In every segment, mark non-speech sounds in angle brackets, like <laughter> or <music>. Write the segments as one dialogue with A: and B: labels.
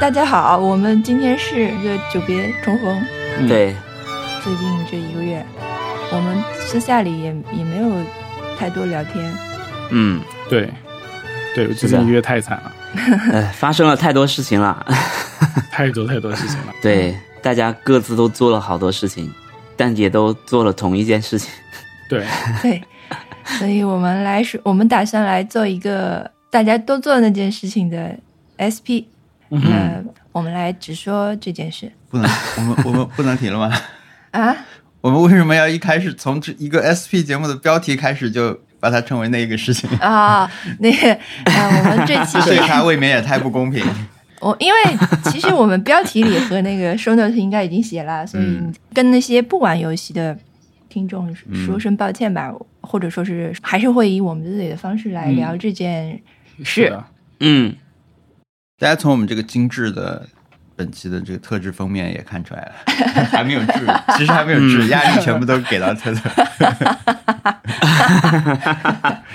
A: 大家好，我们今天是一个久别重逢。
B: 嗯
C: 对，
A: 最近这一个月，我们私下里也也没有太多聊天。
D: <laughs>
C: 嗯，
B: 对，对，我
C: 是
B: 最
C: 的
B: 近一个月太惨了，
C: 呃，发生了太多事情了。
B: 太多太多事情了。
C: 对，大家各自都做了好多事情，但也都做了同一件事情。
B: 对，
A: <laughs> 对，所以我们来说，我们打算来做一个大家都做那件事情的 SP。
B: 嗯
A: 呃，我们来只说这件事
D: 不能，我们我们不能提了吗？ <laughs>
A: 啊。
D: 我们为什么要一开始从这一个 SP 节目的标题开始就把它称为那个事情？
A: 啊、那个，呃，我们这
D: <laughs>
A: 期
D: 对
A: 是，
D: 他未免也太不公平。
A: 我哦因为其实我们标题里和那
B: <laughs>
A: 个 show notes 应该已经写了，所以
D: 嗯
A: 跟那些不玩游戏的听众
B: 嗯
A: 说声抱歉吧，或者说是还是会以我们自己的方式
B: 嗯
A: 来聊这件事。
B: 的，
C: 嗯，
D: 大家从我们这个精致的本期的这个特制封面也看出来了， <laughs> 还没有质，其实还没有质，压力全部都给到特特， <laughs>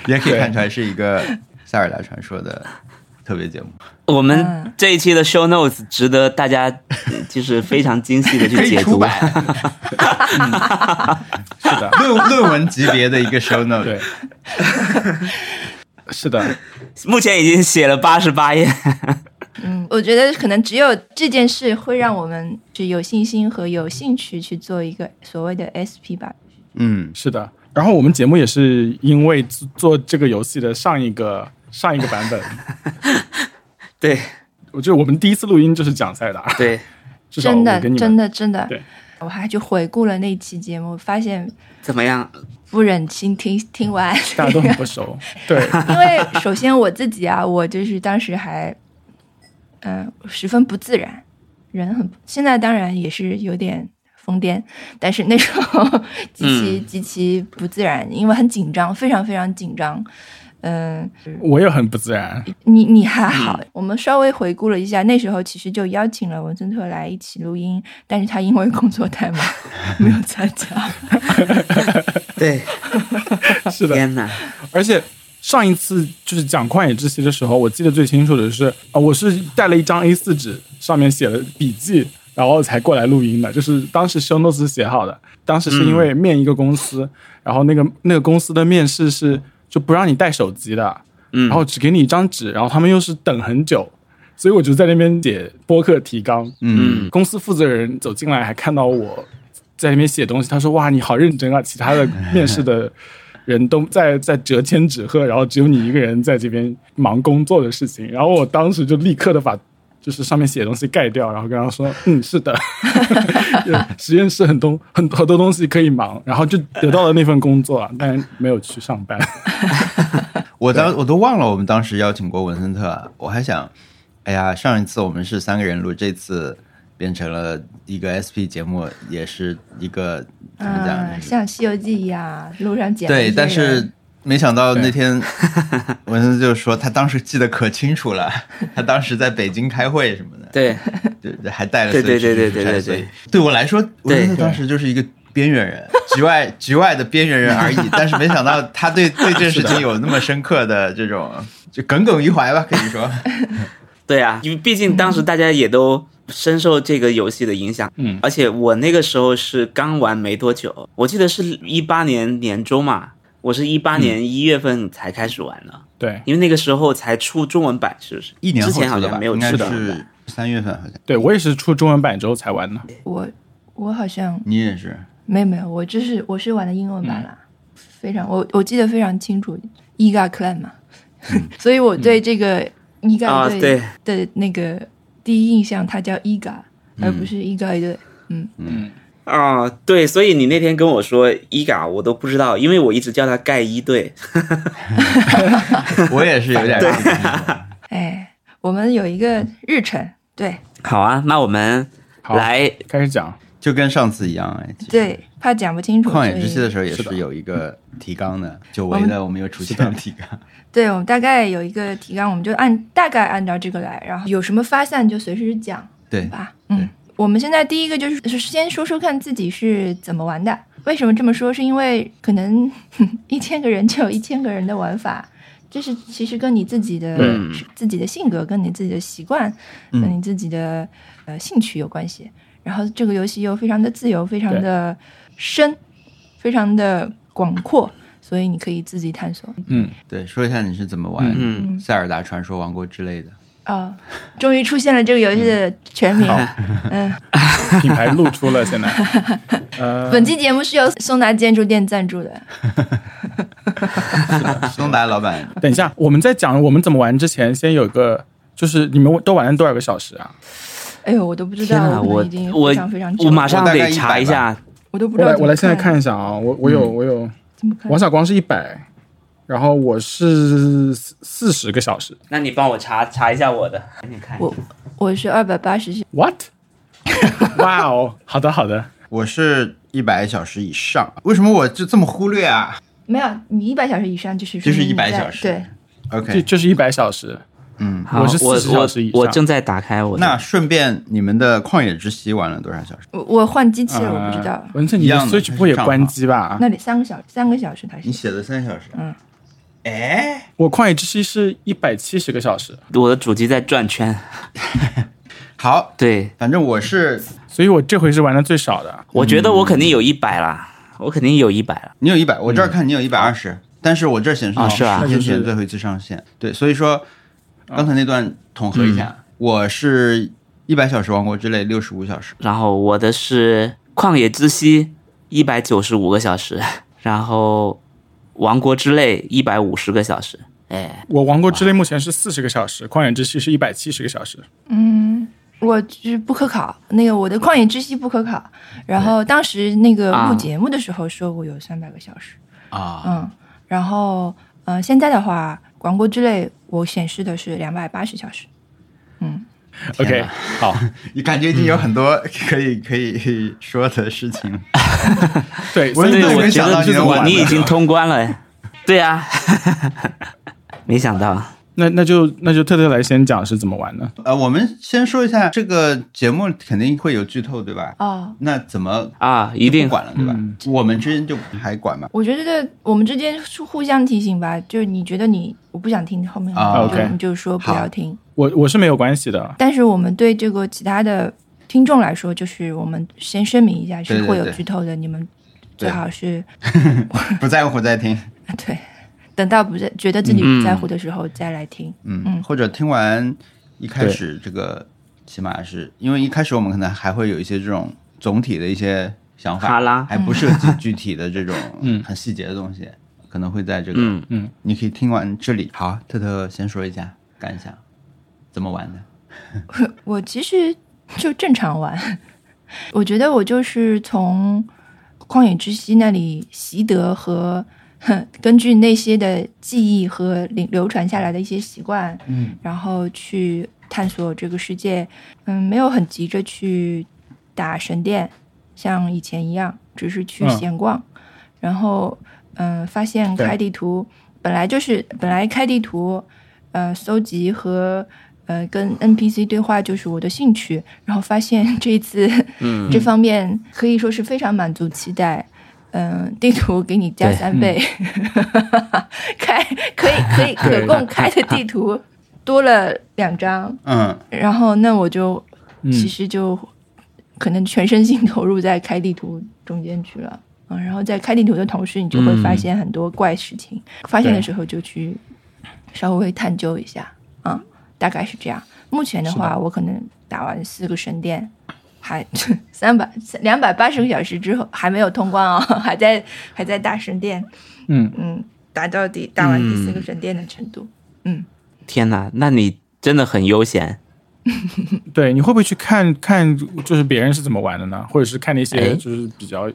D: 也可以看出来是一个塞尔达传说的特别节目，
C: 我
A: 嗯
C: 们这一期的 show notes 值得大家呃就是非常精细 <laughs> 的
D: 可
C: 去
D: 以
C: 解
D: 出
C: 读。
D: 版，
B: 是的，
D: 论论文级别的一个 show
A: <laughs>
D: note。
B: 对，是的，
C: 目前已经写了八十八页。
A: 嗯，我觉得可能只有这件事会让我们是有信心和有兴趣去做一个所谓的 SP 吧。
D: 嗯，
B: 是的。然后我们节目也是因为做做这个游戏的上一个上一个版本，
C: 对
B: 我觉得我们第一次录音就是讲塞尔达，
C: 对，
B: 至少
A: 真
B: 我
A: 的，
B: 跟你
A: 真
B: 们
A: 的，真的
B: 对。
A: 我还去回顾了那期节目，发现
C: 怎么样？
A: 不忍心听听完，
B: 大家
A: <laughs>
B: 都很不熟。对，
A: 因为首先我自己啊，我就是当时还，嗯、十分不自然，人很，现在当然也是有点疯癫，但是那时候 <laughs> 极其、
D: 嗯
A: 极其不自然，因为很紧张，非常非常紧张，嗯、
B: 我也很不自然。
A: 你你还好，
D: 嗯
A: 我们稍微回顾了一下，那时候其实就邀请了文森特来一起录音，但是他因为工作太忙， <laughs> 没有参加。
C: 对，
B: 是的，
C: 天哪！
B: 而且上一次就是讲旷野之息的时候，我记得最清楚的是，啊、我是带了一张 A 4纸，上面写了笔记，然后才过来录音的。就是当时 show notes 是写好的，当时是因为面一个公司，然后那个那个公司的面试是就不让你带手机的，
C: 嗯
B: 然后只给你一张纸，然后他们又是等很久。所以我就在那边写播客提纲，
D: 嗯，
B: 公司负责人走进来还看到我在那边写东西，他说：“哇，你好认真啊！”其他的面试的人都在在折千纸鹤，然后只有你一个人在这边忙工作的事情。然后我当时就立刻的把就是上面写的东西盖掉，然后跟他说：“嗯，是的，实验室很多很很多东西可以忙。”然后就得到了那份工作啊，但没有去上班。 <laughs>
D: 我当我都忘了我们当时邀请过文森特啊，我还想，哎呀，上一次我们是三个人录，这次变成了一个 SP 节目，也是一个怎么讲？
A: 嗯，
D: 就是
A: 像《西游记》一样，路上捡了一
D: 对，
A: 些
D: 但
A: 人
D: 是没想到那天文森特就说他当时记得可清楚了，他当时在北京开会什么的，
C: 对，
D: 对，还带了
C: 对对
D: 随身
C: 对
D: 出
C: 对对
D: 差
C: 对
D: 所以
C: 对
D: 对我来说，文森特
B: 对
D: 当时就是一个边缘人，局外局外的边缘人而已。但是没想到他
C: <laughs>
D: 对对这件事情有那么深刻的这种，就耿耿于怀吧，可以说。
C: 对啊，
D: 嗯
C: 因为毕竟当时大家也都深受这个游戏的影响，
B: 嗯
C: 而且我那个时候是刚玩没多久，我记得是一八年年中嘛，我是一八
D: 嗯
C: 年一月份才开始玩的，
B: 对，
C: 因为那个时候才出中文版，是不是？
D: 一年
C: <laughs> 之
D: 后
C: 前好
D: 出的
C: 像
D: 吧，
C: 没有
D: 应该
C: 出中文
D: 是
C: 版，
D: 三月份好像。
B: 对我也是出中文版之后才玩的。
A: 我我好像
D: 你也是，
A: 没有没有，我就是我是玩的英文
D: 嗯
A: 版啦，非常我我记得非常清楚，Ega Clan 嘛，
D: 嗯
A: <laughs> 所以我对这个 Ega
C: 啊
A: 队
C: 对
A: 的那个第一印象，它叫 Ega，而不是 Ega 队。嗯，
C: 啊、对，所以你那天跟我说伊嘎，我都不知道，因为我一直叫他盖伊队。
D: 我也是有点
C: <laughs> 对
A: 哎，我们有一个日程，对
C: 好啊，那我们
B: 好，
C: 来，
B: 开始讲。
D: 就跟上次一样哎。其实
A: 对，怕讲不清楚，
D: 旷野
A: 所
D: 之
A: 以
D: 息的时候也
B: 是的
D: 是有一个提纲的，久
A: 我
D: 违
A: 们
D: 的我们又出现了提纲。
A: 对，我们大概有一个提纲，我们就按大概按照这个来，然后有什么发散就随时讲
D: 对，
A: 吧。
D: 对
A: 嗯，我们现在第一个就是是先说说看自己是怎么玩的。为什么这么说？是因为可能一千个人就有一千个人的玩法，这是其实跟你自己的
C: 对
A: 是自己的性格、跟你自己的习惯、
D: 嗯
A: 跟你自己的呃兴趣有关系。然后这个游戏又非常的自由，非常的深，非常的广阔，所以你可以自己探索。
B: 嗯，
D: 对，说一下你是怎么玩
C: 嗯
D: 《塞尔达传说王国》之类的。
A: 啊、终于出现了这个游戏的全名。
B: 品牌露出了现在，呃，
A: 本期节目是由松达建筑店赞助的。
D: 松达老板，
B: 等一下，我们在讲我们怎么玩之前，先有个，就是你们都玩了多少个小时啊？
A: 哎呦，我都不知
C: 天
A: 道，
C: 哪，
A: 我
C: 我
A: 们已经
C: 我
A: 非常非常久了，
C: 我马上
D: 我大概
C: 得
D: 100
C: 查一下，
A: 我都不
B: 我
A: 知道
B: 来，
A: 怎么
B: 我来现在看一下啊，我我有我有，
A: 怎么看
B: 王。小光是一百，然后我是四十个小时
C: 那你帮我查查一下我的，给你看一下
A: 我我是二百八十
B: ，what？哇哦，好的好的，
D: 我是一百小时以上，啊为什么我就这么忽略啊
A: 没有，你一百小时以上就是
D: 就
A: 说
D: 是
A: 明你
D: 100
A: 在
D: 小时
A: 对，
B: 就
D: ？OK，
B: 就是一百小时，
D: 嗯，
C: 好
B: 我是
C: 我
B: 40小时以上
C: 我我正在打开我的
D: 那顺便你们的《旷野之息》玩了多少小时？
A: 我我换机器了，
B: 呃
A: 我不知道。
B: 文森，你
D: 一
B: 的
D: 样的
B: Switch 不会也
D: 账号
B: 关机吧？
A: 那得三个小时，三个小时才
D: 你
A: 行。
D: 写的三小时，啊
A: 嗯，
D: 哎，
B: 我旷野之息是一百七十个小时，
C: 我的主机在转圈，
D: 好，
C: 对
D: 反正我是
B: 所以我这回是玩的最少的。
C: 我觉得我肯定有一百啦，我肯定有一百了。
D: 你有一百，我这儿看你有一百二十，但是我这儿显示
C: 啊是啊
D: 十天
B: 那就是
D: 前最后一次上线。对，所以说刚才那段统合一
C: 嗯
D: 下，我是一百小时《王国之泪》六十五小时，
C: 然后我的是《旷野之息》一百九十五个小时，然后《王国之泪》一百五十个小时。哎，
B: 我王国之泪目前是四十个小时，旷野之息是一百七十个小时。
A: 嗯，我就是不可考，那个我的旷野之息不可考。然后当时那个录
C: 啊
A: 节目的时候说我有三百个小时，
D: 啊，
A: 嗯，然后呃，现在的话，王国之泪我显示的是两百八十小时。
B: OK，
D: 哪
B: <laughs> 好，
D: 你感觉已经有很多
C: 嗯
D: 可以可以说的事情。
B: 对，
D: 我
B: 所以
D: 也
B: 我觉
D: 没想
B: 得
D: 到
B: 就是
D: 你能
B: 我
D: 玩
C: 哇，
D: 完
C: 你已
D: 了
C: 经通关了。对啊， <laughs> 没想到
B: 那那就那就特特来先讲是怎么玩的。
D: 呃，我们先说一下这个节目肯定会有剧透，对吧？
A: 哦，
D: 那怎么
C: 啊，一
D: 不
C: 定
D: 管了，对吧？我们之间就还管吗？
A: 我觉得我们之间是互相提醒吧，就是你觉得你我不想听后面，
D: 啊
A: 你就
B: OK
A: 你就说不
D: 好
A: 要听。
B: 我我是没有关系的，
A: 但是我们对这个其他的听众来说，就是我们先声明一下，
D: 对
A: 是
D: 对
A: 会有
D: 对
A: 剧透的，你们最好是 <laughs>
D: 不在乎再听，
A: 对，等到不在觉得自己不在乎的时候再来听。
D: 嗯，或者听完一开始这个，起码是因为一开始我们可能还会有一些这种总体的一些想
C: 哈
D: 法，
C: 拉。
D: 还不涉及具体的这种
B: 嗯
D: 很细节的东西，可能会在这个，
C: 嗯，
D: 你可以听完这里。好，特特先说一下感想，怎么玩的？
A: 我其实就正常玩，我觉得我就是从《旷野之息》那里习得和。哼根据那些的记忆和流流传下来的一些习惯，
D: 嗯，
A: 然后去探索这个世界。嗯，没有很急着去打神殿，像以前一样，只是去
B: 嗯
A: 闲逛。然后，嗯、发现
B: 对
A: 开地图本来就是本来开地图，呃，搜集和呃跟 NPC 对话就是我的兴趣。然后发现这一次，嗯，这方面可以说是非常满足期待。嗯、地图给你加
C: 对
A: 三倍， <laughs> 开可以可以可
B: 对
A: 供开的地图多了两张，
D: 嗯，
A: 然后那我就
B: 嗯
A: 其实就可能全身心投入在开地图中间去了。嗯，然后在开地图的同时，你就会发现很多怪事情。发现的时候就去稍微探究一下，嗯，大概是这样。目前的话，我可能打完四个神殿，还 <laughs> 三百两百八十个小时之后还没有通关哦，还在还在大神殿，
B: 嗯，
A: 嗯，打到第打完第四个神殿的程度。
C: 天哪，那你真的很悠闲。
B: 对，你会不会去看看就是别人是怎么玩的呢？或者是看那些
C: 哎
B: 就是比较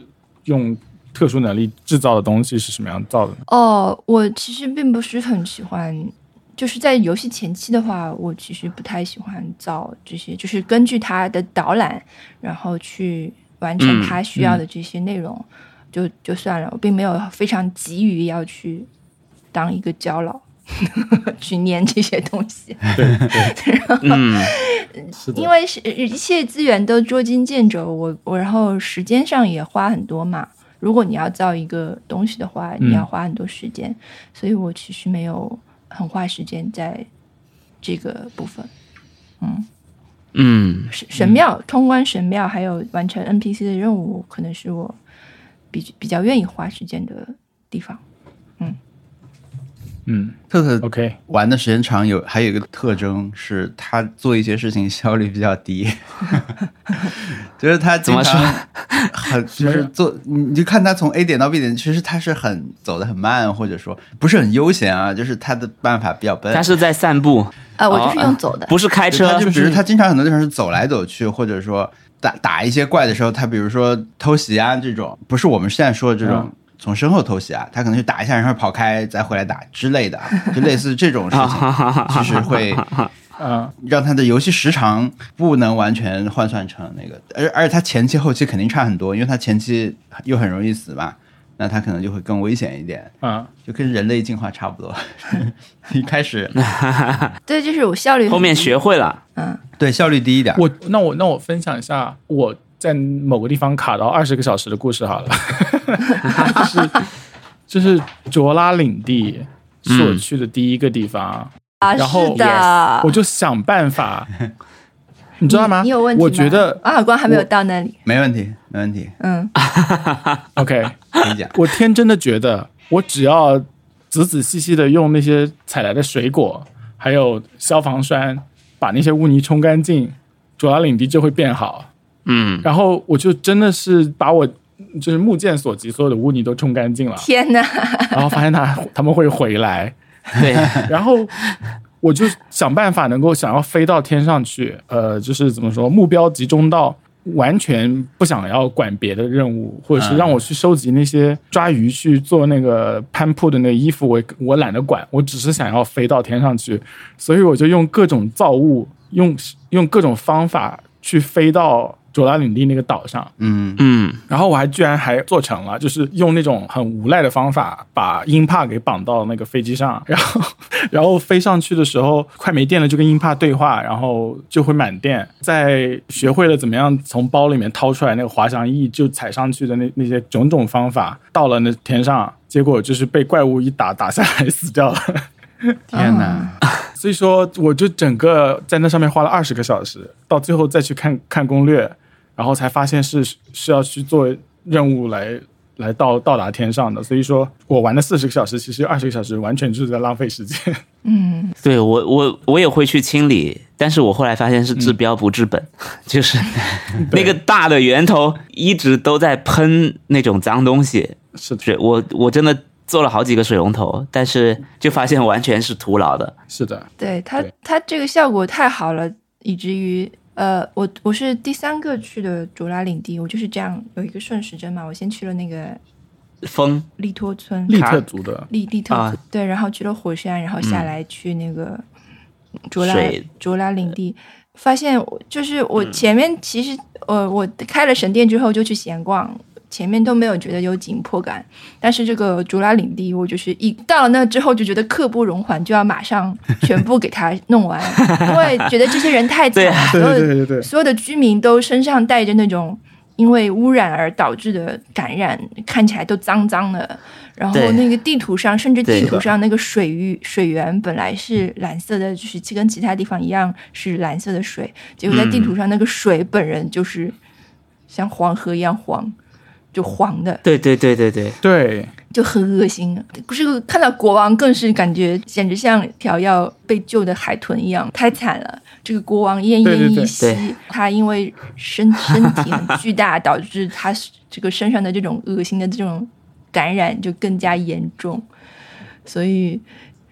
B: 用特殊能力制造的东西是什么样造的呢？
A: 哦，我其实并不是很喜欢，就是在游戏前期的话，我其实不太喜欢造这些，就是根据它的导览，然后去完成
C: 嗯
A: 它需要的这些内容，就就算了，我并没有非常急于要去当一个胶佬。 <laughs> 去念这些东西，
C: 嗯，
B: 是
A: 因为是一切资源都捉襟见肘，我我然后时间上也花很多嘛。如果你要造一个东西的话，
B: 嗯
A: 你要花很多时间，所以我其实没有很花时间在这个部分。嗯，
C: 嗯
A: 神神庙通关神庙，还有完成 NPC 的任务，可能是我比比较愿意花时间的地方。
B: 嗯
D: 特特
B: ，OK，
D: 玩的时间长有还有一个特征是，他做一些事情效率比较低， <laughs> 就是他
C: 怎么
D: 经常
C: 说
D: 很就是做，你你就看他从 A 点到 B 点，其实他是很走的很慢，或者说不是很悠闲啊，就是他的办法比较笨。
C: 他是在散步，
A: 呃，我
B: 啊
A: 就是
C: 哦
A: 用走的，
C: 不是开
D: 对
C: 车
D: 他，就比如他经常很多地方是走来走去，或者说打打一些怪的时候，他比如说偷袭啊这种，不是我们现在说的这种。
B: 嗯
D: 从身后偷袭啊，他可能是打一下，然后跑开，再回来打之类的啊，就类似这种事情，就是会
B: 啊、
D: 让他的游戏时长不能完全换算成那个，而而且他前期后期肯定差很多，因为他前期又很容易死嘛，那他可能就会更危险一点，
B: 啊、
D: 就跟人类进化差不多。 <laughs> 一开始
A: 对，就是我效率很
C: 后面
A: 低
C: 学会了，
A: 嗯，
D: 对效率低一点，
B: 我那我那我分享一下我在某个地方卡到二十个小时的故事好了， <laughs> 就是就是卓拉领地是我
C: 嗯
B: 去的第一个地方，
A: 啊，
B: 然后
A: 是的，
B: 我就想办法，你知道吗？
A: 你有问题吗？
B: 我觉得
A: 阿尔光还没有
B: 我
A: 到那里，
D: 没问题，没问题，
A: 嗯，
B: OK，
D: 可以讲。
B: 我天真的觉得，我只要仔仔细细的用那些采来的水果，还有消防栓，把那些污泥冲干净，主要领地就会变好。
C: 嗯，
B: 然后我就真的是把我就是目见所及所有的污泥都冲干净了，
A: 天哪，
B: 然后发现他他们会回来，
C: 对，
D: <laughs>
B: 然后我就想办法能够想要飞到天上去，呃，就是怎么说，目标集中到完全不想要管别的任务，或者是让我去收集那些抓鱼去做那个攀铺的那个衣服，我我懒得管，我只是想要飞到天上去，所以我就用各种造物，用用各种方法去飞到卓拉领地那个岛上。
D: 嗯，
C: 嗯
B: 然后我还居然还做成了，就是用那种很无赖的方法把鹰帕给绑到那个飞机上，然后然后飞上去的时候快没电了，就跟鹰帕对话，然后就会满电。在学会了怎么样从包里面掏出来那个滑翔翼就踩上去的那那些种种方法，到了那天上，结果就是被怪物一打打下来死掉了。
D: <laughs> 天哪，。
B: <laughs> 所以说，我就整个在那上面花了二十个小时，到最后再去看看攻略，然后才发现是是要去做任务来来到到达天上的。所以说我玩了四十个小时，其实二十个小时完全就是在浪费时间。 <laughs>
A: 嗯，
C: 对我我我也会去清理，但是我后来发现是治标不治本， <laughs> 就是那个大的源头一直都在喷那种脏东西，
B: 是的，
C: 水我我真的做了好几个水龙头，但是就发现完全是徒劳的。
B: 是的，
A: 对他
B: 对
A: 他这个效果太好了，以至于呃，我我是第三个去的卓拉领地，我就是这样有一个顺时针嘛，我先去了那个
C: 风
A: 利托村，
B: 利特族的
A: 利利特、
C: 啊嗯
A: 对，然后去了火山，然后下来去那个卓拉
C: 水嗯
A: 卓拉领地，发现我就是我前面其实、呃我开了神殿之后就去闲逛，前面都没有觉得有紧迫感，但是这个卓拉领地我就是一到了那之后就觉得刻不容缓，就要马上全部给它弄
C: <laughs>
A: 完，因为觉得这些人太惨
C: 对
A: 了，
C: 啊
A: 所有
B: 对对对对对
A: 所有的居民都身上带着那种。因为污染而导致的感染，看起来都脏脏的，然后
C: 对
A: 那个地图上，甚至
C: 对
A: 地
C: 的
A: 图上那个水域水源本来是蓝色的，就是跟其他地方一样是蓝色的水，结果在地图上那个水本人就是像黄河一样黄，就黄的，
C: 对对对对对，
B: 对，
A: 就很恶心。不是看到国王更是感觉简直像条要被救的海豚一样，太惨了。这个国王奄
B: 对对
A: 奄
B: 对
A: 一息，
C: 对
A: 他因为身 <laughs> 身体很巨大，导致他这个身上的这种恶心的这种感染就更加严重，所以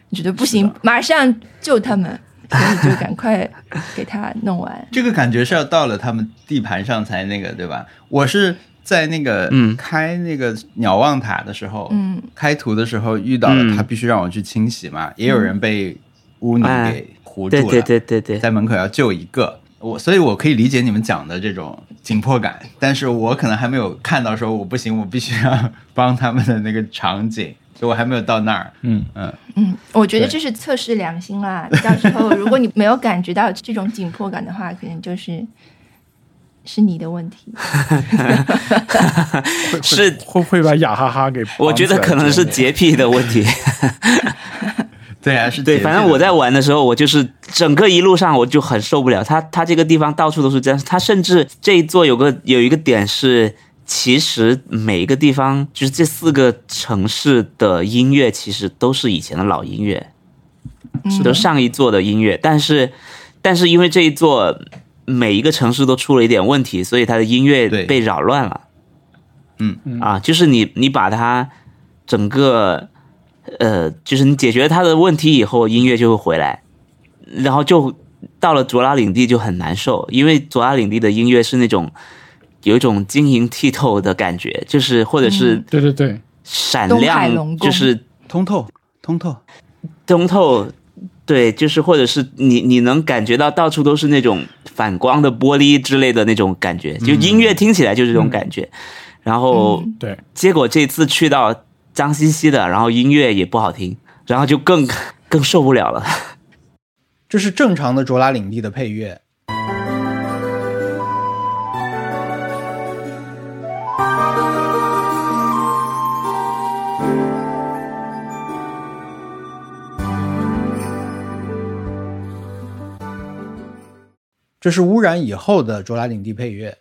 A: 你觉得不行，马上救他们，所以就赶快给他弄完
D: 这个感觉是要到了他们地盘上才那个，对吧？我是在那个
C: 嗯
D: 开那个鸟望塔的时候，
A: 嗯，
D: 开图的时候遇到了，
C: 嗯
D: 他必须让我去清洗嘛，也有人被污泥
C: 哎
D: 给糊住
C: 对
D: 了，
C: 对对对对，
D: 在门口要救一个。我所以，我可以理解你们讲的这种紧迫感，但是我可能还没有看到说我不行，我必须要 <laughs> 帮他们的那个场景，所以我还没有到那儿。
B: 嗯，
D: 嗯，
A: 嗯，我觉得
B: 对
A: 这是测试良心啦。 <laughs> 到时候如果你没有感觉到这种紧迫感的话，可能就是 <laughs> 是你的问题。
B: 会会
C: 是
B: 会会把雅哈哈给绑起来，
C: 我觉得可能是
B: 这
C: 洁
B: 样
C: 癖的问题。
D: 对啊，是
C: 对，
D: 节
C: 反
D: 制
C: 正
D: 的
C: 我在玩的时候，我就是整个一路上我就很受不了。它它这个地方到处都是这样，它甚至这一座有个有一个点是，其实每一个地方就是这四个城市的音乐其实都是以前的老音乐，
A: 嗯
C: 都是上一座的音乐，但是但是因为这一座每一个城市都出了一点问题，所以它的音乐
D: 对
C: 被扰乱了。
D: 嗯
C: 啊，就是你你把它整个呃，就是你解决它的问题以后，音乐就会回来，然后就到了卓拉领地就很难受，因为卓拉领地的音乐是那种有一种晶莹剔透的感觉，就是或者是
B: 对对对，
C: 闪
A: 东海龙
C: 亮，
A: 宫
C: 就是
D: 通透通透，
C: 通透，对，就是或者是你你能感觉到到处都是那种反光的玻璃之类的那种感觉，就音乐听起来就是这种感觉。然后
A: 嗯
B: 对，
C: 结果这次去到脏兮兮的，然后音乐也不好听，然后就更更受不了了。
E: 这是正常的卓拉领地的配乐。这是污染以后的卓拉领地配乐。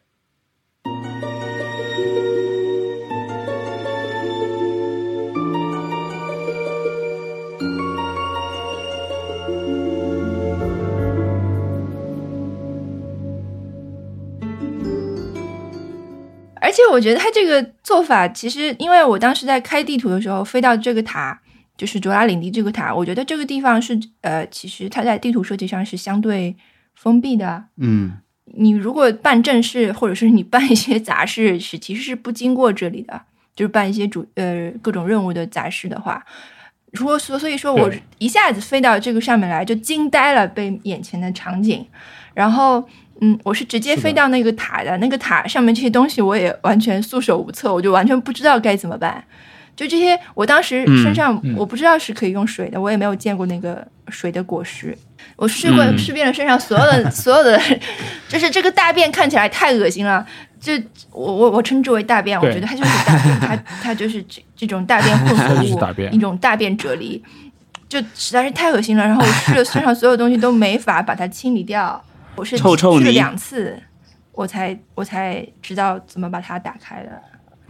A: 而且我觉得他这个做法，其实因为我当时在开地图的时候，飞到这个塔，就是卓拉领地这个塔，我觉得这个地方是呃，其实它在地图设计上是相对封闭的。
D: 嗯，
A: 你如果办正事，或者是你办一些杂事，是其实是不经过这里的，就是办一些主呃各种任务的杂事的话，如果所所以说我
B: 对
A: 一下子飞到这个上面来，就惊呆了，被眼前的场景，然后。嗯，我是直接飞到那个塔的，那个塔上面这些东西我也完全束手无策，我就完全不知道该怎么办。就这些，我当时身上我不知道是可以用水的，我也没有见过那个水的果实。我试过
C: 嗯
A: 试遍了身上所有的所有的，就是这个大便看起来太恶心了。就我我我称之为大便，我
B: 对
A: 觉得它就是大便，它它就是这这种大便混
B: 它
A: 合
B: 就是
A: 物，
B: 大便
A: 嗯一种大便啫喱，就实在是太恶心了。然后我试了身上所有东西都没法把它清理掉，我是
C: 臭臭
A: 去了
C: 泥
A: 两次，我才我才知道怎么把它打开的，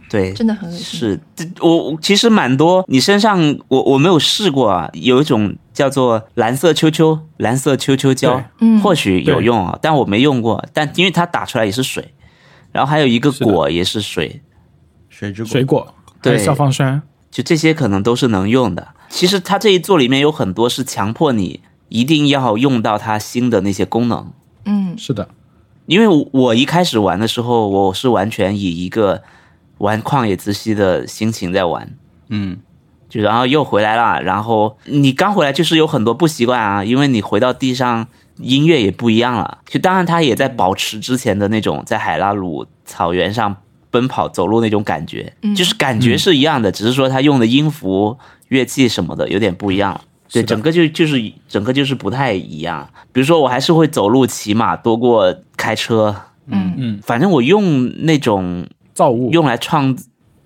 C: 对，
A: 真的很恶心。
C: 是，这我我其实蛮多，你身上我我没有试过啊，有一种叫做蓝色秋秋，蓝色秋秋胶
B: 对，
A: 嗯
C: 或许有
B: 对
C: 用啊，但我没用过，但因为它打出来也是水，然后还有一个
B: 是的
C: 果也是水，
D: 水之
B: 水
D: 果
B: 果还
C: 对
B: 有消防栓，
C: 就这些可能都是能用的。其实它这一座里面有很多是强迫你一定要用到它新的那些功能，
A: 嗯
B: 是的，
C: 因为我我一开始玩的时候，我是完全以一个玩旷野之息的心情在玩，
D: 嗯，
C: 就然后又回来了，然后你刚回来就是有很多不习惯啊，因为你回到地上音乐也不一样了。就当然他也在保持之前的那种在海拉鲁草原上奔跑走路那种感觉，就是感觉是一样的，只是说他用的音符、乐器什么的有点不一样了。对，
B: 是的
C: 整个就就是整个就是不太一样。比如说，我还是会走路、骑马多过开车。
A: 嗯
C: 反正我用那种
B: 造物
C: 用来创，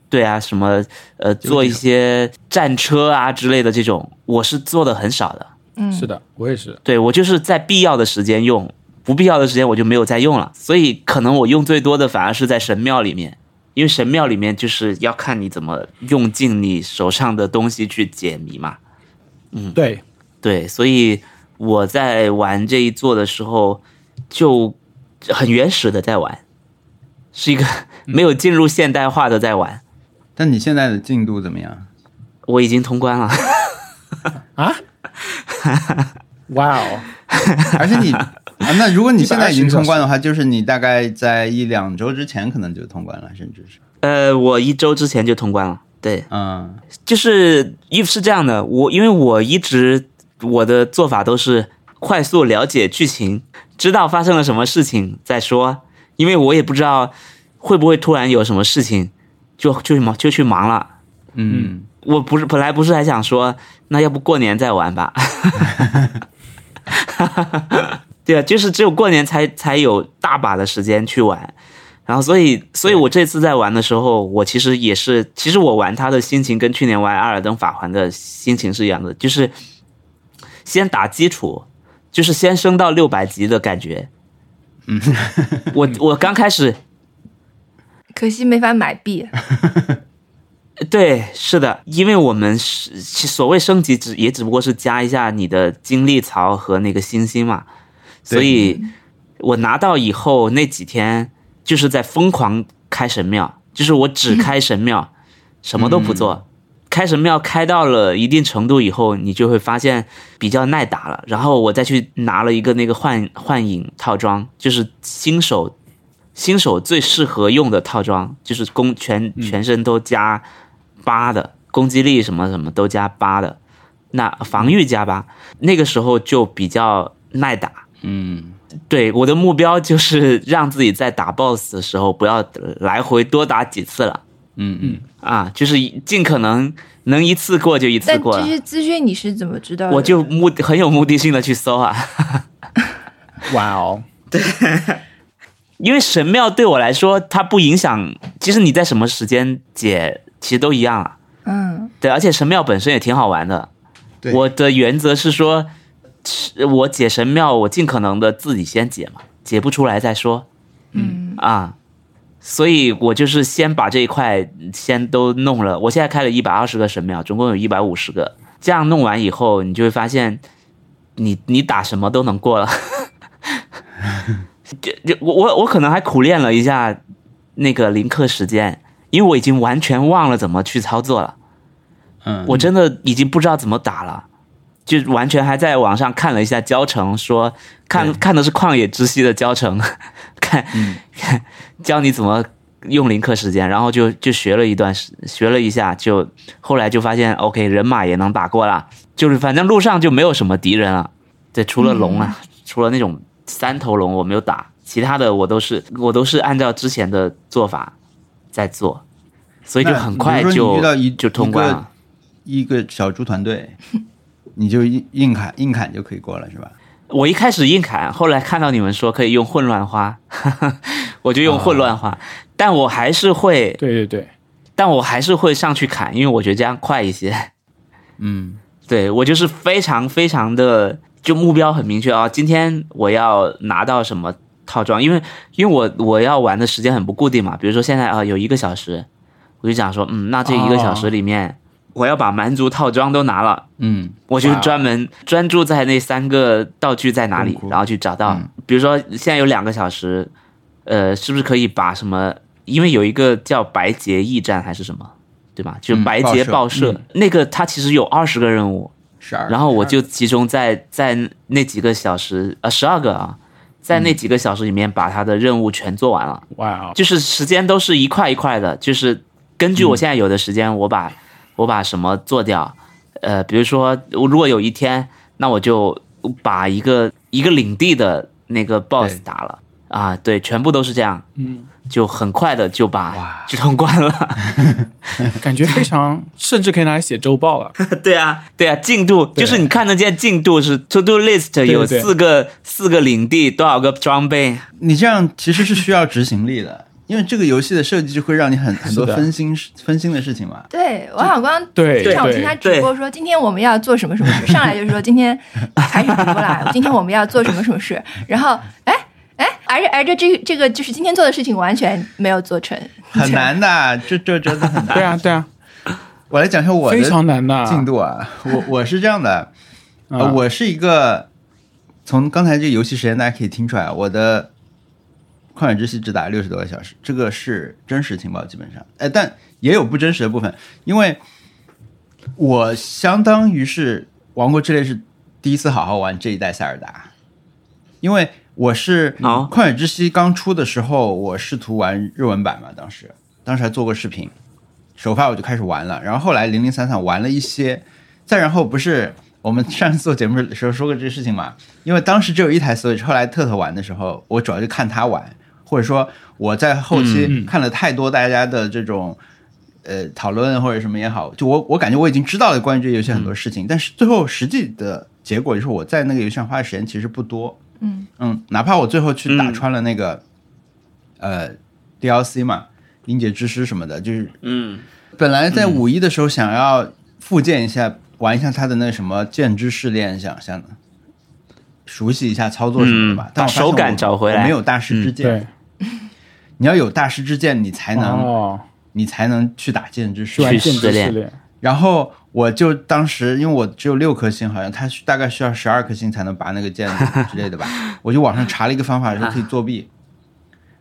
C: 对啊，什么呃，做一些战车啊之类的这种，我是做的很少的。
A: 嗯，
B: 是的，我也是，
C: 对我就是在必要的时间用，不必要的时间我就没有再用了。所以可能我用最多的反而是在神庙里面，因为神庙里面就是要看你怎么用尽你手上的东西去解谜嘛。
B: 对，
C: 对，所以我在玩这一座的时候，就很原始的在玩，是一个 <laughs> 没有进入现代化的在玩。
D: 但你现在的进度怎么样？ <laughs>
C: 我已经通关了，
B: 哇哦，
D: 而且你啊，那如果你现在已经
B: 120
D: 通关的话，就是你大概在一两周之前可能就通关了，甚至是
C: 呃，我一周之前就通关了。对，
D: 嗯
C: 就是因为是这样的，我因为我一直我的做法都是快速了解剧情，知道发生了什么事情再说，因为我也不知道会不会突然有什么事情，就就去忙就去忙了。
D: 嗯
C: 我不是本来不是还想说，那要不过年再玩吧？ <laughs> 对啊，就是只有过年才才有大把的时间去玩，然后所以所以我这次在玩的时候，我其实也是，其实我玩它的心情跟去年玩《艾尔登法环》的心情是一样的，就是先打基础，就是先升到六百级的感觉。嗯，我我刚开始
A: 可惜没法买
C: <laughs>
A: 币。
C: 对，是的，因为我们是其所谓升级只也只不过是加一下你的精力槽和那个星星嘛，所以我拿到以后那几天就是在疯狂开神庙，就是我只开神庙，什么都不做。开神庙开到了一定程度以后，你就会发现比较耐打了。然后我再去拿了一个那个幻幻影套装，就是新手新手最适合用的套装，就是攻全全身都加八的，攻击力什么什么都加八的，那防御加八，那个时候就比较耐打。
D: 嗯，
C: 对，我的目标就是让自己在打 BOSS 的时候不要来回多打几次了。
D: 嗯嗯，
C: 啊，就是尽可能能一次过就一次
A: 但
C: 过
A: 这
C: 了，
A: 些资讯你是怎么知道的？
C: 我就目很有目的性的去搜啊，
B: 哇哦，
C: 因为神庙对我来说它不影响，其实你在什么时间解其实都一样啊，
A: 嗯，
C: 对，而且神庙本身也挺好玩的，
D: 对
C: 我的原则是说，是我解神庙我尽可能的自己先解嘛，解不出来再说，嗯啊。所以我就是先把这一块先都弄了。我现在开了一百二十个神庙，总共有一百五十个。这样弄完以后，你就会发现你，你打什么都能过了。 <laughs> 就就我我我可能还苦练了一下那个临课时间，因为我已经完全忘了怎么去操作了。
D: 嗯
C: 我真的已经不知道怎么打了，就完全还在网上看了一下教程，说看看的是旷野之息的教程， <laughs> 看、
D: 嗯
C: 看 <laughs> 教你怎么用零刻时间，然后就就学了一段时，学了一下，就后来就发现 OK 人马也能打过了，就是反正路上就没有什么敌人了，对，除了龙啊，
D: 嗯
C: 除了那种三头龙我没有打，其他的我都是我都是按照之前的做法在做。所以就
D: 那
C: 很
D: 比如
C: 快
D: 说你
C: 就
D: 遇到一
C: 就通
D: 一
C: 关
D: 个
C: 了。
D: 一个小猪团队，你就硬硬砍硬砍就可以过了，是吧？
C: 我一开始硬砍，后来看到你们说可以用混乱花， <laughs> 我就用混乱花，但我还是会，
B: 对对对，
C: 但我还是会上去砍，因为我觉得这样快一些。
D: 嗯，
C: <laughs> 对我就是非常非常的，就目标很明确啊，今天我要拿到什么套装，因为因为我我要玩的时间很不固定嘛，比如说现在啊有一个小时，我就想说，嗯，那这一个小时里面，我要把蛮族套装都拿了。
D: 嗯
C: 我就
B: 哇哦
C: 专门专注在那三个道具在哪里
D: 洞，窟
C: 然后去找到
D: 嗯。
C: 比如说现在有两个小时，呃，是不是可以把什么？因为有一个叫白洁驿站还是什么，对吧？就
D: 嗯
C: 白
D: 报
C: 洁
D: 社
C: 报社、那个，它其实有二十个任务，
D: 十二，
C: 然后我就集中在在那几个小时，呃，十二个啊，在
D: 嗯
C: 那几个小时里面把它的任务全做完了。
B: 哇哦，
C: 就是时间都是一块一块的，就是根
B: 嗯
C: 据我现在有的时间，我把、我把什么做掉，呃，比如说我如果有一天，那我就把一个一个领地的那个 boss
D: 对
C: 打了啊，对，全部都是这样，
B: 嗯，
C: 就很快的就 <laughs> 把就通关了。
B: 感觉非常，甚至可以拿来写周报 <laughs> 了。
C: 对啊，对啊，进度就是你看得见进度是 to do list 有
B: 对对
C: 四个四个领地多少个装备，
D: 你这样其实是需要执行力的， <laughs> 因为这个游戏的设计就会让你很很多
B: 是的
D: 分心分心的事
B: <laughs>
D: 情嘛。
A: 对，王小光
B: 对
A: 经常我
B: 对
A: 听他直播说，今天我们要做什么什么事，上来就说今
C: <laughs>
A: 天开始直播啦，今天我们要做什么什么事，然后哎哎，而且而且这个这个就是今天做的事情完全没有做成，
D: 很难的，这这真的很难。
B: 啊 <laughs> 对啊，对啊，
D: 我来讲一下我的
B: 非常难的
D: 进度啊，我我是这样的，呃
B: 嗯
D: 我是一个从刚才这个游戏时间大家可以听出来，我的《旷野之息》只打了六十多个小时，这个是真实情报基本上，哎，但也有不真实的部分，因为我相当于是《王国之泪》是第一次好好玩这一代塞尔达，因为我是
C: 哦
D: 《旷野之息》刚出的时候，我试图玩日文版嘛，当时当时还做过视频，首发我就开始玩了，然后后来零零散散玩了一些，再然后不是我们上次做节目的时候说过这个事情嘛，因为当时只有一台 Switch，后来特特玩的时候，我主要就看他玩，或者说我在后期看了太多大家的这种。呃，讨论或者什么也好，就我我感觉我已经知道了关于这个游戏很多事情，但是最后实际的结果就是我在那个游戏上花的时间其实不多，
A: 嗯
D: 嗯，哪怕我最后去打
C: 嗯
D: 穿了那个、呃 DLC 嘛，《英杰之师》什么的，就是
C: 嗯
D: 本来在五一的时候想要复建一下玩一下他的那什么剑之试炼，想象的，熟悉一下操作什么的吧。
C: 嗯
D: 但我
C: 把
D: 发现
C: 手感
D: 我
C: 找回来嗯
D: 我没有大师之剑，
B: 对，
D: 你要有大师之剑，你才能、
B: 哦，
D: 你才能去打剑之试
B: 去玩
D: 炼。
B: 剑之
C: 试炼
B: 试炼，
D: 然后我就当时因为我只有六颗星，好像他大概需要十二颗星才能拔那个剑之类的吧，我就网上查了一个方法说可以作弊，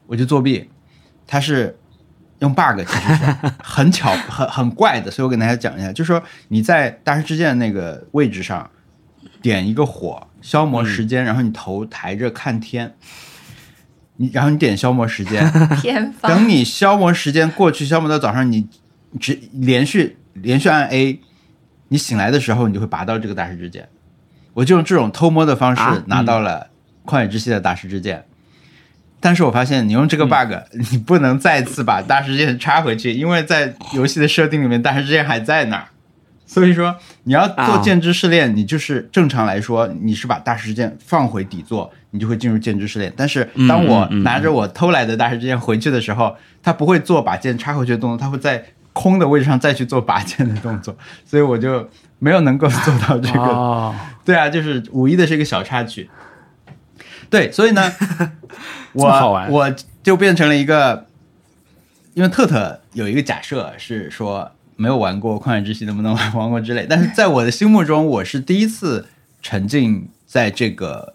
D: 我就作弊，他是用 bug，其实是很巧很很怪的，所以我给大家讲一下，就是说你在大师之剑那个位置上点一个火消磨时间，然后你头抬着看天，你然后你点消磨时间，
A: <laughs> 偏方
D: 等你消磨时间过去，消磨到早上，你只连续连续按 A，你醒来的时候，你就会拔到这个大师之剑。我就用这种偷摸的方式
C: 啊
D: 拿到了旷野之息的大师之剑，但是我发现你用这
C: 嗯
D: 个 bug，、你 <laughs> 不能再次把大师之剑插回去，因为在游戏的设定里面，大师之剑还在那儿。所以说，你要做
C: 啊
D: 剑之试炼，你就是正常来说，你是把大师之剑放回底座，你就会进入剑之试炼。但是当我
C: 嗯嗯嗯
D: 拿着我偷来的大师之剑回去的时候，他不会做把剑插回去的动作，他会在空的位置上再去做拔剑的动作，所以我就没有能够做到这个
B: 哦，
D: 对啊，就是五一的是一个小插曲。对，所以
B: <laughs>
D: 呢，
B: 这么好
D: 我
B: 玩
D: 我就变成了一个，因为特特有一个假设是说没有玩过《旷野之息》，能不能玩王国之泪？但是在我的心目中，我是第一次沉浸在这个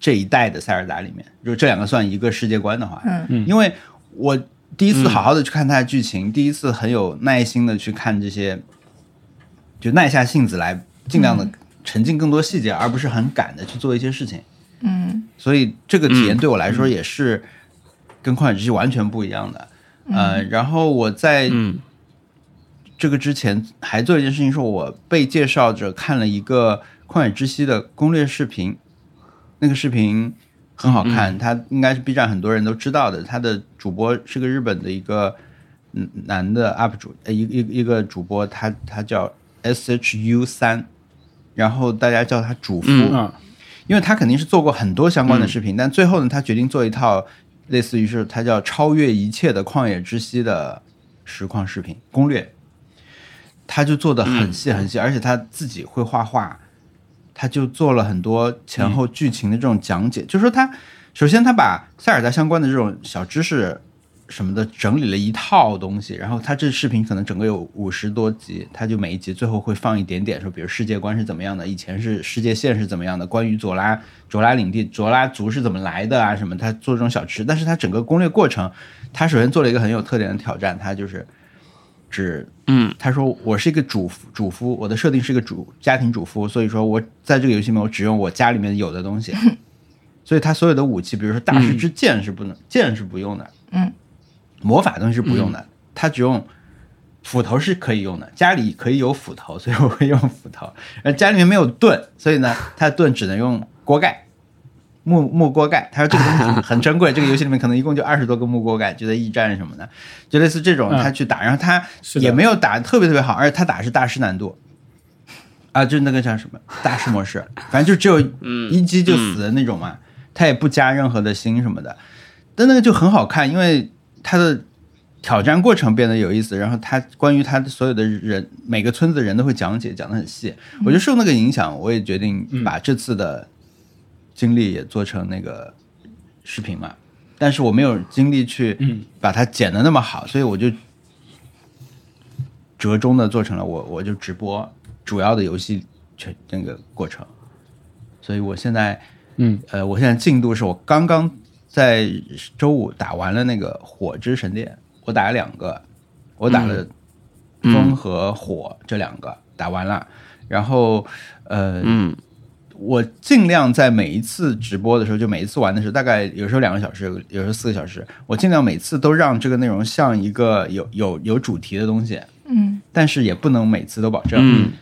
D: 这一代的塞尔达里面。如果这两个算一个世界观的话，
A: 嗯
D: 因为我第一次好好的去看它的剧情，第一次很有耐心的去看这些，就耐下性子来，尽量的沉浸更多细节，而不是很赶的去做一些事情。
A: 嗯
D: 所以这个体验对我来说也是跟旷野之息完全不一样的。呃，然后我在
C: 嗯
D: 这个之前还做一件事情，是我被介绍着看了一个旷野之息的攻略视频，那个视频很好看，它应该是 B 站很多人都知道的。它的主播是个日本的一个嗯男的 UP 主，呃，一个一个一个主播，他他叫 SHU 三，然后大家叫他主夫。
B: 嗯，
D: 因为他肯定是做过很多相关的视频，但最后呢，他决定做一套类似于是他叫《超越一切的旷野之息》的实况视频攻略，他就做的很细很细，而且他自己会画画，他就做了很多前后剧情的这种讲解，就是说他首先他把塞尔达相关的这种小知识什么的整理了一套东西，然后他这视频可能整个有五十多集，他就每一集最后会放一点点，说比如世界观是怎么样的，以前是世界线是怎么样的，关于佐拉佐拉领地佐拉族是怎么来的啊什么，他做这种小吃，但是他整个攻略过程，他首先做了一个很有特点的挑战，他就是只
C: 嗯，
D: 他说我是一个主妇主夫，我的设定是一个主家庭主妇，所以说我在这个游戏里面我只用我家里面有的东西，所以他所有的武器，比如说大师之剑是不能、剑是不用的，
A: 嗯，
D: 魔法东西是不用的，他只用斧头是可以用的，家里可以有斧头，所以我会用斧头，而家里面没有盾，所以呢，他的盾只能用锅盖。木木锅盖，他说这个东西很珍贵，这个游戏里面可能一共就二十多个木锅盖，就在驿站什么的，就类似这种
B: 嗯
D: 他去打，然后他
B: 是的
D: 也没有打得特别特别好，而且他打的是大师难度，啊，就是那个叫什么大师模式，反正就只有一击就死的那种嘛，他也不加任何的星什么的，但那个就很好看，因为他的挑战过程变得有意思，然后他关于他所有的人每个村子的人都会讲解，讲得很细，我就受那个影响，我也决定把这次的经历也做成那个视频嘛，但是我没有精力去把它剪的那么好，所以我就折中的做成了我我就直播主要的游戏全那个过程，所以我现在
B: 嗯，
D: 呃，我现在进度是我刚刚在周五打完了那个火之神殿，我打了两个，我打了
C: 嗯
D: 风和火这两个、打完了，然后呃，
C: 嗯，
D: 我尽量在每一次直播的时候，就每一次玩的时候，大概有时候两个小时，有时候四个小时，我尽量每次都让这个内容像一个有有有主题的东西，
A: 嗯
D: 但是也不能每次都保证。
C: 嗯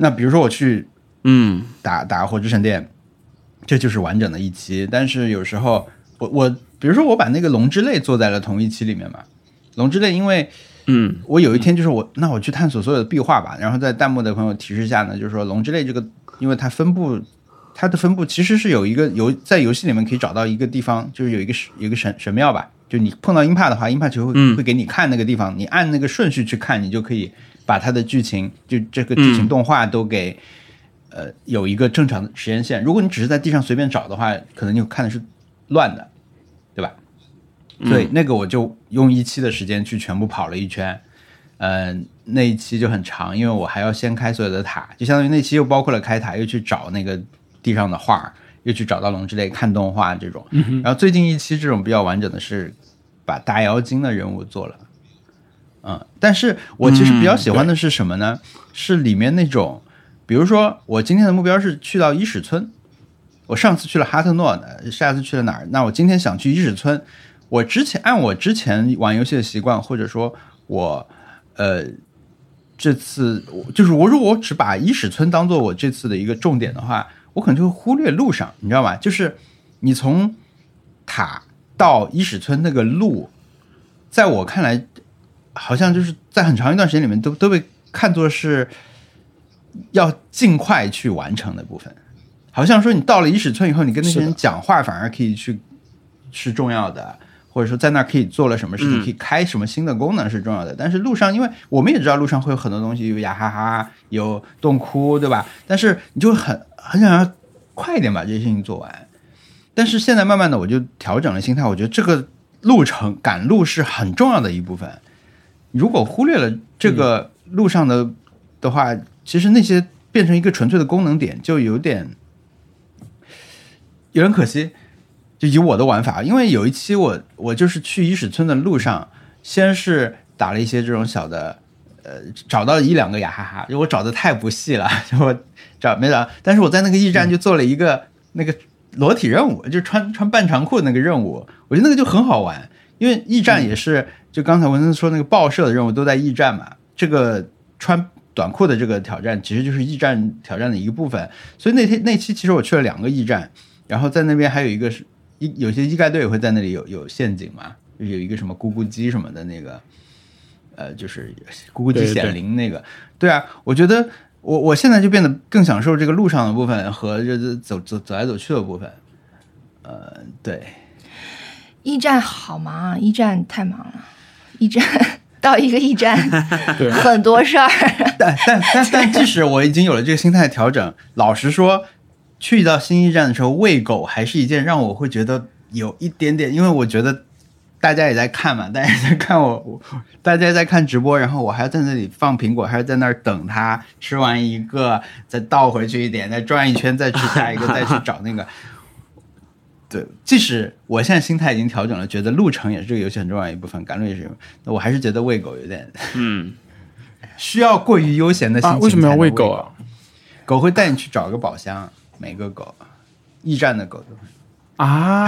D: 那比如说我去
C: 嗯
D: 打打火之神殿，这就是完整的一期。但是有时候我我比如说我把那个龙之泪做在了同一期里面嘛，龙之泪因为
C: 嗯
D: 我有一天就是我，那我去探索所有的壁画吧。然后在弹幕的朋友提示下呢，就是说龙之泪这个，因为它分布，它的分布其实是有一个游在游戏里面可以找到一个地方，就是有一个神有一个神神庙吧，就你碰到 IMPA 的话，IMPA 就会、
C: 嗯
D: 会给你看那个地方，你按那个顺序去看，你就可以把它的剧情，就这个剧情
C: 嗯
D: 动画都给、呃有一个正常的时间线。如果你只是在地上随便找的话，可能你看的是乱的，对吧？所以那个我就用一期的时间去全部跑了一圈，呃，那一期就很长，因为我还要先开所有的塔，就相当于那期又包括了开塔，又去找那个地上的画儿，又去找到龙之泪看动画这种。然后最近一期这种比较完整的是把大妖精的人物做了，嗯，但是我其实比较喜欢的是什么呢？是里面那种，比如说我今天的目标是去到伊始村，我上次去了哈特诺，呃下次去了哪儿？那我今天想去伊始村。我之前按我之前玩游戏的习惯，或者说我呃这次我就是我如果我只把伊始村当做我这次的一个重点的话，我可能就会忽略路上，你知道吗？就是你从塔到伊始村那个路，在我看来，好像就是在很长一段时间里面都都被看作是要尽快去完成的部分。好像说你到了伊始村以后，你跟那些人讲话反而可以去是重要的，或者说在那儿可以做了什么事情，
C: 嗯
D: 可以开什么新的功能是重要的。但是路上，因为我们也知道路上会有很多东西，有雅哈哈，有洞窟，对吧？但是你就很很想要快一点把这些事情做完。但是现在慢慢的，我就调整了心态，我觉得这个路程赶路是很重要的一部分。如果忽略了这个路上的、的话，其实那些变成一个纯粹的功能点，就有点有点可惜。就以我的玩法，因为有一期我我就是去伊始村的路上，先是打了一些这种小的，呃，找到一两个雅哈哈，因为我找的太不细了， <laughs> 就我找没找，但是我在那个驿站就做了一个、那个裸体任务，就穿穿半长裤那个任务，我觉得那个就很好玩，因为驿站也是、就刚才文森说那个报社的任务都在驿站嘛，这个穿短裤的这个挑战其实就是驿站挑战的一个部分，所以那天那期其实我去了两个驿站，然后在那边还有一个是一有些医盖队也会在那里有有陷阱嘛，就是有一个什么咕咕鸡什么的那个，呃，就是咕咕鸡
B: 对对
D: 显灵那个，对啊，我觉得我我现在就变得更享受这个路上的部分和这这走走走来走去的部分，呃，对，
A: 驿站好忙啊，驿站太忙了，驿站到一个驿站
B: <laughs> 对
A: 很多事儿，
D: 但但但但，即使我已经有了这个心态调整，老实说，去到新驿站的时候喂狗还是一件让我会觉得有一点点，因为我觉得大家也在看嘛，大家也在看我， <laughs> 我大家也在看直播，然后我还要在那里放苹果，还要在那儿等它吃完一个，再倒回去一点，再转一圈，再去下一个，再去找那个。 <laughs> 对，即使我现在心态已经调整了，觉得路程也是这个游戏很重要的一部分，赶路也是，那我还是觉得喂狗有点
C: 嗯，
D: <laughs> 需要过于悠闲的心
B: 啊，
D: 情、
B: 为什么要喂狗啊？
D: 啊？狗会带你去找个宝箱，每个狗，驿站的狗都会。
B: <laughs> 啊，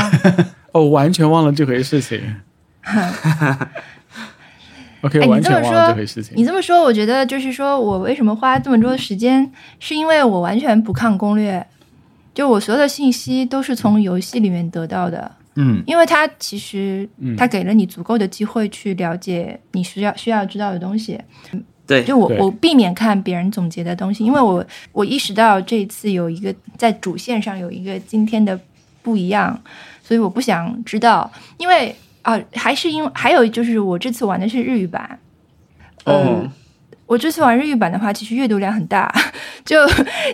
B: 哦，完全忘了这回事情。OK，
A: 哎
B: 完
A: 你这
B: 全
A: 么
B: 忘了
A: 说
B: <laughs> 这回事，情
A: 你。这么说，我觉得就是说我为什么花这么多时间，是因为我完全不看攻略，就我所有的信息都是从游戏里面得到的，
D: 嗯，
A: 因为它其实
B: 嗯
A: 它给了你足够的机会去了解你需要需要知道的东西。
C: 对，
A: 就我
B: 对
A: 我避免看别人总结的东西，因为我我意识到这一次有一个在主线上有一个今天的不一样，所以我不想知道，因为啊、还是因为还有就是我这次玩的是日语版，呃
C: 哦，
A: 我这次玩日语版的话，其实阅读量很大，就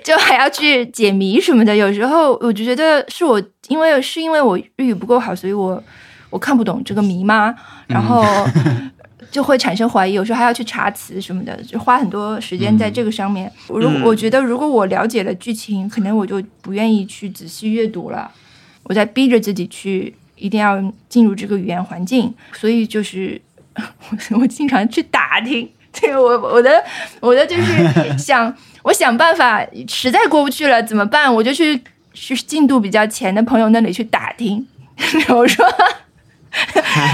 A: 就还要去解谜什么的。有时候我就觉得是我因为是因为我日语不够好，所以我我看不懂这个谜吗？
C: 嗯
A: 然
C: <laughs>
A: 后就会产生怀疑，有时候还要去查词什么的，就花很多时间在这个上面。我如
C: 嗯
A: 我觉得如果我了解了剧情，可能我就不愿意去仔细阅读了。我在逼着自己去一定要进入这个语言环境，所以就是 <laughs> 我我经常去打听， <laughs> 对我我的我的就是想我想办法，实在过不去了怎么办？我就去去进度比较前的朋友那里去打听， <laughs> 我说。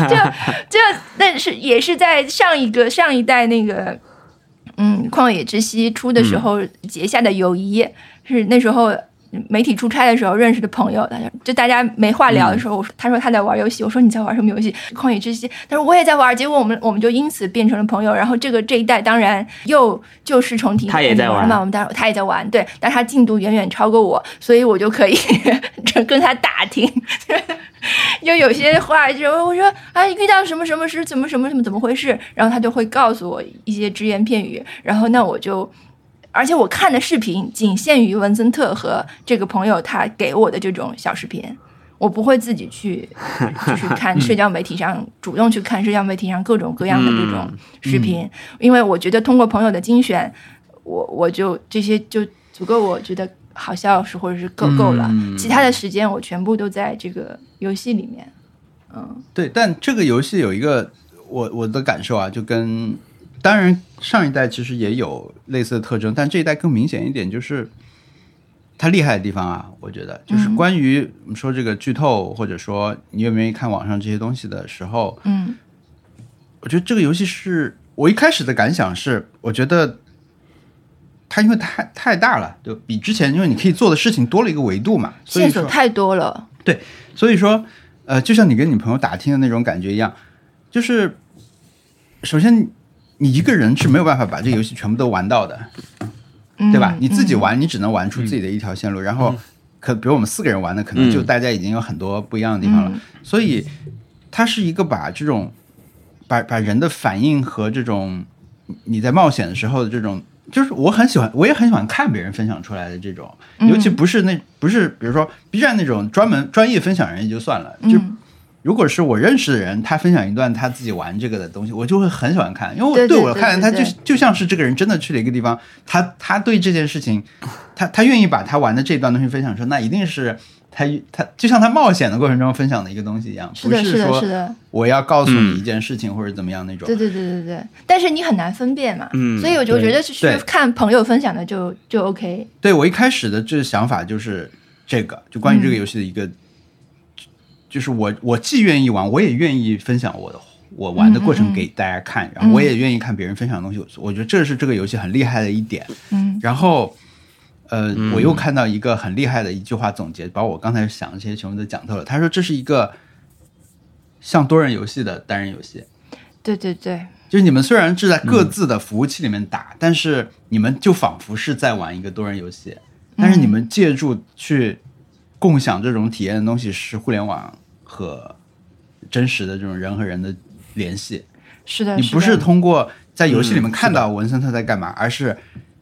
A: 就就但是也是在上一个上一代那个嗯《旷野之息》出的时候结下的友谊，是那时候媒体出差的时候认识的朋友，大家就大家没话
C: 嗯
A: 聊的时候，我说他说他在玩游戏，我说你在玩什么游戏？旷野之息，他说我也在玩，结果我们我们就因此变成了朋友。然后这个这一代当然又旧事重提，
C: 他也在玩
A: 嘛，我们当然他也在玩，对，但他进度远远超过我，所以我就可以 <laughs> 这跟他打听。 <laughs> 就有些话就我说啊，遇到什么什么事，怎么什么什么怎么回事，然后他就会告诉我一些只言片语，然后那我就。而且我看的视频仅限于文森特和这个朋友他给我的这种小视频，我不会自己
D: <laughs>
A: 去就是看社交媒体上主动去看社交媒体上各种各样的这种视
D: 嗯
A: 频，因为我觉得通过朋友的精选，我我就这些就足够，我觉得好笑是或者是够够了，
D: 嗯
A: 其他的时间我全部都在这个游戏里面，嗯
D: 对，但这个游戏有一个我我的感受啊，就跟当然上一代其实也有类似的特征，但这一代更明显一点，就是它厉害的地方啊，我觉得就是
A: 嗯
D: 关于我们说这个剧透，或者说你愿不愿意看网上这些东西的时候，
A: 嗯
D: 我觉得这个游戏是我一开始的感想是，我觉得它因为太太大了，就比之前因为你可以做的事情多了一个维度嘛，所以
A: 线
D: 说
A: 索太多了，
D: 所以说，呃，就像你跟你朋友打听的那种感觉一样，就是首先你一个人是没有办法把这个游戏全部都玩到的，对吧
A: 嗯？
D: 你自己
A: 嗯
D: 玩，你只能玩出自己的一条线路，然后可比如我们四个人玩的，可能就大家已经有很多不一样的地方了，
A: 嗯
D: 所以它是一个把这种把把人的反应和这种你在冒险的时候的这种。就是我很喜欢，我也很喜欢看别人分享出来的这种，
A: 嗯
D: 尤其不是那不是，比如说 B 站那种专门专业分享人也就算了，就
A: 嗯
D: 如果是我认识的人，他分享一段他自己玩这个的东西，我就会很喜欢看，因为我
A: 对对
D: 我
A: 对
D: 看来，
A: 对
D: 他就
A: 对
D: 就像是这个人真的去了一个地方，他他对这件事情，他他愿意把他玩的这段东西分享出来，那一定是他他就像他冒险的过程中分享的一个东西一样，
A: 是
D: 不
A: 的，是的，是
D: 说
A: 的，
D: 我要告诉你一件事情或者怎么样那种
A: 对。对对对对。但是你很难分辨嘛，
C: 嗯
A: 所以我就觉得是去
D: 对
A: 看朋友分享的就就 OK，
D: 对我一开始的这想法就是这个，就关于这个游戏的一个，就是我我既愿意玩，我也愿意分享我的我玩的过程给大家看，然后我也愿意看别人分享的东西。我觉得这是这个游戏很厉害的一点。
A: 嗯
D: 然后，呃，我又看到一个很厉害的一句话总结，把我刚才想的这些全部都讲透了。他说这是一个像多人游戏的单人游戏。
A: 对对对，
D: 就是你们虽然是在各自的服务器里面打，但是你们就仿佛是在玩一个多人游戏，但是你们借助去共享这种体验的东西是互联网和真实的这种人和人的联系。
A: 是的，
D: 你不是
A: 的
D: 通过在游戏里面看到文森特在干嘛，而是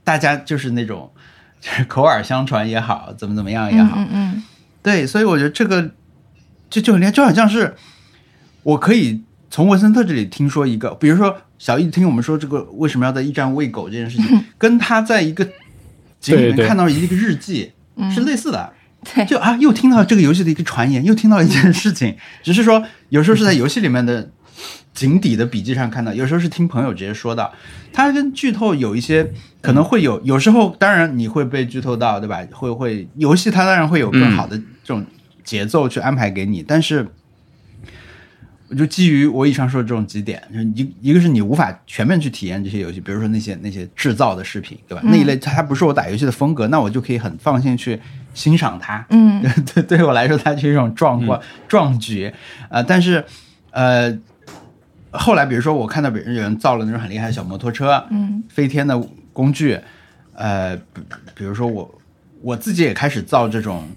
D: 大家就是那种就是口耳相传也好，怎么怎么样也好，
A: 嗯嗯
D: 对，所以我觉得这个就就很厉害，就好像是我可以从文森特这里听说一个，比如说小易听我们说这个为什么要在驿站喂狗这件事情，跟他在一个井里
B: 对对
D: 面看到一个日记
A: 嗯
D: 是类似的。
A: 对
D: 就啊，又听到这个游戏的一个传言，又听到了一件事情，只是说有时候是在游戏里面的井底的笔记上看到，有时候是听朋友直接说到。它跟剧透有一些可能会有，有时候当然你会被剧透到，对吧？会会游戏它当然会有更好的这种节奏去安排给你，但是。我就基于我以上说的这种几点，就是一一个是你无法全面去体验这些游戏，比如说那些那些制造的视频，对吧？那一类它它不是我打游戏的风格，那我就可以很放心去欣赏它。
A: 嗯，
D: <laughs> 对，对我来说，它是一种壮观、壮举啊、呃但是，呃，后来比如说我看到别人有人造了那种很厉害的小摩托车，
A: 嗯，
D: 飞天的工具，呃，比比如说我我自己也开始造这种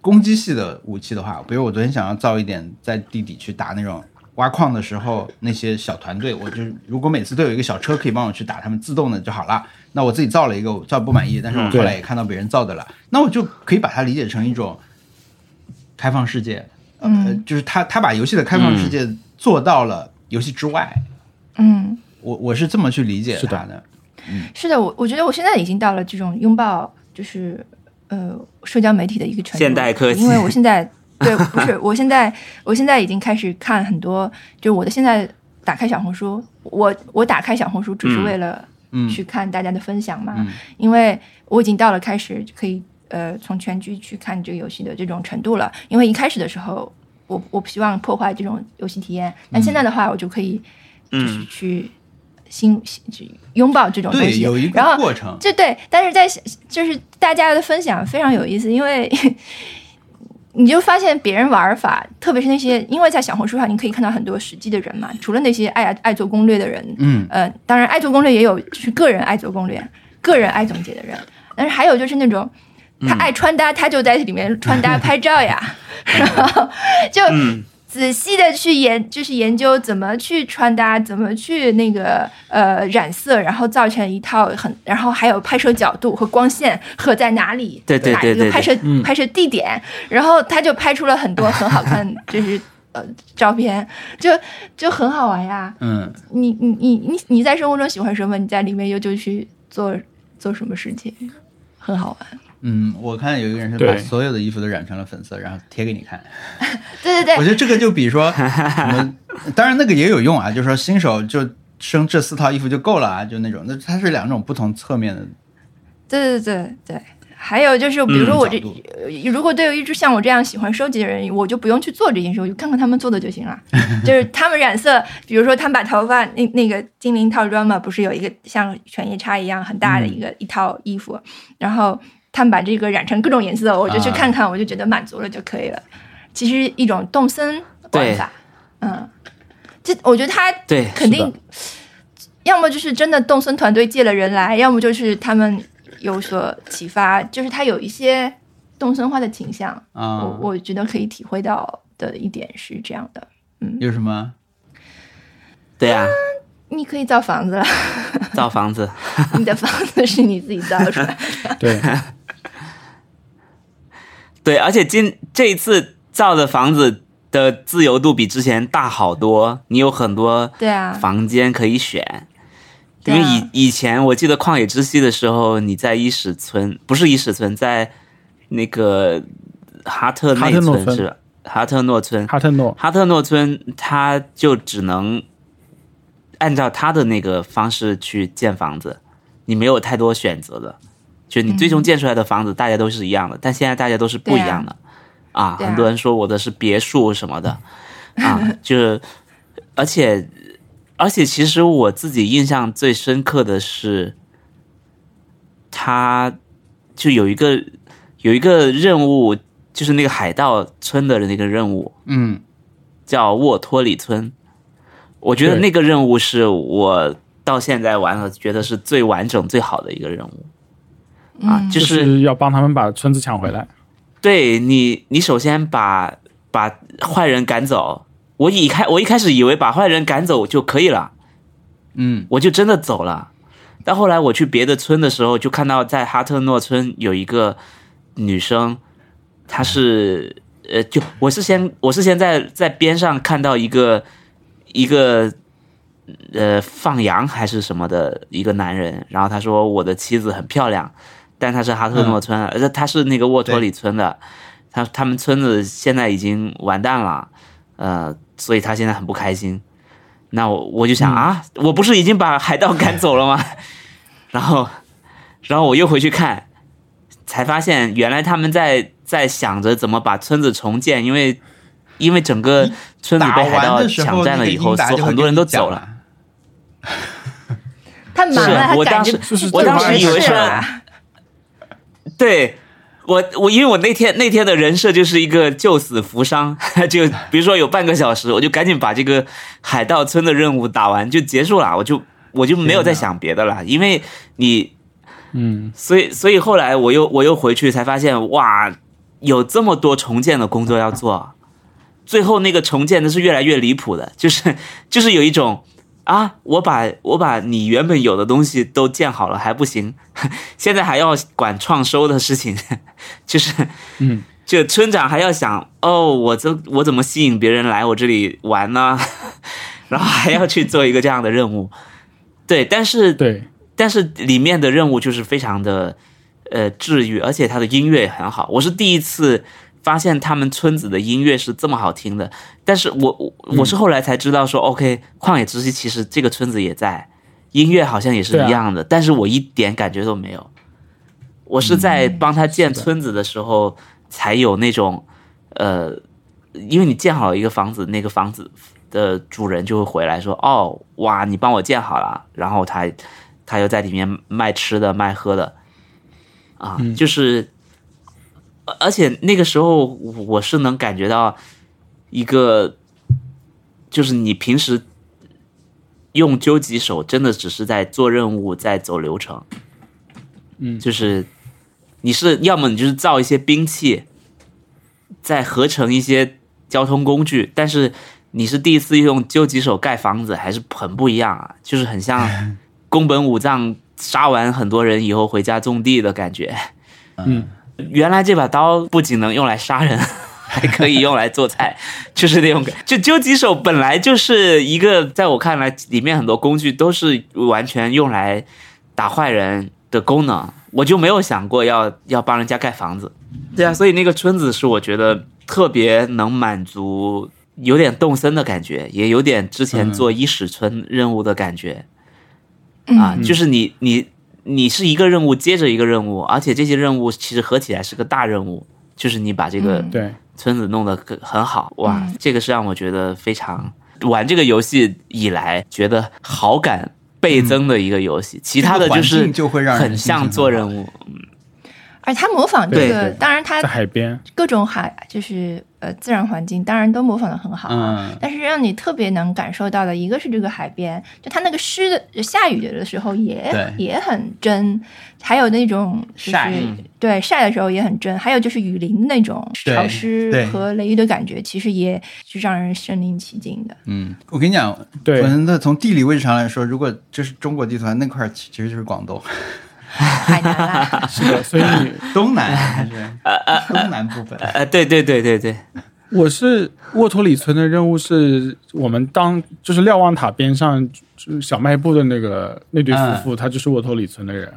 D: 攻击系的武器的话，比如我昨天想要造一点在地底去打那种。挖矿的时候，那些小团队，我就是如果每次都有一个小车可以帮我去打他们自动的就好了。那我自己造了一个，我造不满意，但是我后来也看到别人造的了，那我就可以把它理解成一种开放世界，
A: 嗯
D: 呃，就是他他把游戏的开放世界做到了游戏之外，
A: 嗯。
D: 我我是这么去理解
B: 是的
D: 他的，
A: 是的，我我觉得我现在已经到了这种拥抱，就是呃，社交媒体的一个程度。
C: 现代科技
A: 因为我现在
D: <laughs>
A: 对，不是，我现在我现在已经开始看很多，就是我的现在打开小红书，我我打开小红书只是为了
D: 嗯
A: 去看大家的分享嘛，
D: 嗯
A: 因为我已经到了开始可以呃从全局去看这个游戏的这种程度了。因为一开始的时候，我我不希望破坏这种游戏体验，但现在的话，我就可以就是
C: 嗯
A: 去心心拥抱这种东
D: 对，
A: 西。
D: 有一个
A: 然后
D: 过程，
A: 就对，但是在就是大家的分享非常有意思，因为 <laughs> 你就发现别人玩法，特别是那些因为在小红书上你可以看到很多实际的人嘛，除了那些爱爱做攻略的人，
D: 嗯，
A: 呃，当然爱做攻略也有就是个人爱做攻略、个人爱总结的人，但是还有就是那种。他
C: 嗯
A: 爱穿搭，他就在里面穿搭拍照
C: <laughs>
A: 呀，然后就
C: 哎嗯
A: 仔细的去研，就是研究怎么去穿搭，怎么去那个呃染色，然后造成一套很，然后还有拍摄角度和光线合在哪里，
C: 对对对
A: 哪一
C: 对嗯
A: 个拍摄拍摄地点，然后他就拍出了很多很好看，
C: <laughs>
A: 就是呃照片，就就很好玩呀。
D: 嗯，
A: 你你你你你在生活中喜欢什么，你在里面又就去做做什么事情，很好玩。
D: 嗯，我看有一个人是把
B: 对
D: 所有的衣服都染成了粉色，然后贴给你看。
A: 对对
C: <laughs>
A: 对，
D: 我觉得这个就比说什么，当然那个也有用啊，就是说新手就生这四套衣服就够了啊，就那种，那它是两种不同侧面的。
A: 对对对对。还有就是，比如说
D: 嗯
A: 我这
D: 角度，
A: 呃如果对于一只像我这样喜欢收集的人，我就不用去做这件事，我就看看他们做的就行了。就是他们染色，比如说他们把头发那那个精灵套装嘛，不是有一个像犬夜叉一样很大的一个、一套衣服，然后他们把这个染成各种颜色，我就去
D: 啊
A: 看看，我就觉得满足了就可以了。其实一种动森玩法，嗯，这我觉得他
C: 对，
A: 肯
C: 哎是
A: 定
C: 的，
A: 要么就是真的动森团队借了人来，要么就是他们有所启发，就是他有一些动森化的倾向。
C: 嗯
D: 啊
A: 我我觉得可以体会到的一点是这样的，
D: 有什么？
C: 对啊，
A: 你可以造房子了，
C: 造房子，
A: 你的房子是你自己造出
C: <laughs>
A: 来的。 <laughs>
B: 对，
C: 对，而且今这一次造的房子的自由度比之前大好多，你有很多
A: 对啊，
C: 房间可以选。因
A: 对啊
C: 为以以前我记得《旷野之息》的时候，你在伊始村，不是伊始村，在那个哈特
B: 哈
C: 内
B: 特诺
C: 村
B: 村
C: 是吧？哈特诺村，
B: 哈特诺，
C: 哈特诺村他就只能按照他的那个方式去建房子，你没有太多选择的，就你最终建出来的房子大家都是一样的，但现在大家都是不一样的啊
A: 对啊
C: 很多人说我的是别墅什么的 <laughs> 啊，就是而且而且其实我自己印象最深刻的是，他就有一个有一个任务，就是那个海盗村的那个任务，
D: 嗯，
C: 叫沃托里村。我觉得
B: 对
C: 那个任务是我到现在玩了觉得是最完整、最好的一个任务啊，
A: 嗯
C: 就
B: 就是是要帮他们把村子抢回来。
C: 对你，你首先把把坏人赶走。我一开我一开始以为把坏人赶走就可以了，
D: 嗯，
C: 我就真的走了。但后来我去别的村的时候，就看到在哈特诺村有一个女生，她是呃，就我是先我是先在在边上看到一个一个呃放羊还是什么的一个男人，然后他说我的妻子很漂亮，但她是哈
D: 嗯
C: 特诺村，呃、她是那个沃托里村的，他他们村子现在已经完蛋了，呃，所以他现在很不开心。那我我就
D: 嗯
C: 想、啊，我不是已经把海盗赶走了吗？ <laughs> 然后，然后我又回去看，才发现原来他们在在想着怎么把村子重建，因为因为整个村子
D: 打
C: 被海
D: 完
C: 盗
D: 的时
C: 抢
D: 候，
C: 占
D: 那
C: 了
D: 个
C: 以后，
D: 英达
C: 所以
D: 就会
C: 很多人
D: 跟
C: 都
D: 你讲
C: 走了。
D: 了。啊
A: 他忙了，
C: 是啊
A: 他
C: 我
A: 赶
C: 当
A: 着
C: 时
B: 就是
C: 我
A: 做
C: 当
A: 别
C: 时
A: 的
C: 以为
A: 事
C: 是
A: 了，
C: 对我，我因为我那天那天的人设就是一个救死扶伤， <laughs> 就比如说有半个小时，我就赶紧把这个海盗村的任务打完就结束了，我就我就没有再想别的了，因为你，
B: 嗯，
C: 所以所以后来我又我又回去才发现，哇，有这么多重建的工作要做，最后那个重建的是越来越离谱的，就是就是有一种。啊！我把我把你原本有的东西都建好了还不行， <laughs> 现在还要管创收的事情， <laughs> 就是，
B: 嗯，
C: <laughs> 就村长还要想，哦，我怎我怎么吸引别人来我这里玩呢？ <laughs> 然后还要去做一个这样的任务，对，但是
B: 对，
C: 但是里面的任务就是非常的呃治愈，而且它的音乐也很好。我是第一次发现他们村子的音乐是这么好听的，但是我我我是后来才知道说、o k 旷野之息其实这个村子也在，音乐好像也是
B: 对啊
C: 一样的，但是我一点感觉都没有。我是在帮他建村子的时候才有那种，呃，因为你建好了一个房子，那个房子的主人就会回来说：“哦，哇，你帮我建好了。”然后他他又在里面卖吃的、卖喝的，啊，就是，呃而且那个时候我是能感觉到一个，就是你平时用究极手真的只是在做任务，在走流程，
B: 嗯
C: 就是你是要么你就是造一些兵器，再合成一些交通工具，但是你是第一次用究极手盖房子，还是很不一样啊，就是很像宫本武藏杀完很多人以后回家种地的感觉。
B: 嗯，
C: 原来这把刀不仅能用来杀人，还可以用来做菜， <laughs> 就是那种感。就究极手本来就是一个，在我看来，里面很多工具都是完全用来打坏人的功能，我就没有想过要要帮人家盖房子。对啊，所以那个村子是我觉得特别能满足，有点动森的感觉，也有点之前做伊始村任务的感觉。啊，就是你你你是一个任务接着一个任务，而且这些任务其实合起来是个大任务，就是你把这个
A: 嗯
B: 对，
C: 村子弄得很很好，哇，
D: 嗯
C: 这个是让我觉得非常玩这个游戏以来觉得好感倍增的一个游戏。其他的就
D: 嗯这个环
C: 是
D: 境就会让人
C: 很像做任务，
A: 而他模仿这
B: 对
A: 个，
B: 对
A: 当然他
B: 在海边，
A: 各种海就是呃自然环境，当然都模仿的很好啊。
D: 嗯，
A: 但是让你特别能感受到的，一个是这个海边，就它那个湿的，下雨的时候也
D: 对
A: 也很真，还有那种就是
D: 晒
A: 对晒的时候也很真，还有就是雨林那种
D: 对
A: 潮湿
D: 对
A: 和雷雨的感觉，其实也是让人身临其境
B: <laughs>
A: 的。
D: 嗯，我跟你讲，
B: 对
D: 文森特从地理位置上来说，如果就是中国地图上那块儿其其实就是广东 <laughs>
A: 海南啦，
B: 是的，所以你
D: 东南，
C: <laughs>
D: 还是东南部分。
C: 呃，对对对对对，
B: 我是沃托里村的任务是我们当就是瞭望塔边上就是小卖部的那个那对夫妇，他就是沃托里村的人。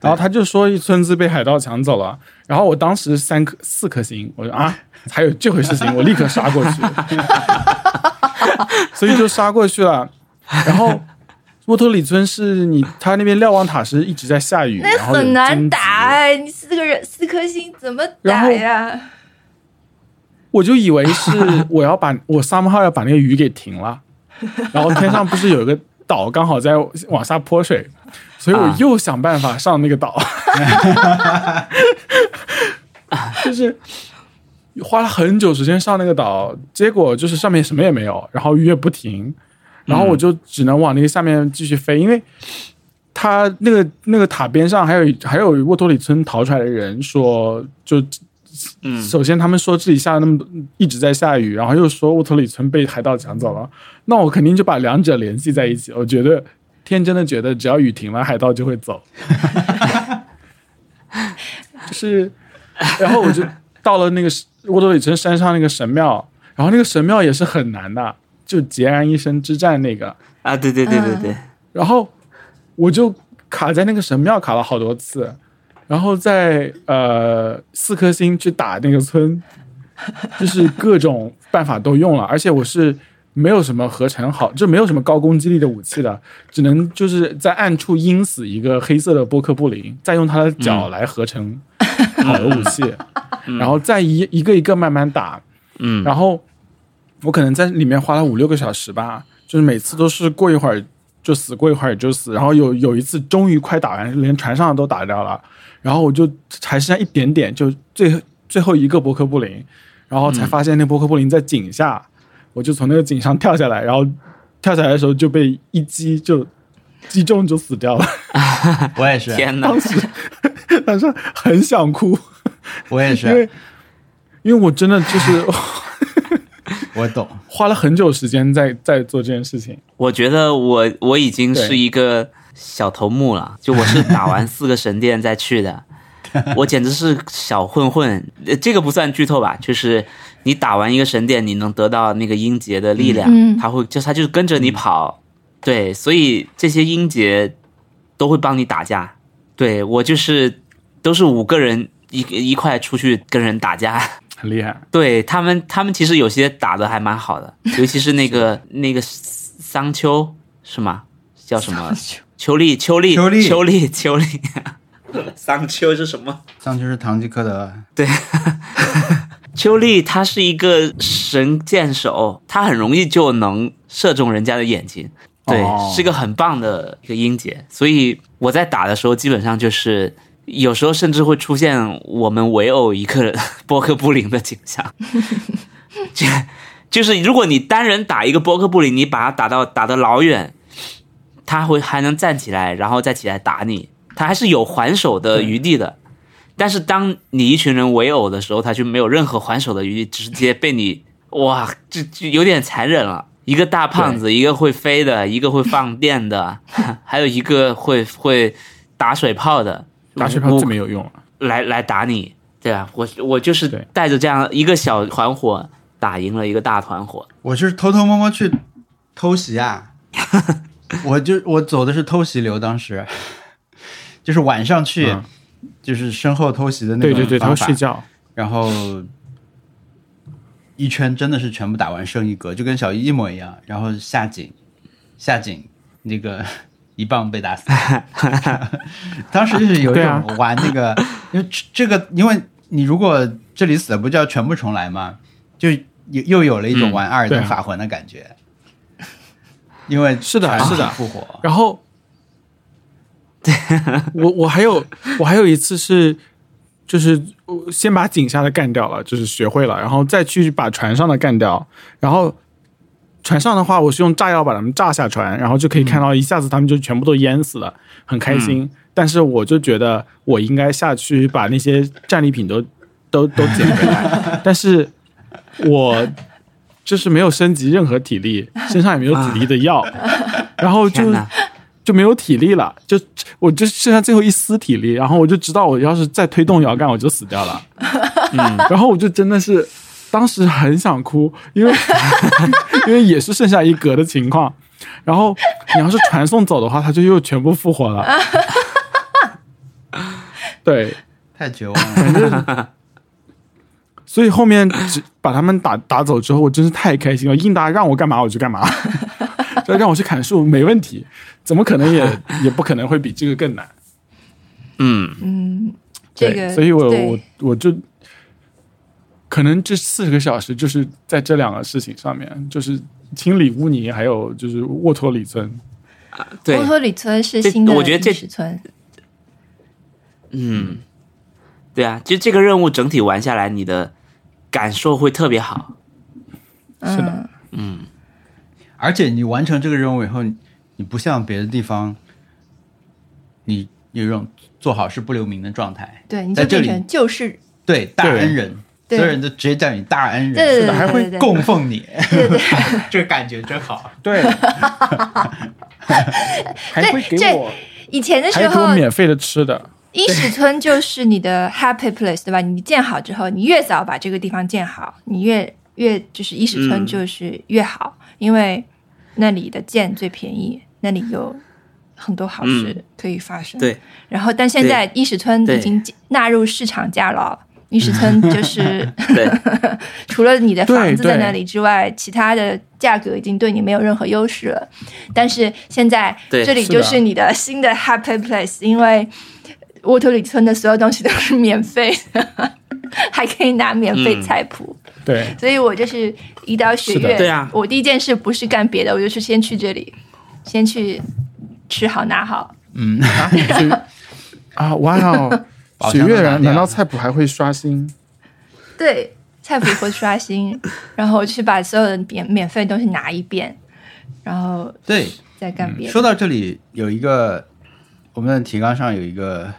B: 然后他就说一村子被海盗抢走了，然后我当时三颗四颗星，我说啊，还有这回事情，我立刻杀过去，所以就杀过去了。然后沃托里村是你他那边瞭望塔是一直在下雨，
A: 那
B: 然后有
A: 很难
B: 荆棘
A: 打哎，你四个人四颗星怎么
B: 然
A: 打
B: 后
A: 呀？
B: 我就以为是我要把我 somehow 要把那个雨给停了，然后天上不是有一个岛刚好在往下泼水，所以我
C: 啊
B: 又想办法上那个岛，就是花了很久时间上那个岛，结果就是上面什么也没有，然后雨也不停，然后我就只能往那个下面继续飞，因为。他那个那个塔边上还有还有沃托里村逃出来的人说，就
C: 嗯
B: 首先他们说这里下了那么多一直在下雨，然后又说沃托里村被海盗抢走了，那我肯定就把两者联系在一起。我觉得天真的觉得只要雨停了，海盗就会走，就是，然后我就到了那个沃托里村山上那个神庙，然后那个神庙也是很难的，就孑然一身之战那个，
C: 啊，对对对对
D: 嗯
C: 对，
B: 然后我就卡在那个神庙卡了好多次，然后在呃四颗星去打那个村，就是各种办法都用了，而且我是没有什么合成好，就没有什么高攻击力的武器的，只能就是在暗处阴死一个黑色的波克布林，再用他的脚来合成好的武器，然后再一一个一个慢慢打，
C: 嗯
B: 然后我可能在里面花了五六个小时吧，就是每次都是过一会儿就死，过一会儿就死，然后有有一次终于快打完，连船上的都打掉了，然后我就还剩下一点点，就最最后一个伯克布林，然后才发现那伯克布林在井下，我就从那个井上跳下来，然后跳下来的时候就被一击就击中就死掉了，
D: 我也是，啊
C: 天哪，
B: 但是很想哭，
D: 我也
B: 因为
D: 是，
B: 因为我真的就是
D: 我懂。
B: 花了很久时间在在做这件事情。
C: 我觉得我我已经是一个小头目了，就我是打完四个神殿再去的，我简直是小混混。呃这个不算剧透吧？就是你打完一个神殿，你能得到那个音节的力量，
A: 嗯
C: 它会就它就是跟着你跑，对，所以这些音节都会帮你打架。对我就是都是五个人一一块出去跟人打架。
B: 很厉害，
C: 对他们，他们其实有些打的还蛮好的，尤其是那个那个桑丘是吗？叫什么？秋丽，秋丽，
D: 秋丽
C: 秋丽，秋 <laughs> 丽。桑丘是什么？
D: 上就是堂吉诃德，
C: 邱丽她是一个神箭手，她很容易就能射中人家的眼睛。对，
B: 哦
C: 是一个很棒的一个音节，所以我在打的时候，基本上就是有时候甚至会出现我们围殴一个人 <laughs> 波克布林的景象。就就是如果你单人打一个波克布林，你把他打到打得老远，他会还能站起来，然后再起来打你，他还是有还手的余地的。但是当你一群人围殴的时候，他就没有任何还手的余地，直接被
B: <laughs>
C: 你哇，这这有点残忍了。一个大胖子，一个会飞的，一个会放电的， <laughs> 还有一个会会打水炮的。
B: 打水炮
C: 我
B: 最没有用了。
C: 来来打你，对啊，我我就是
B: 对
C: 带着这样一个小团伙打赢了一个大团伙，
D: 我是偷偷摸摸去偷
B: <laughs>
D: 袭啊，我就我走的是偷袭流，当时就是晚上去，
B: 嗯
D: 就是身后偷袭的那
B: 对
D: 种
B: 对对，他
D: 方
B: 会
D: 法
B: 睡觉。
D: 然后一圈真的是全部打完剩一格，就跟小一一模一样。然后下井，下井那个 <laughs> 一棒被
B: <laughs>
D: 打死，当时就是有一
B: 对啊
D: 种玩那个，因为这这个，因为你如果这里死了，不就要全部重来吗？就又又有了一种
C: 嗯
D: 玩二
B: 对
D: 的
B: 啊
D: 法环的感觉。因为
B: 是的
D: 全体
B: 是的
D: 复活，
B: 然后，我我还有我还有一次是，就是我先把井下的干掉了，就是学会了，然后再去把船上的干掉，然后船上的话，我是用炸药把他们炸下船，然后
C: 嗯
B: 就可以看到一下子他们就全部都淹死了，很开心。但是我就觉得我应该下去把那些战利品都都都捡回来，但是我就是没有升级任何体力，身上也没有体力的药，然后就
C: 啊天哪！
B: 就没有体力了，就我就剩下最后一丝体力，然后我就知道我要是再推动摇杆我就死掉了，嗯，然后我就真的是当时很想哭，因为 <laughs> 因为也是剩下一格的情况，然后你要是传送走的话，他就又全部复活了，对，
D: 太绝望了。
B: 所以后面只把他们打打走之后，我真是太开心了，应答让我干嘛我就干嘛，这让我去砍树没问题，怎么可能也也不可能会比这个更难。
C: 嗯，
A: 嗯，这个
B: 对，所以我
A: 对
B: 我我就可能这四十个小时就是在这两个事情上面，就是清理污泥，还有就是沃托里村。
C: 对
A: 波，托里村是
C: 这
A: 新的
C: 我觉得这
A: 历史村，
C: 嗯，对啊，就这个任务整体玩下来，你的感受会特别
B: <laughs>
C: 好。
B: 是的
A: 嗯，
C: 嗯，
D: 而且你完成这个任务以后，你你不像别的地方，你有一种做好事不留名的状态。
A: 对，你
D: 在
A: 就
D: 这
A: 变
D: 里
A: 成就是
D: 对，大
B: 对
D: 恩人，所
A: 对
D: 有人都直接叫你大恩人，
A: 对对
D: 是的
A: 对
D: 还会
A: 对对
D: 供奉 <laughs> 你，
A: 对对，
D: 这感觉真好。
B: 对，还会 <laughs> 给
A: 这
B: 我
A: 以前的
B: 还
A: 时
B: 给我
A: 候，
B: 免费的吃的。
A: 伊始村就是你
C: <laughs>
A: 的 happy place，对吧？你建好之后，你越早把这个地方建好，你越越就是伊始村
C: 嗯
A: 就是越好，因为那里的建最便宜，那里有很多好事可以发生。
C: 嗯对，
A: 然后但现在伊始村
C: 对
A: 已经纳入市场价了。伊始村就是
C: <laughs> 对，
A: 除了你的房子
B: 对对
A: 在那里之外，其他的价格已经对你没有任何优势了。但是现在
C: 对
A: 这里
B: 是的
A: 就是你的新的 happy place，因为沃托里村的所有东西都是免费的， <laughs> 还可以拿免费菜谱。
B: 对，
A: 所以我就是一到学
B: 是的
A: 院，
C: 对啊
A: 我第一件事不是干别的，我就是先去这里，先去吃好拿好。
D: 嗯，
B: 啊，哇 <laughs> 哦！
D: 宝
B: 雪
D: 箱都
B: 月
D: 拿
B: 然
D: 掉
B: 难道
D: 了
B: 菜谱还会刷新？
A: 对，菜谱会刷新， <laughs> 然后我去把所有的免免费的东西拿一遍，然后
D: 对。
A: 再干别的。
D: 嗯说到这里，有一个我们的提纲上有一个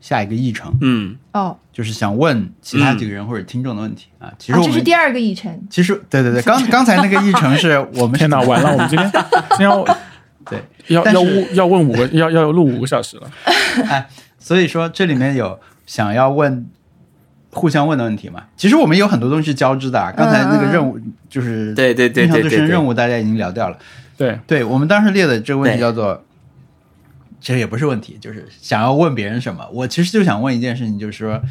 D: 下一个议程，
C: 嗯，
A: 哦，
D: 就是想问其他几个人或者听众的问题啊。其实
A: 啊，
D: 我
A: 这是
D: 们
A: 第二个议程。
D: 其实
A: <laughs>
D: 对对对，刚刚才那个议程是我们是
B: 天
D: <laughs>
B: 哪，完了！我们 <laughs> 今天今天要
D: 对，
B: 要
D: 但
B: 要
D: 是
B: 问要问五个要要录五个小时了。
D: 所以说这里面有想要问互相问的问题嘛？其实我们有很多东西是交织的、啊，刚才那个任务就是
C: 对对对
D: 印象
C: 对
D: 最
C: 对
D: 深
C: 对，
D: 任务，大家已经聊掉了。
B: 对，
D: 对我们当时列的这个问题
C: 对
D: 叫做，其实也不是问题，就是想要问别人什么。我其实就想问一件事情，就是说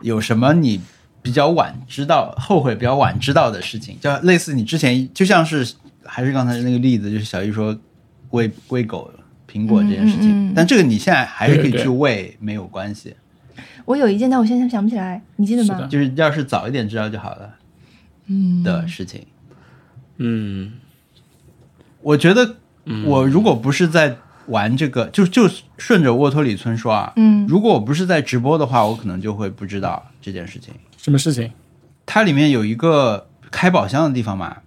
D: 有什么你比较晚知道、后悔比较晚知道的事情，就类似你之前就像是还是刚才那个例子，就是小玉说喂喂狗苹果这件事情，
A: 嗯嗯嗯
D: 但这个你现在还是可以
B: 对对
D: 去
B: 对
D: 喂，没有关系。
A: 我有一件，但我现在想不起来，你记得
B: 是
A: 吗
B: 的？
D: 就是要是早一点知道就好了
A: 嗯，
D: 的事情。
C: 嗯
D: 我觉得我如果不是在玩这个，就就顺着沃托里村说啊，
A: 嗯
D: 如果我不是在直播的话，我可能就会不知道这件事情。
B: 什么事情？
D: 它里面有一个开宝箱的地方嘛，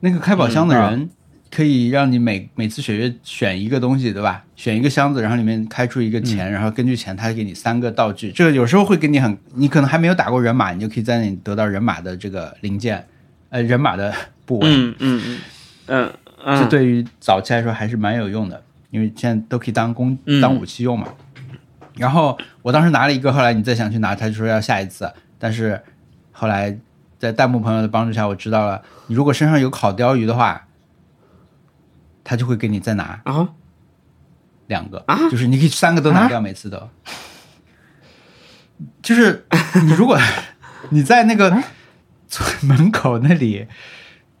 D: 那个开宝箱的人可以让你每每次血月选一个东西，对吧？选一个箱子，然后里面开出一个钱，然后根据钱他给你三个道具。这个有时候会给你很，你可能还没有打过人马，你就可以在那里得到人马的这个零件，呃，人马的部位。
C: 嗯嗯嗯嗯，
D: 这对于早期来说还是蛮有用的，因为现在都可以当工
C: 嗯
D: 当武器用嘛。然后我当时拿了一个，后来你再想去拿，他就说要下一次，但是后来在弹幕朋友的帮助下，我知道了，你如果身上有烤鲷鱼的话，他就会给你再拿
C: 啊，
D: 两个，就是你可以三个都拿掉，每次都。就是
C: <laughs>
D: 你如果你在那
C: 啊
D: 个村门口那里，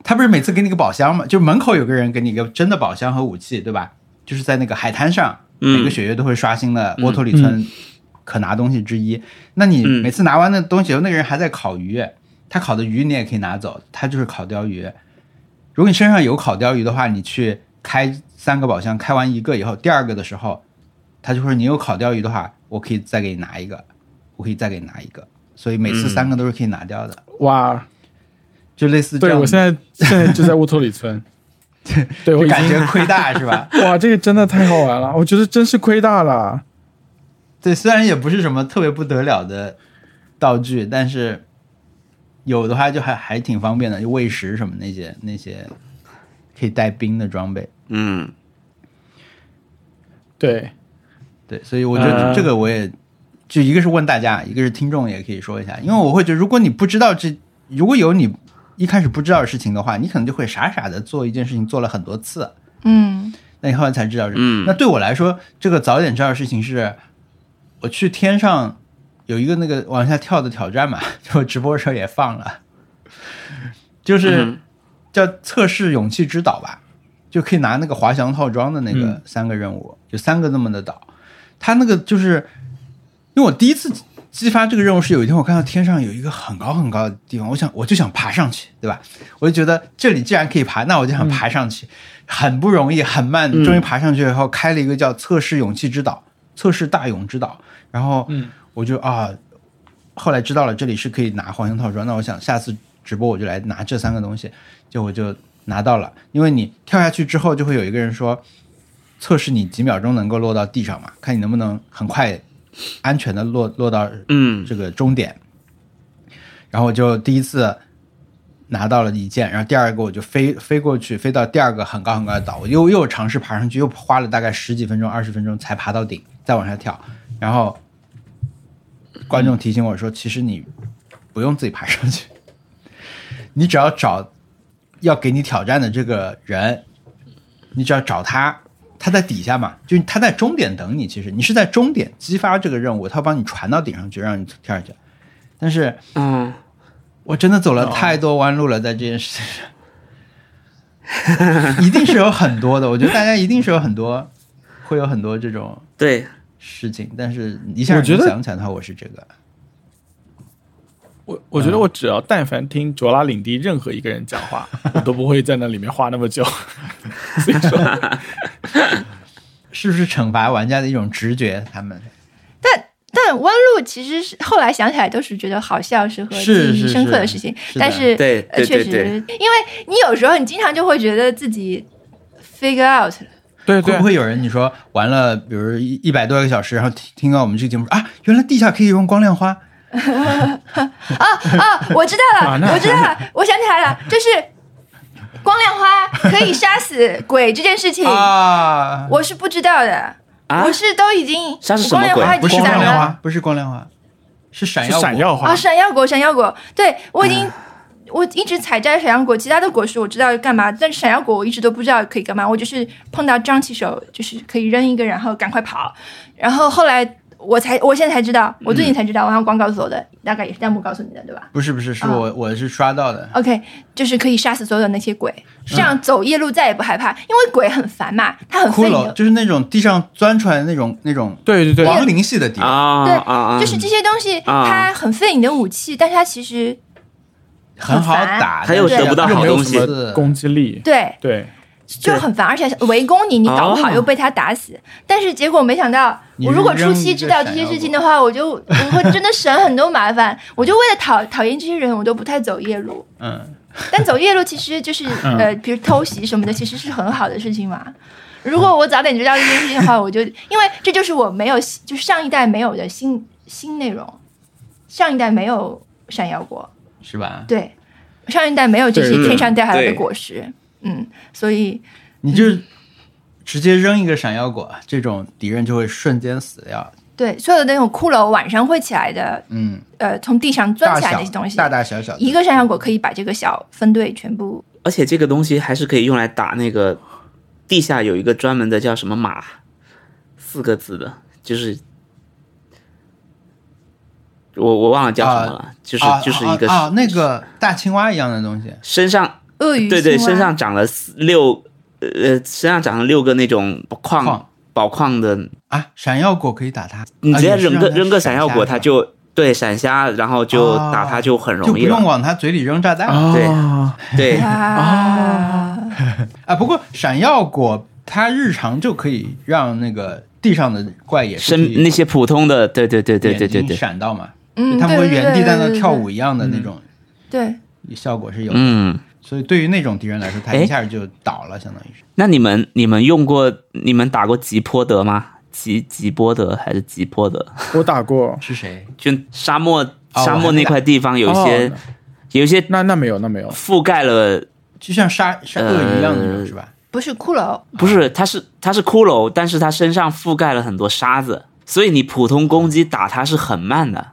D: 他不是每次给你个宝箱吗？就是门口有个人给你一个真的宝箱和武器，对吧？就是在那个海滩上，
C: 嗯
D: 每个雪月都会刷新了沃托里村可拿东西之一。那你
C: 嗯
D: 每次拿完那东西，那个人还在烤鱼，他烤的鱼你也可以拿走，他就是烤鲷鱼。如果你身上有烤鲷鱼的话，你去开三个宝箱，开完一个以后，第二个的时候，他就说你有烤鲷鱼的话，我可以再给你拿一个，我可以再给你拿一个，所以每次三个都是可以拿掉的，
B: 嗯哇，
D: 就类似这
B: 对
D: 样的。
B: 我现在现在就在乌托里村， <laughs> 对我
D: 就
B: 已
D: 感
B: 经
D: 觉亏大是吧？
B: 哇，这个真的太好玩了，我觉得真是亏大了。
D: 对，虽然也不是什么特别不得了的道具，但是有的话就还还挺方便的，就喂食什么那些那些可以带冰的装备。
C: 嗯
B: 对，
D: 对，所以我觉得
B: 嗯
D: 这个我也、就一个是问大家，一个是听众也可以说一下，因为我会觉得，如果你不知道这，如果有你一开始不知道的事情的话，你可能就会傻傻的做一件事情，做了很多次，
A: 嗯
D: 那你后来才知道是。
C: 嗯
D: 那对我来说，这个早点知道的事情是，我去天上有一个那个往下跳的挑战嘛， <laughs> 就我直播的时候也放了，就是
C: 嗯
D: 叫测试勇气之岛吧，就可以拿那个滑翔套装的那个三个任务，有三个那么的岛，它那个就是因为我第一次激发这个任务是有一天我看到天上有一个很高很高的地方，我想我就想爬上去，对吧？我就觉得这里既然可以爬，那我就想爬上去，很不容易，很慢，终于爬上去以后，开了一个叫测试勇气之岛，测试大勇之岛，然后
B: 嗯
D: 我就啊，后来知道了这里是可以拿黄金套装，那我想下次直播我就来拿这三个东西，就我就拿到了，因为你跳下去之后就会有一个人说。测试你几秒钟能够落到地上嘛，看你能不能很快安全的落落到
C: 嗯
D: 这个终点。然后我就第一次拿到了一件，然后第二个我就飞飞过去，飞到第二个很高很高的岛，我又又尝试爬上去，又花了大概十几分钟、二十分钟才爬到顶，再往下跳。然后观众提醒我说，其实你不用自己爬上去，你只要找要给你挑战的这个人，你只要找他，他在底下嘛，就是他在终点等你。其实你是在终点激发这个任务，他帮你传到顶上去，让你跳下去。但是
C: 嗯，
D: 我真的走了太多弯路了，在这件事情上，一定是有很多的。我觉得大家一定是有很多，会有很多这种
C: 对，
D: 事情，但是一下
B: 我觉
D: 能
B: 得
D: 想起来的话，我是这个。
B: 我我觉得我只要但凡听卓拉领地任何一个人讲 <laughs> 话，我都不会在那里面花那么久。所以说，
D: 是不是惩罚玩家的一种直觉？他们
A: 但弯路其实是后来想起来都是觉得好笑，是和
D: 是
A: 记忆
D: 是
A: 深刻的
D: 是
A: 事情。
D: 是的
A: 但是
C: 对
A: 呃
C: 对
A: 确
C: 对
A: 实，
C: 对
A: 因为你有时候你经常就会觉得自己 figure out 了。
D: <laughs>
B: 对
D: 会
B: 对
D: 不会有人你说玩了，比如一一百多个小时，然后听听到我们这个节目说啊，原来地下可以用光亮花，
A: 啊，我知道
B: 啊
A: 了，
B: 那
A: 我知道了，
D: <laughs>
A: 我想起来了，就是光亮花可以杀死鬼这件事情，
D: 啊，
A: 我是不知道的，
C: 啊
A: 我是都已经
C: 杀死什
A: 光
C: 么
A: 亮
C: 鬼
A: 花已
D: 不
A: 经
D: 是
A: 死
D: 光亮花
A: 了，
D: 不是光亮花，是闪
B: 是
D: 耀
B: 闪
D: 果
B: 耀花
A: 啊，？闪耀果，闪耀果，对我已经。我一直采摘闪耀果，其他的果实我知道干嘛，但是闪耀果我一直都不知道可以干嘛。我就是碰到瘴气手，就是可以扔一个，然后赶快跑。然后后来我才我现在才知道，我最近才知道，我好像光告诉我的，大概也是弹幕告诉你的，对吧
D: 不是不是，是我、我是刷到的。
A: ？OK，就是可以杀死所有的那些鬼，这样走夜路再也不害怕，因为鬼很烦嘛，它很
D: 骷
A: 费你
D: 髅
A: 的。
D: 就是那种地上钻出来的那种那种
B: 对对对，
D: 亡灵系的敌
C: 啊啊啊！
A: 就是这些东西，
C: 啊
A: 它很费你的武器，但是它其实
D: 很好
A: 很烦
D: 打，
C: 他又
D: 但是
C: 得不到
D: 又
C: 好
D: 没有
C: 东西
D: 什么
B: 攻击力，
A: 对
B: 对，
A: 就很烦，而且围攻你，你搞不好
C: 哦
A: 又被他打死。但是结果没想到，
D: 你
A: 我如果初
D: 扔一
A: 期
D: 个
A: 知道这些事情的话，我就我会真的省很多麻烦。我就为了讨讨厌这些人，我都不太走夜路。
D: 嗯，
A: 但走夜路其实就是呃，比如偷袭什么的，其实是很好的事情嘛。如果我早点知道这件事情的话，我就因为这就是我没有就是上一代没有的新新内容，上一代没有闪耀过，
D: 是吧？
A: 对，上一代没有这些
B: 对
A: 天上掉下来的
C: 对
A: 果实，嗯，所以。
D: 你就是直接扔一个闪耀果，这种敌人就会瞬间死掉。
A: 对，所有的那种骷髅晚上会起来的，
D: 嗯，
A: 呃，从地上钻
D: 大
A: 起来的
D: 小
A: 那些东西，
D: 大大小小的
A: 一个山羊果可以把这个小分队全部。
C: 而且这个东西还是可以用来打那个地下有一个专门的叫什么马，四个字的，就是我我忘了叫什么了，就是、
D: 啊
C: 就是一个
D: 啊啊啊那个大青蛙一样的东西，
C: 身上
A: 鳄鱼
C: 对对
A: 青蛙
C: 身上长了四六呃身上长了六个那种矿
D: 矿
C: 宝矿的，
D: 啊，闪耀果可以打它，
C: 你直接
D: 啊也是
C: 扔个、
D: 让它
C: 扔个闪耀果，
D: 闪
C: 它
D: 下是吧
C: 就对闪瞎，然后就
D: 啊
C: 打它就很
D: 就
C: 容
D: 不
C: 易了。
D: 用往它嘴里扔炸弹
C: 对
B: 啊
C: 对，
D: <laughs>
A: 啊，
D: 啊。不过闪耀果它日常就可以让那个地上的怪也是可
C: 身
D: 以
C: 那些普通的，对对对对对对
D: 眼睛
C: 对，
D: 闪到嘛，
A: 嗯，
D: 他们
A: 对
D: 会
A: 对
D: 原地
A: 对
D: 在那
A: 对
D: 跳舞一样的那种
A: 对。对，
D: 效果是有的。
C: 嗯。
D: 所以对于那种敌人来说，他
C: 哎
D: 一下就倒了，相当于是。
C: 那你们你们用过你们打过吉波德吗？吉吉波德还是吉波德？
B: 我打过，
D: 是谁？
C: 就沙漠
D: 哦
C: 沙漠那块地方有一些、
B: 哦
C: 有一些
B: 那那没有那没有，
C: 覆盖了，
D: 就像鲨鲨鳄鱼一样的
C: 呃
D: 那种，是吧？
A: 不是骷髅，
C: 不是它是它是骷髅，但是它身上覆盖了很多沙子，所以你普通攻击打它是很慢的，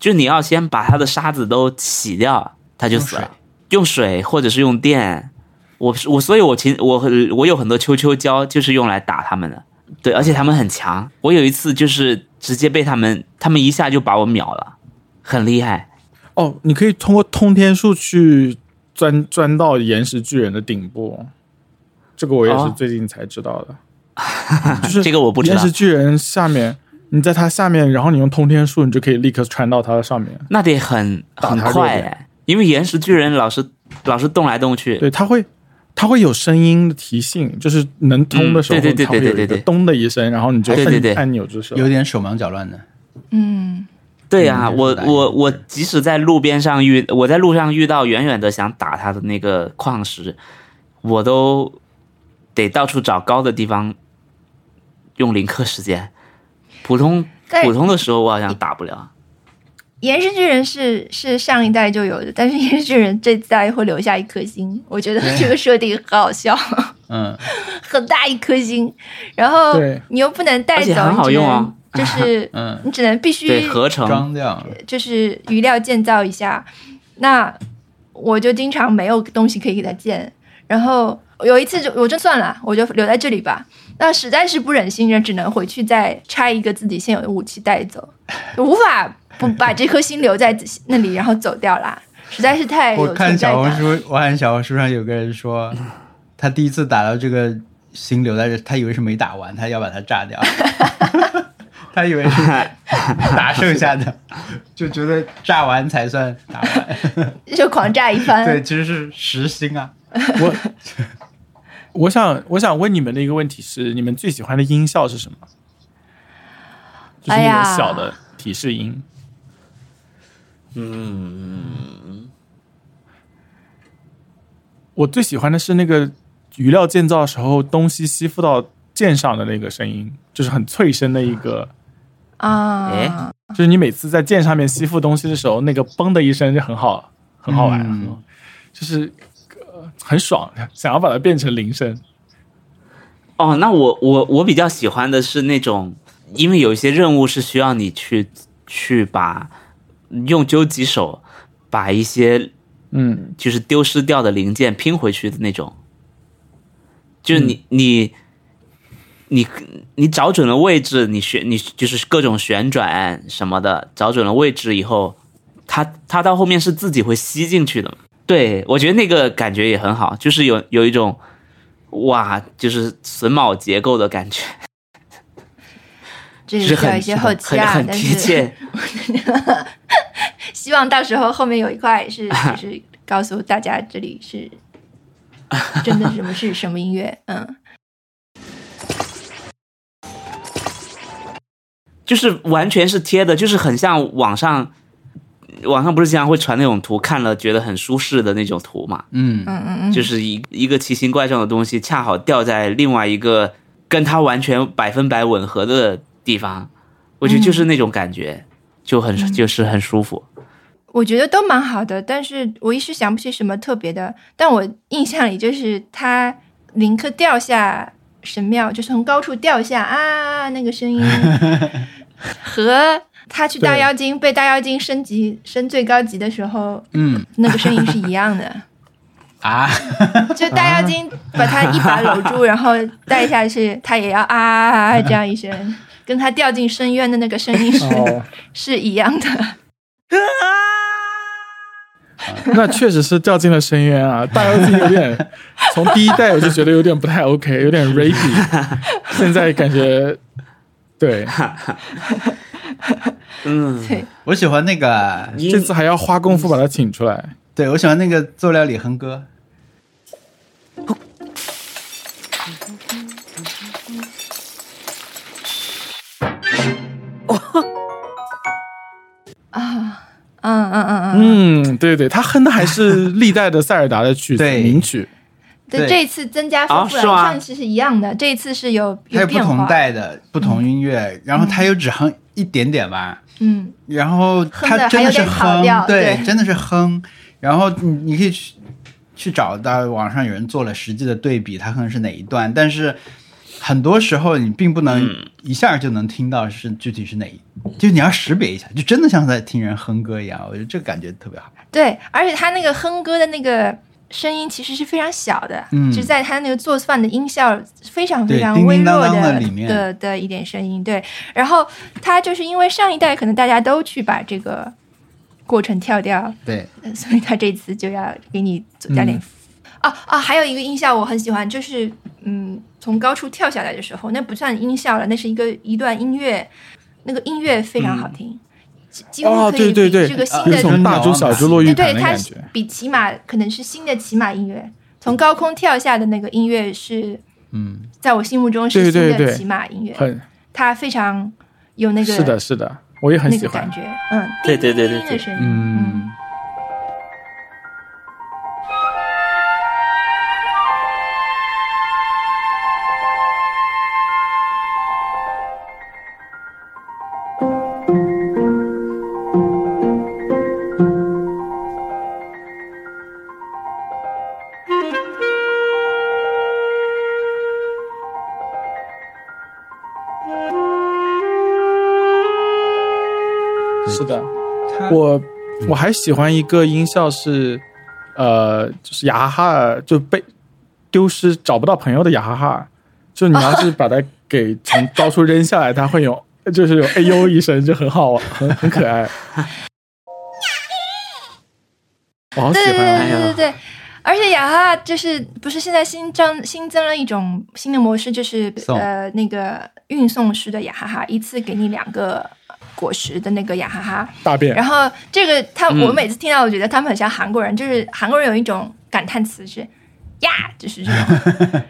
C: 就你要先把它的沙子都洗掉，它就死了。用水或者是用电，我我所以我其我很我有很多秋秋胶就是用来打他们的，对，而且他们很强。我有一次就是直接被他们，他们一下就把我秒了，很厉害。
B: 哦，你可以通过通天术去钻钻到岩石巨人的顶部，这个我也是
C: 哦
B: 最近才知道
C: <laughs>
B: 的。就是
C: 这个我不知道
B: 岩石巨人下面，你在它下面，然后你用通天术，你就可以立刻穿到它的上面。
C: 那得很
B: 打
C: 很
B: 他
C: 快
B: 肉
C: 哎，因为岩石巨人老是老是动来动去，
B: 对，它会它会有声音的提醒，就是能通的时候，
C: 嗯对对对
B: 它会有一个
C: 对对对
B: 咚的一声，然后你就
C: 对对
B: 摁
C: 对
B: 按钮就是了
D: 有点手忙脚乱的。
A: 嗯，
C: 对啊，
D: 嗯
C: 我
D: 打
C: 我
D: 野
C: 我即使在路边上遇，我在路上遇到远远的想打他的那个矿石，我都得到处找高的地方用零刻时间。普通
A: 但
C: 普通的时候我好像打不了，
A: 岩石巨人是是上一代就有的，但是岩石巨人这代会留下一颗星，我觉得这个设定很好笑，
D: 嗯，
A: <laughs> 很大一颗星，然后
B: 对
A: 你又不能带
C: 而
A: 走，
C: 且很好
A: 你只
C: 用
A: 能
C: 啊
A: 就是，
D: <laughs> 嗯
A: 你只能必须
C: 对合成
D: 装掉。
A: 就是余料建造一下，那我就经常没有东西可以给他建。然后有一次就我就算了，我就留在这里吧。那实在是不忍心，就只能回去再拆一个自己现有的武器带走，无法不把这颗心留在自己那里，然后走掉啦。实在是太哎有
D: 我看
A: 存在
D: 小红
A: 感了。
D: 书，我看小红书上有个人说，他第一次打到这个心留在这，他以为是没打完，他要把它炸
A: <laughs>
D: 掉，他以为是打剩下的，就觉得炸完才算打
A: <laughs>
D: 完。
A: 就狂炸一番。
D: 对，其实是实心啊。
B: 我我想我想问你们的一个问题是，你们最喜欢的音效是什么？就是
A: 哎
B: 那
A: 呀
B: 种小的提示音。
C: 嗯
B: 嗯，我最喜欢的是那个鱼料建造的时候，东西吸附到剑上的那个声音，就是很脆声的一个。
A: 啊，
C: 哎
B: 就是你每次在剑上面吸附东西的时候，那个嘣的一声就很好，很好玩，
D: 嗯
B: 很就是、呃很爽，想要把它变成铃声。
C: 哦，那我我我比较喜欢的是那种，因为有一些任务是需要你去去把用究极手把一些
B: 嗯，
C: 就是丢失掉的零件拼回去的那种，就是你、你你你找准了位置，你旋你就是各种旋转什么的，找准了位置以后，它它到后面是自己会吸进去的。对我觉得那个感觉也很好，就是有有一种哇，就是榫卯结构的感觉，
A: 这个
C: 是
A: 需要
C: 很
A: 一些后期
C: 很
A: 啊，
C: 很
A: 但
C: 贴
A: 是
C: 切。
A: 希望到时候后面有一块
C: <laughs>
A: 是就是告诉大家这里是真的什么是什么音乐，嗯，
C: 就是完全是贴的，就是很像网上，网上不是经常会传那种图，看了觉得很舒适的那种图嘛，
D: 嗯，
A: 嗯嗯嗯，
C: 就是一一个奇形怪状的东西，恰好掉在另外一个跟它完全百分百吻合的地方，我觉得就是那种感觉，就很就是很舒服。
A: 我觉得都蛮好的，但是我一时想不起什么特别的。但我印象里就是他林克掉下神庙，就是从高处掉下啊那个声
C: <laughs>
A: 音，和他去大
B: 对
A: 妖精被大妖精升级升最高级的时候，
D: 嗯
A: 那个声音是一样的。
D: 啊，
A: <laughs> 就大妖精把他一把搂住，然后带下去，他也要啊啊啊啊这样一声，跟他掉进深渊的那个声音是、
B: 哦，
A: 是一样的。
B: <laughs> 那确实是掉进了深渊啊！大妖精有点，从第一代我就觉得有点不太 OK，有点 rapey，
A: <laughs>
B: 现在感觉对，
C: 嗯，
A: 对，
D: 我喜欢那个，
C: 音
B: 这次还要花功夫把它请出来。
D: 对我喜欢那个佐料里哼歌，
A: 啊，嗯嗯嗯嗯，
B: 嗯，对对，他哼的还是历代的塞尔达的曲子
D: 对
B: 名曲，
A: 对，
D: 对
A: 这一次增加丰富了，
C: 啊是吗
A: 上一次是一样的，这一次是有有
D: 它有不
A: 变
D: 同
A: 化，
D: 代的不同音乐，然后它又只哼一点点吧，
A: 嗯，
D: 然后
A: 哼
D: 它
A: 得
D: 真
A: 还有
D: 是
A: 点跑
D: 哼
A: 调，对
D: 真的是哼。然后你你可以去去找到网上有人做了实际的对比，它哼的是哪一段，但是很多时候你并不能
C: 嗯
D: 一下就能听到是具体是哪一，就你要识别一下，就真的像在听人哼歌一样。我觉得这个感觉特别好。
A: 对，而且他那个哼歌的那个。声音其实是非常小的，
D: 嗯
A: 只在他那个做饭的音效非常非
D: 对
A: 常
D: 叮
A: 微
D: 叮当
A: 弱
D: 当
A: 的
D: 的里面
A: 的的一点声音。对，然后他就是因为上一代可能大家都去把这个过程跳掉，
D: 对，
A: 呃所以他这次就要给你做加
D: 嗯
A: 点。哦哦，还有一个音效我很喜欢，就是嗯，从高处跳下来的时候，那不算音效了，那是一个一段音乐，那个音乐非常好听，
D: 嗯
A: 几几乎
B: 哦
A: 可以
B: 对对
A: 比
B: 对
A: 这个新
D: 啊
B: 有
A: 的，
B: 一种大珠小珠落玉
A: 对
B: 盘
A: 对，
B: 的
A: 它
B: 感
A: 是
B: 觉。
A: 比骑马可能是新的骑马音乐，从高空跳下的那个音乐是
D: 嗯，
A: 在我心目中是
B: 对对
A: 新的
B: 对
A: 骑马音乐，
B: 很
A: 它非常有那个
B: 是的，是的，我也很
A: 那
B: 喜
A: 个
B: 欢
A: 感。觉，嗯，
C: 对对对
A: 叮
C: 对
A: 叮
C: 对
A: 的声音，嗯。
B: 是的，
D: 它
B: 我我还喜欢一个音效是，呃，就是雅哈哈尔就被丢失找不到朋友的雅哈哈尔，就你要是把它给从高处扔下来，它会有 <laughs> 就是有哎呦一声，就很好玩， <laughs> 很很可爱。我好喜
A: 对对
B: 欢
A: 对
B: 啊，
A: 对对对。而且雅哈就是不是现在新增新增了一种新的模式，就是
D: 送
A: 呃那个运送式的雅哈哈，一次给你两个果实的那个雅哈哈。
B: 大便
A: 然后这个他
C: 嗯
A: 我每次听到，我觉得他们很像韩国人，就是韩国人有一种感叹词是呀，就是这种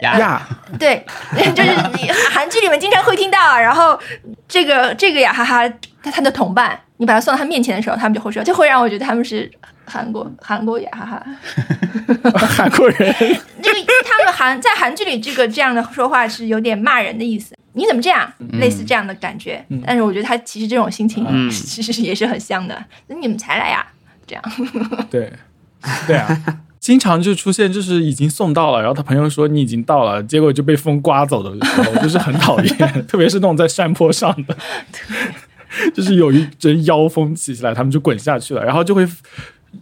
B: 呀，
A: 对， <laughs> 就是你韩剧里面经常会听到。然后这个这个雅哈哈，他他的同伴，你把他送到他面前的时候，他们就会说，就会让我觉得他们是韩国韩国雅哈哈。
B: <laughs> 韩国人
A: 这个他们韩在韩剧里这个这样的说话是有点骂人的意思，你怎么这样？
B: 嗯
A: 类似这样的感觉。但是我觉得他其实这种心情
C: 嗯
A: 其实也是很像的。那你们才来啊呀、这样
B: 对，对啊， <laughs> 经常就出现就是已经送到了，然后他朋友说你已经到了，结果就被风刮走的时候，就是很讨厌，特别是那种在山坡上的，就是有一阵妖风起起来，他们就滚下去了，然后就会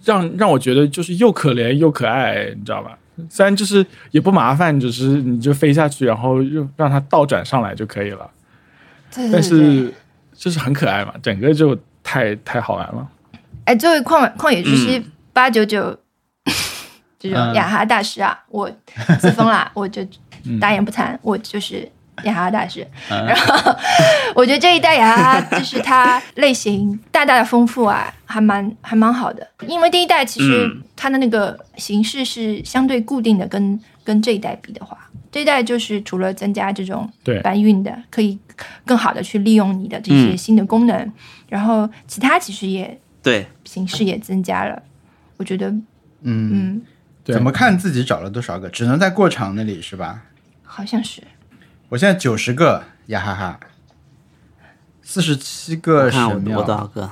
B: 让让我觉得就是又可怜又可爱，你知道吧？虽然就是也不麻烦，只是你就飞下去，然后又让它倒转上来就可以了。
A: 对对对
B: 但是就是很可爱嘛，整个就太太好玩了。
A: 哎，作为旷旷野之息八九九这种
D: 嗯
A: 雅哈大师啊，我自封啦，我就大言不惭，我就是雅哈大师。然后我觉得这一代雅哈就是它类型大大的丰富啊，还蛮还蛮好的。因为第一代其实
C: 嗯
A: 它的那个形式是相对固定的，跟跟这一代比的话，这一代就是除了增加这种
B: 对
A: 搬运的，可以更好的去利用你的这些
C: 嗯
A: 新的功能，然后其他其实也
C: 对，
A: 形式也增加了。我觉得，
E: 嗯，
A: 嗯，
B: 对
E: 怎么看自己找了多少个？只能在过场那里是吧？
A: 好像是
E: 我现在九十个呀哈哈，四十七个
C: 看我
E: 神
C: 我多
E: 庙，
C: 少个？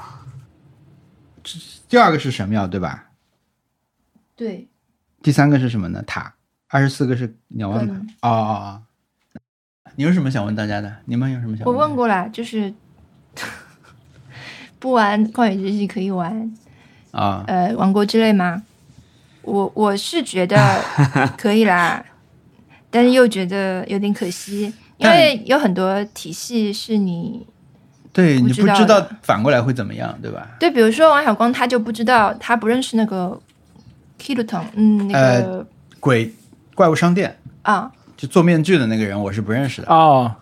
E: 第二个是神庙对吧？
A: 对，
E: 第三个是什么呢？塔，二十四个是你要问吗
A: 嗯？
E: 哦哦哦，
D: 你有什么想问大家的？你们有什么想
A: 我
D: 问的？
A: 问过啦，就是 <laughs> 不玩《旷野之息》可以玩
D: 啊，
A: 呃《王国之泪》吗？我我是觉得可以啦，但是又觉得有点可惜，因为有很多体系是你
D: 对
A: 不
D: 你
A: 知
D: 不知
A: 道
D: 道反过来会怎么样，对吧？
A: 对，比如说王小光他就不知道，他不认识那个 Kiluton，嗯，那个、
E: 鬼怪物商店
A: 啊，
D: 就做面具的那个人，我是不认识的。
B: 哦，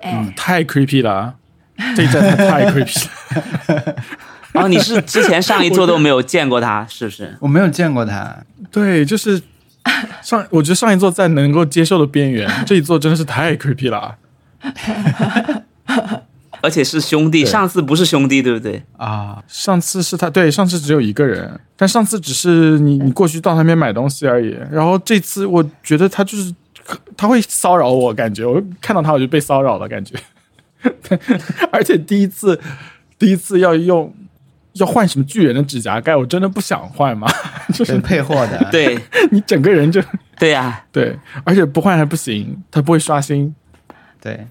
A: 哎，
B: 太 creepy 了啊，这一代太 creepy 了。
C: 然哦后你是之前上一座都没有见过他，是不是？
D: 我没有见过他，
B: 对，就是上，我觉得上一座在能够接受的边缘，这一座真的是太 creepy 了啊。
C: 而且是兄弟，
B: 对
C: 上次不是兄弟，对不对？，
D: 啊，
B: 上次是他对，上次只有一个人，但上次只是你你过去到他那边买东西而已。然后这次我觉得他就是他会骚扰我，感觉我看到他我就被骚扰了，感觉。 <laughs> 而且第一次第一次要用要换什么巨人的指甲盖，我真的不想换嘛， <laughs> 就是
D: 对配货的
B: 哎
C: <laughs> 对
B: 你整个人就
C: 对呀、
B: 对，而且不换还不行，他不会刷新。
D: 对，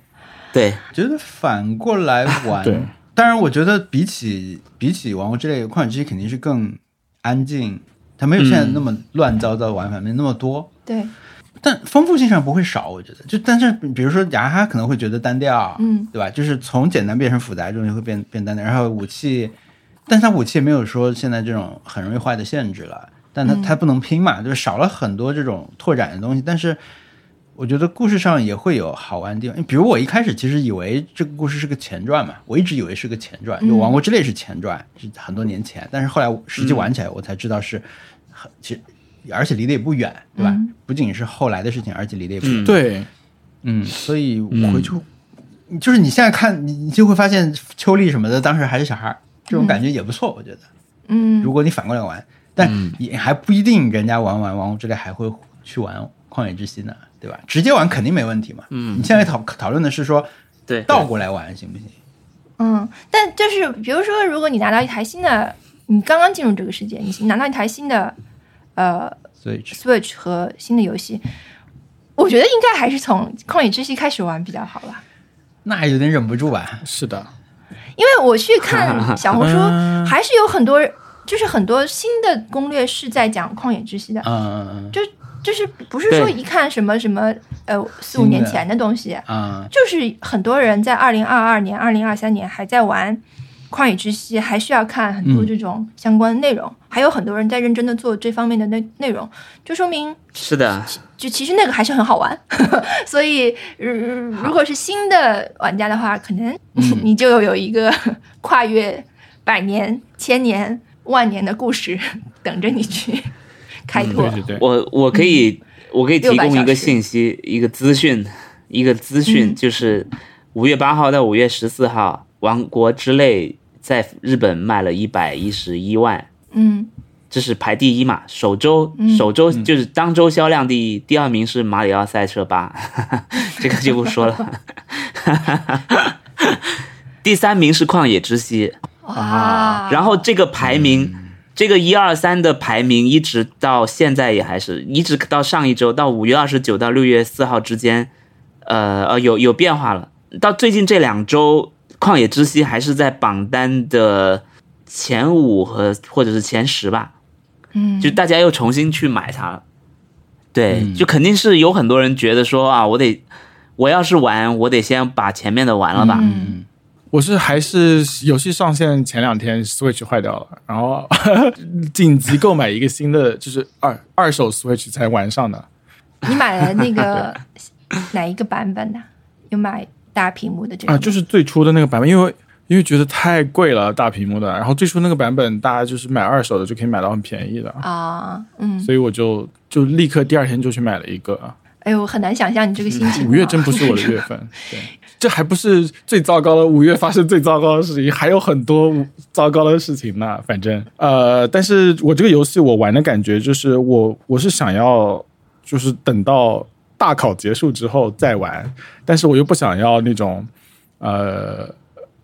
C: 对，
D: 觉得反过来玩，
B: 对，
D: 当然我觉得比起比起《王国之泪》，《旷野之息》肯定是更安静，它没有现在那么乱糟糟的玩法，没那么多，
A: 对，
D: 但丰富性上不会少，我觉得。就但是比比如说雅哈可能会觉得单调，
A: 嗯，
D: 对吧？就是从简单变成复杂，这东西会变变单调。然后武器，但是它武器也没有说现在这种很容易坏的限制了，但它它不能拼嘛，就是少了很多这种拓展的东西。但是我觉得故事上也会有好玩的地方，比如我一开始其实以为这个故事是个前传嘛，我一直以为是个前传，就《王国之泪》是前传，是很多年前，但是后来实际玩起来，我才知道是很其实。而且离得也不远，对吧？
A: 嗯
D: 不仅是后来的事情，而且离得也不远。
C: 嗯
B: 对，
D: 嗯，所以我回去，就是你现在看，你你就会发现秋丽什么的，当时还是小孩儿，这种感觉也不错，我觉得。
A: 嗯
D: 如果你反过来玩，但也还不一定，人家玩完《王国之泪》还会去玩《旷野之息》呢，对吧？直接玩肯定没问题嘛。嗯，你现在讨讨论的是说
C: 对
D: 倒过来玩行不行？
A: 嗯，但就是比如说，如果你拿到一台新的，你刚刚进入这个世界，你拿到一台新的呃
D: 所以这
A: Switch 和新的游戏，我觉得应该还是从《旷野之息》开始玩比较好吧。
D: 那有点忍不住吧？
B: 是的，
A: 因为我去看小红书，还是有很多，就是很多新的攻略是在讲《旷野之息》的，
D: 嗯嗯
A: 就就是不是说
C: 对
A: 一看什么什么呃四五
D: 新的
A: 年前的东西，
D: 嗯
A: 就是很多人在二零二二年、二零二三年还在玩《旷野之息》，还需要看很
B: 嗯
A: 多这种相关内容，还有很多人在认真的做这方面的内内容，就说明
C: 是的，
A: 就其实那个还是很好玩。 <laughs> 所以如如果是新的玩家的话，可能
B: 嗯
A: <laughs> 你就有一个跨越百年、千年、万年的故事等着你去开拓
B: 嗯对。对对，
C: 我我可以我可以提供一
A: 600小
C: 个
A: 时
C: 信息，一个资讯，一个资讯，就是五月八号到五月十四号，《王国之泪》在日本卖了一百一十一万，
A: 嗯
C: 这是排第一嘛，首周首周就是当周销量第一，第二名是《马里奥赛车八》， <laughs> 这个就不说了。 <laughs> 第三名是《旷野之息》，
B: 啊
A: 哇，
C: 然后这个排名，这个一二三的排名一直到现在也还是，一直到上一周到五月二十九到六月四号之间，呃呃有有变化了。到最近这两周，《旷野之息》还是在榜单的前五和或者是前十吧，
A: 嗯
C: 就大家又重新去买它了。对，就肯定是有很多人觉得说啊，我得，我要是玩，我得先把前面的玩了吧。
A: 嗯，
B: 我是还是游戏上线前两天 Switch 坏掉了，然后 <laughs> 紧急购买一个新的，就是二二手 Switch 才玩上的。
A: <laughs> 你买了那
B: <laughs>
A: 个哪一个版本的？有买大屏幕的这个
B: 啊，
A: 吗？
B: 就是最初的那个版本，因为因为觉得太贵了大屏幕的，然后最初那个版本大家就是买二手的就可以买到很便宜的，
A: 啊，嗯，
B: 所以我就就立刻第二天就去买了一个。
A: 哎呦，我很难想象你这个心情啊。
B: 嗯 <laughs> 五月真不是
A: <laughs>
B: 我的月 <laughs> 份，对，这还不是最糟糕的，五月发生最糟糕的事情，还有很多糟糕的事情呢。反正呃，但是我这个游戏我玩的感觉就是我我是想要就是等到大考结束之后再玩，但是我又不想要那种呃。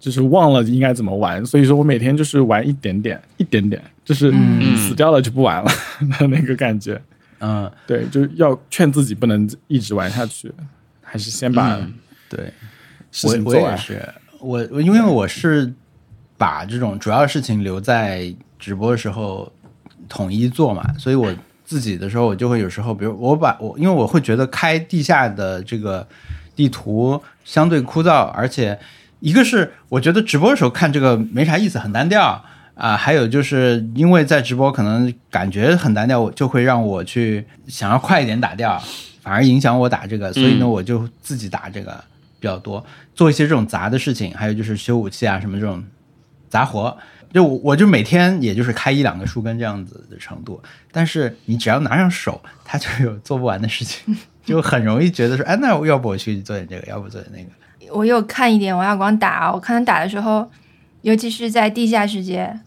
B: 就是忘了应该怎么玩，所以说我每天就是玩一点点，一点点，就是死掉了就不玩了的那个感觉。
D: 嗯，
B: 对，就是要劝自己不能一直玩下去， <laughs> 还是先把
D: 对，
B: 事
D: 我
B: 情
D: 我
B: 做
D: 也
B: 完。
D: 是，我我因为我是把这种主要事情留在直播的时候统一做嘛，所以我自己的时候我就会有时候，比如哦我把我因为我会觉得开地下的这个地图相对枯燥，而且一个是我觉得直播的时候看这个没啥意思，很单调啊、还有就是因为在直播可能感觉很单调，我就会让我去想要快一点打掉，反而影响我打这个，所以呢，我就自己打这个比较多，做一些这种杂的事情，还有就是修武器啊什么这种杂活。就我我就每天也就是开一两个树根这样子的程度，但是你只要拿上手，它就有做不完的事情， <laughs> 就很容易觉得说，哎，那要不我去做点这个，要不做点那个。
A: 我有看一点王耀光打，我看他打的时候，尤其是在地下世界，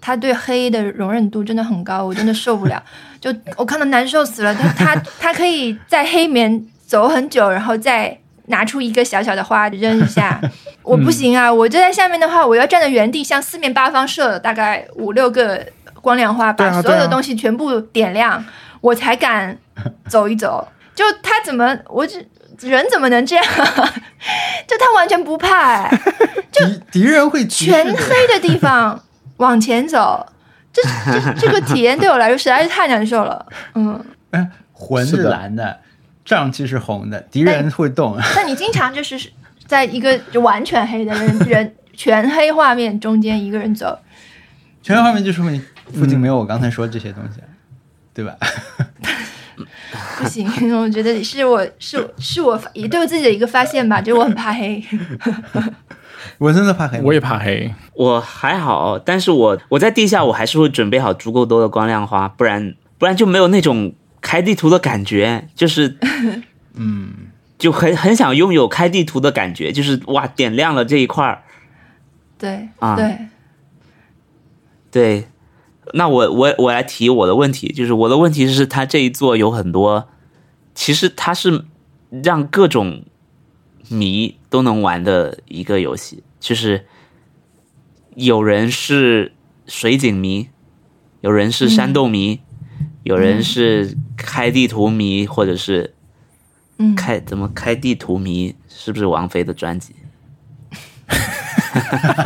A: 他对黑的容忍度真的很高，我真的受不
B: <laughs>
A: 了，就我看到难受死了。他他他可以在黑里面走很久，然后再拿出一个小小的花扔一
B: <laughs>
A: 下，我不行啊！我就在下面的话，我要站在原地，向四面八方射大概五六个光亮花，
B: 对
A: 把
B: 啊
A: 所有
B: 对
A: 的
B: 啊
A: 东西全部点亮，我才敢走一走。就他怎么，我只人怎么能这样？就他完全不怕、哎，
D: 敌敌人会歧视
A: 全
D: 的
A: 黑的地方往前走，这这这个体验对我来说实在是太难受了。嗯，
D: 哎，魂
B: 是
D: 是
B: 的
D: 蓝的，瘴气是红的，敌人会动。 <laughs>
A: 那你经常就是在一个就完全黑的人人全黑画面中间一个人走，
D: 全画面就说明附
B: 嗯
D: 近没有我刚才说这些东西，啊对吧？ <laughs>
A: 不行，我觉得是我是是我也对我自己的一个发现吧，就是我很怕黑。
D: 我真的怕黑，
B: 我也怕黑，
C: 我还好，但是我我在地下我还是会准备好足够多的光亮花，不然不然就没有那种开地图的感觉，就是，嗯，
D: 嗯
C: 就很很想拥有开地图的感觉，就是哇，点亮了这一块儿，
A: 对、
C: 啊
A: 对，
C: 对。那我我我来提我的问题，就是我的问题是，它这一座有很多，其实它是让各种迷都能玩的一个游戏，就是有人是水景迷，有人是山洞迷，有人是开地图迷，或者是
A: 嗯，
C: 开怎么开地图迷，是不是王菲的专辑？
B: <laughs>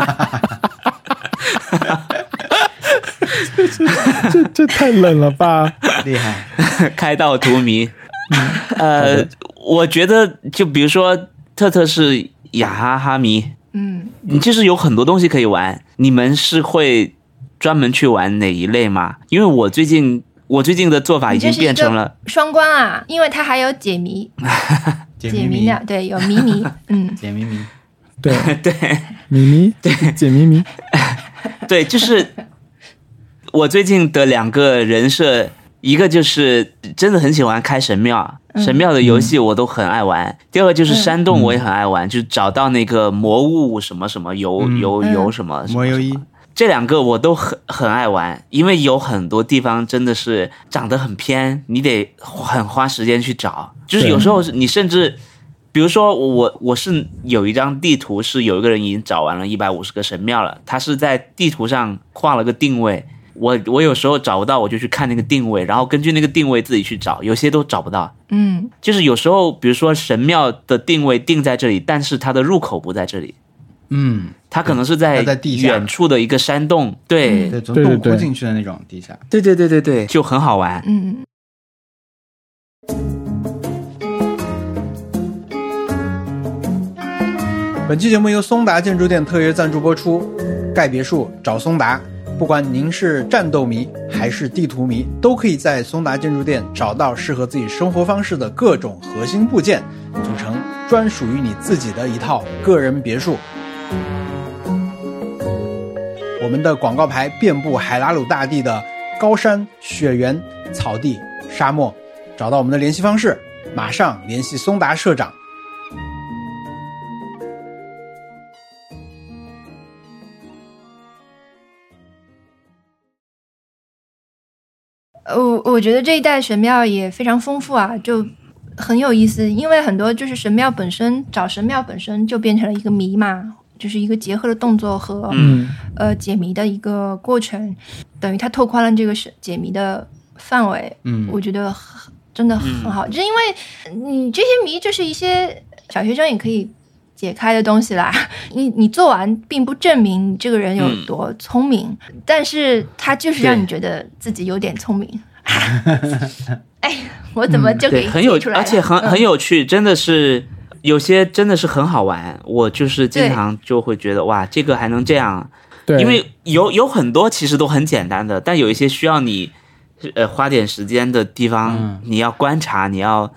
B: 这这太冷了吧？
D: 厉害。
C: 开道荼 <laughs> 蘼。呃，我觉得就比如说特特是雅哈哈迷，
A: 嗯，
C: 你就是有很多东西可以玩。你们是会专门去玩哪一类吗？因为我最近我最近的做法已
A: 你这
C: 经
A: 是一
C: 变成了
A: 个双关啊，因为它还有解谜
D: 解
A: 解
D: 谜
A: 谜的，对，有谜谜，嗯。
D: 解谜谜，
B: 对，
C: 对
B: 咪咪，对，解咪咪，
C: 对， <laughs> 就是我最近的两个人设，一个就是真的很喜欢开神庙，神庙的游戏我都很爱玩。第二个就是山洞，我也很爱玩，就是找到那个魔物什么什么游游游什么什么
D: 嗯魔游一
C: 这两个我都很很爱玩，因为有很多地方真的是长得很偏，你得很花时间去找。就是有时候你甚至，比如说我我是有一张地图是有一个人已经找完了一百五十个神庙了，他是在地图上画了个定位。我我有时候找不到，我就去看那个定位，然后根据那个定位自己去找，有些都找不到。
A: 嗯
C: 就是有时候，比如说神庙的定位定在这里，但是它的入口不在这里，
D: 嗯，
C: 它可能是在
D: 它在地下嗯
C: 远处的一个山洞。对，
D: 对，从
B: 对对
D: 洞窟
B: 对
D: 进去的那种地下。
C: 对对对对对，就很好玩。
A: 嗯，
E: 本期节目由松达建筑店特约赞助播出。盖别墅找松达，不管您是战斗迷还是地图迷，都可以在松达建筑店找到适合自己生活方式的各种核心部件，组成专属于你自己的一套个人别墅。我们的广告牌遍布海拉鲁大地的高山、雪原、草地、沙漠。找到我们的联系方式，马上联系松达社长。
A: 呃，我我觉得这一代神庙也非常丰富啊，就很有意思，因为很多就是神庙本身找神庙本身就变成了一个谜嘛，就是一个结合了动作和、
C: 嗯
A: 呃解谜的一个过程，等于它拓宽了这个是解谜的范围，
D: 嗯
A: 我觉得很真的很
C: 嗯
A: 好，就是因为你这些谜就是一些小学生也可以。解开的东西啦， <laughs> 你你做完并不证明你这个人有
C: 嗯
A: 多聪明，但是它就是让
C: 对
A: 你觉得自己有点聪
C: <laughs>
A: 明，哎我怎么就给
C: 嗯对，很有
A: 解出，来了？
C: 而且很
A: 嗯
C: 很有趣，真的是有些真的是很好玩。我就是经
A: 对
C: 常就会觉得哇，这个还能这样，
B: 对，
C: 因为有有很多其实都很简单的，但有一些需要你呃花点时间的地方，
D: 嗯
C: 你要观察，你要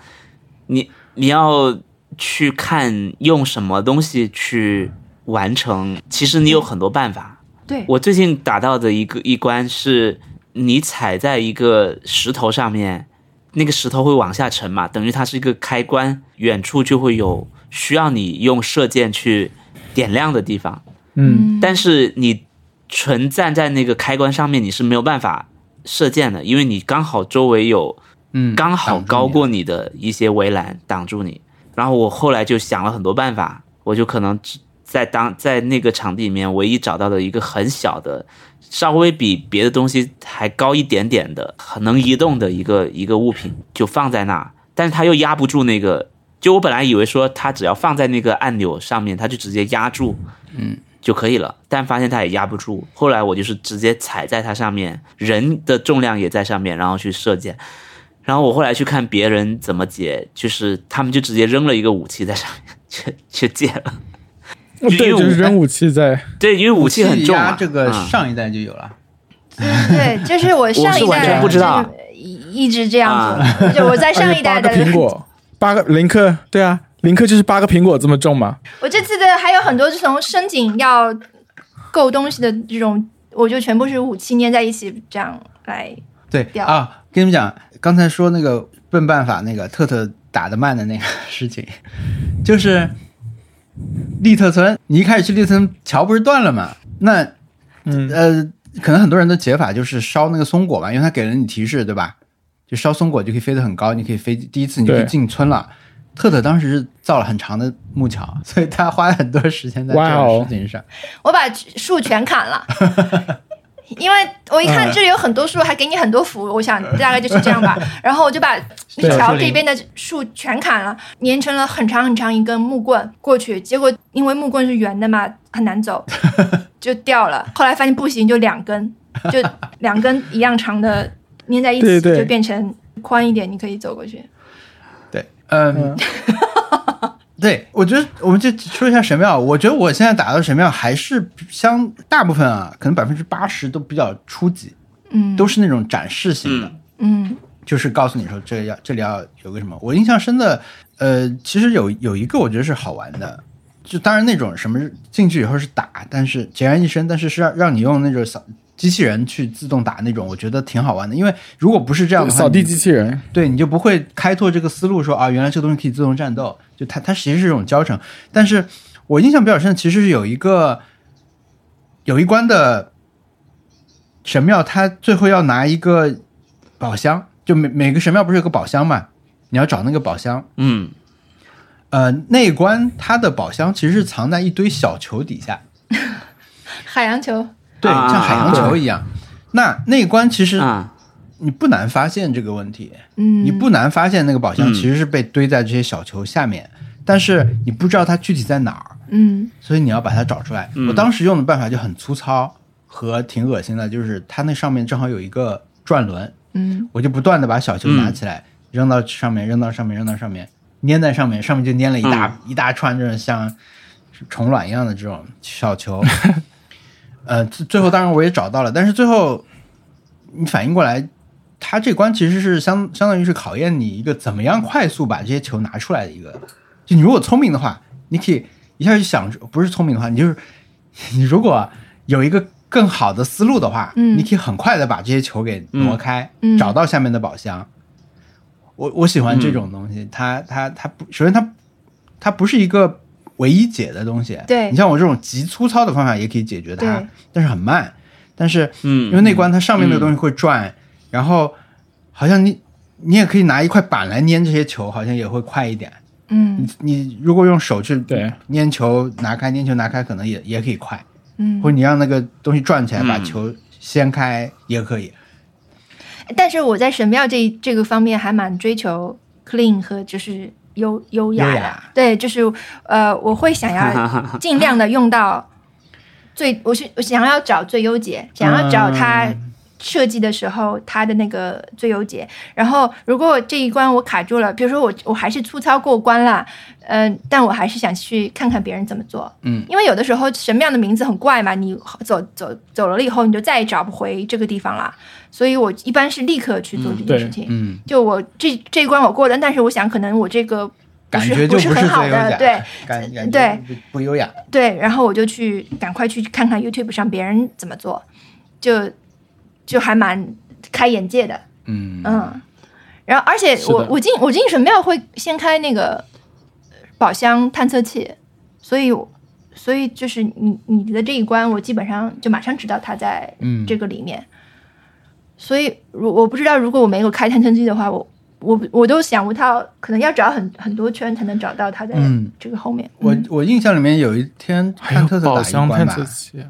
C: 你你要去看用什么东西去完成。其实你有很多办法。
A: 对，
C: 我最近打到的一个一关是，你踩在一个石头上面，那个石头会往下沉嘛，等于它是一个开关，远处就会有需要你用射箭去点亮的地方。
B: 嗯，
C: 但是你纯站在那个开关上面，你是没有办法射箭的，因为你刚好周围有
D: 嗯，
C: 刚好
D: 挡住
C: 高
D: 你
C: 过你的一些围栏挡住你。然后我后来就想了很多办法，我就可能只在当在那个场地里面唯一找到的一个很小的，稍微比别的东西还高一点点的，很能移动的一个一个物品，就放在那儿，但是它又压不住那个。就我本来以为说它只要放在那个按钮上面，它就直接压住，
D: 嗯
C: 就可以了，但发现它也压不住。后来我就是直接踩在它上面，人的重量也在上面，然后去射箭。然后我后来去看别人怎么解，就是他们就直接扔了一个武器在上面去去解了。
B: 哦对，
C: 因为
B: 就是
C: 我
B: 扔武器在，
C: <laughs> 对，因为武器很重
D: 压
C: 啊。
D: 这个
C: 嗯
D: 上一代就有了，
A: 对，对就是我上
C: 我
A: 一
C: 是完
A: 代
C: 全不知道啊
A: 就是一一直这样做，就我在上一代
B: 哎八个
A: 的
C: <laughs>
B: 苹果，八个林克，对啊，林克就是八个苹果这么重嘛，
A: <laughs> 我这次的还有很多是从深井要购东西的这种，我就全部是武器粘在一起这样来。
D: 对
A: 掉
D: 啊，跟你们讲，刚才说那个笨办法，那个特特打得慢的那个 <laughs> 事情，就是利特村，你一开始去利特村桥不是断了嘛？那
B: 嗯，
D: 呃，可能很多人的解法就是烧那个松果嘛，因为它给了你提示，对吧？就烧松果就可以飞得很高，你可以飞第一次你就
B: 对
D: 进村了。特特当时是造了很长的木桥，所以他花了很多时间在这
B: 哇
D: 个
B: 哦
D: 事情上。
A: 我把树全砍了。因为我一看这里有很多树，还给你很多福，我想大概就是这样吧。然后我就把一桥这边的树全砍了，连成了很长很长一根木棍过去。结果因为木棍是圆的嘛，很难走，就掉了。后来发现不行，就两根，就两根一样长的粘在一起，
B: 对对
A: 就变成宽一点，你可以走过去。
D: 对，嗯， <laughs> 对，我觉得我们就说一下神庙。我觉得我现在打到神庙还是相大部分啊，可能百分之八十都比较初级，
A: 嗯，
D: 都是那种展示型的。
C: 嗯
A: 嗯
D: 就是告诉你说这个要这里要有个什么。我印象深的，呃，其实有有一个我觉得是好玩的，就当然那种什么进去以后是打，但是孑然一身，但是是让让你用那种扫机器人去自动打那种，我觉得挺好玩的。因为如果不是这样的话，
B: 扫地
D: 你
B: 机器人，
D: 对你就不会开拓这个思路说，啊，原来这个东西可以自动战斗，就它它其实是一种教程。但是我印象比较深，其实是有一个有一关的神庙，它最后要拿一个宝箱，就每每个神庙不是有个宝箱嘛？你要找那个宝箱，
C: 嗯，
D: 呃，那一关它的宝箱其实是藏在一堆小球底下，
A: 海洋球，
D: 对，
C: 啊
D: 像海洋球一样。那那一关其实
C: 啊，
D: 你不难发现这个问题，
A: 嗯，
D: 你不难发现那个宝箱
C: 嗯
D: 其实是被堆在这些小球下面，但是你不知道它具体在哪儿，
A: 嗯
D: 所以你要把它找出来。我当时用的办法就很粗糙和挺恶心的，就是它那上面正好有一个转轮，
A: 嗯
D: 我就不断的把小球拿起来，
E: 扔到上面，扔到上面，扔到上面，粘在上面，上面就粘了一大、
A: 嗯
E: 一大串这种像虫卵一样的这种
A: <laughs>
E: 小球。呃，最最后当然我也找到了，但是最后你反应过来，它这关其实是相相当于是考验你一个怎么样快速把这些球拿出来的一个。就你如果聪明的话，你可以一下就想出，不是聪明的话，你就是你如果有一个更好的思路的话，
A: 嗯
E: 你可以很快的把这些球给挪开，
A: 嗯
E: 找到下面的宝箱。我我喜欢这种东
A: 嗯
E: 西，它它它不，首先它它不是一个唯一解的东西。
A: 对
E: 你像我这种极粗糙的方法也可以解决它
A: 对，
E: 但是很慢。但是
C: 嗯
E: 因为那关它上面的东西会转，然后好像你你也可以拿一块板来粘这些球，好像也会快一点。
A: 嗯
E: 你你如果用手去
B: 对
E: 粘球拿开，粘球拿开可能也也可以快，
A: 嗯
E: 或者你让那个东西转起来把
C: 嗯
E: 球掀开也可以。
A: 但是我在神庙这一这个方面还蛮追求 clean 和就是优优雅的，
E: 优雅
A: 对，就是呃，我会想
E: <laughs>
A: 要尽量的用到最，我是我想要找最优解，想要
E: 嗯
A: 找它设计的时候它的那个最优解。然后如果这一关我卡住了，比如说我我还是粗糙过关了，嗯、但我还是想去看看别人怎么做，
E: 嗯，
A: 因为有的时候神庙的名字很怪嘛，你走走走了以后，你就再也找不回这个地方了。所以我一般是立刻去做这件
B: 对
A: 事情。
E: 嗯，
A: 就我这这一关我过了，但是我想可能我这个不
E: 感
A: 是
E: 觉就
A: 不是
E: 最
A: 很
E: 优
A: 好
E: 雅，
A: 的，对
E: 感感觉
A: 对
E: 不不优雅。
A: 对，然后我就去赶快去看看 YouTube 上别人怎么做，就就还蛮开眼界的，
E: 嗯
A: 嗯。然后而且
B: 是的
A: 我我进我进神庙会先开那个呃宝箱探测器，所以我所以就是你你的这一关，我基本上就马上知道它在
E: 嗯
A: 这个里面。所以，如我不知道，如果我没有开探测器的话，我我我都想不到，可能要找很很多圈才能找到它在
E: 嗯
A: 这个后面。
E: 我
A: 嗯
E: 我印象里面有一天
B: 还
E: 探
B: 有
E: 特特打
B: 宝
E: 一
B: 箱
E: 关
B: 探
E: 吧
B: 测，器啊，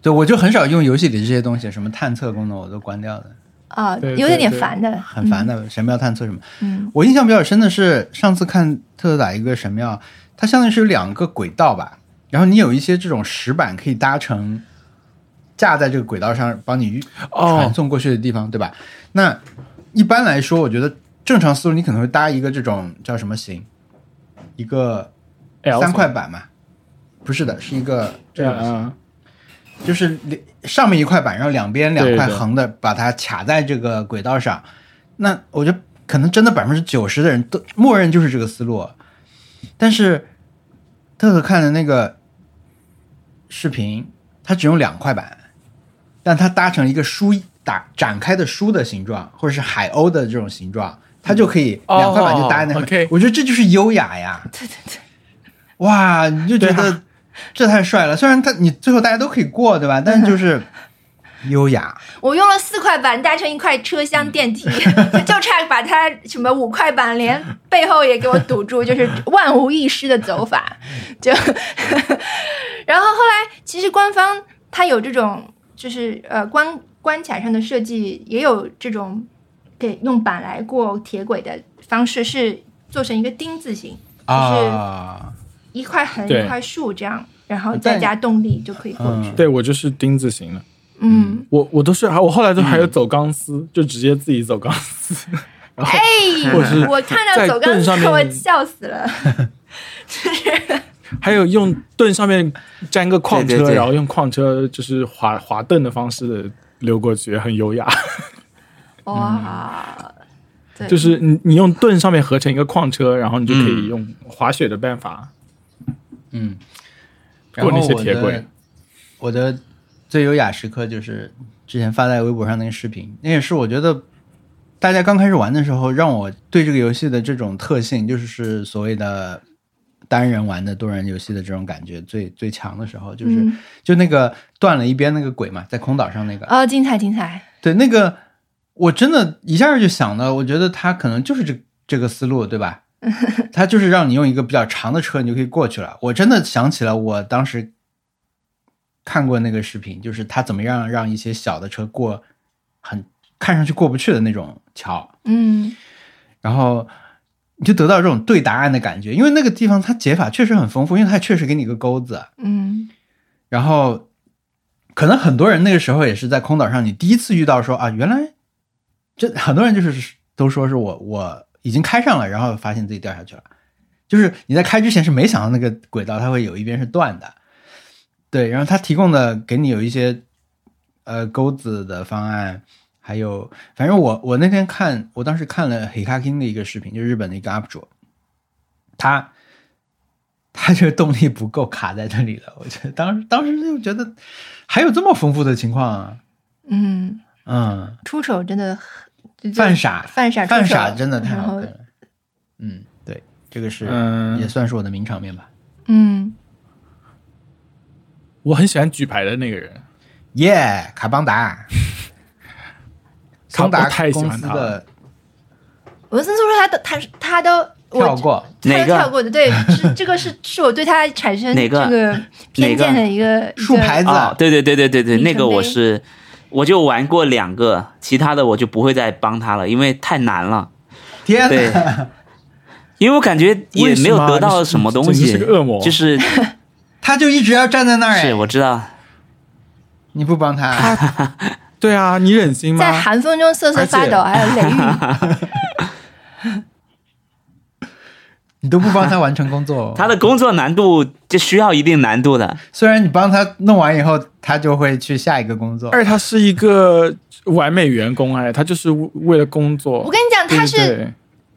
E: 对我就很少用游戏里这些东西，什么探测功能我都关掉了，
A: 啊，
B: 对
A: 有点点
B: 对对
A: 烦的，
E: 很烦的。神庙探测什么？
A: 嗯。
E: 我印象比较深的是上次看特特打一个神庙，它相当于是有两个轨道吧，然后你有一些这种石板可以搭成架在这个轨道上，帮你
B: 哦
E: 传送过去的地方，对吧？那一般来说，我觉得正常思路你可能会搭一个这种叫什么形，一个
B: L
E: 三块板嘛？不是的，是一个
B: 这
E: 这
B: 样
E: 样，
B: 啊，
E: 就是两上面一块板，然后两边两
B: 对
E: 块
B: 对
E: 横的把它卡在这个轨道上。那我觉得可能真的百分之九十的人都默认就是这个思路，啊但是特特看的那个视频，它只用两块板，但它搭成一个书打展开的书的形状，或者是海鸥的这种形状，它就可以
B: 哦
E: 两块板就搭在那上面。
B: OK
E: 我觉得这就是优雅呀。
B: <laughs>
E: 对对对，哇，你就觉
B: 对啊
E: 得这太帅了。虽然它你最后大家都可以过，对吧？但就是优雅。
A: 我用了四块板搭成一块车厢电
B: <laughs>
A: 梯，就差把它什么五块板连背后也给我堵住，就是万无一失的走
B: <laughs>
A: 法。就， <laughs> 然后后来其实官方它有这种，就是呃关关卡上的设计也有这种给用板来过铁轨的方式，是做成一个丁字形，
E: 啊，
A: 一块横
B: 对
A: 一块竖这样，然后再加动力就可以过去。
E: 嗯，
B: 对我就是钉子型的，
A: 嗯，
B: 我我都是，还我后来都还有走钢丝，就直接自己走钢丝，
A: 哎
B: 或者是，
A: 我看到
B: 在
A: 走
B: 盾
A: 钢
B: 上
A: 丝，我
B: 面
A: 笑死了。
B: 还有用盾上面粘个矿车，
C: 对对对
B: 然后用矿车就是滑滑盾的方式溜过去，很优雅。
A: 哇，
E: 嗯
A: 对，
B: 就是你你用盾上面合成一个矿车，然后你就可以用滑雪的办法。
E: 嗯然后
B: 过那些
E: 我
B: 铁
E: 的
B: 轨。
E: 我的最优雅时刻就是之前发在微博上那个视频，那也是我觉得大家刚开始玩的时候，让我对这个游戏的这种特性，就是所谓的单人玩的多人游戏的这种感觉最最强的时候，就是、
A: 嗯
E: 就那个断了一边那个鬼嘛，在空岛上那个，
A: 哦，精彩精彩，
E: 对，那个我真的一下就想到，我觉得他可能就是这这个思路，对吧？ <laughs> 他就是让你用一个比较长的车，你就可以过去了。我真的想起了我当时看过那个视频，就是他怎么样让一些小的车过很看上去过不去的那种桥，
A: 嗯
E: 然后你就得到这种对答案的感觉。因为那个地方它解法确实很丰富，因为它确实给你一个钩子，
A: 嗯
E: 然后可能很多人那个时候也是在空岛上，你第一次遇到说啊，原来这很多人就是都说是我我已经开上了，然后发现自己掉下去了。就是你在开之前是没想到那个轨道它会有一边是断的，对，然后它提供的给你有一些呃钩子的方案，还有反正我我那天看我当时看了黑卡金的一个视频，就是日本的一个 UP 主，他他这个动力不够卡在这里了，我觉得当时当时就觉得还有这么丰富的情况啊，
A: 嗯，
E: 嗯，
A: 出手真的很就就
E: 犯傻
A: 犯傻出
E: 犯
A: 手
E: 傻真的太
A: 然
E: 好
A: 后
E: 看了，嗯，对，这个是、
B: 嗯
E: 也算是我的名场面吧。
A: 嗯，
B: 我很喜欢举牌的那个人，
E: 耶、卡邦达，
B: 卡
E: 松达
B: 我太喜
E: 公
B: 欢
E: 司
B: 他了
E: 的
A: 文森说说他的他他都
E: 跳
A: 我
E: 过，
A: 他
C: 哪
A: 都
C: 个
A: 跳过的，对，是这个是是我对他产生
C: 哪个
A: 这个偏见的一个
E: 竖牌
A: 一
E: 子，
C: 哦，对对对对对对，
A: 里程碑
C: 那个我是我就玩过两个，其他的我就不会再帮他了，因为太难了。
E: 天
C: 对
E: 哪，，
C: 因为我感觉也没有得到
B: 为什
C: 什
B: 么
C: 么
B: 你
C: 东
B: 是
C: 西，
B: 简直是个恶魔
C: 就是
E: 他就一直要站在那儿，
C: 是
E: 哎，
C: 我知道，
E: 你不帮他，
B: 对啊，你忍心
A: 个
B: 吗
A: 在？寒风中瑟瑟发抖，还有雷
E: <laughs>
A: 雨，
E: 你都不帮他完成工作、
C: <laughs> 他的工作难度就需要一定难度的，
E: 虽然你帮他弄完以后，他就会去下一个工作，
B: 而且他是一个完美员工，哎，他就是为了工作。
A: 我跟你讲，他
B: 对
A: 是
B: 对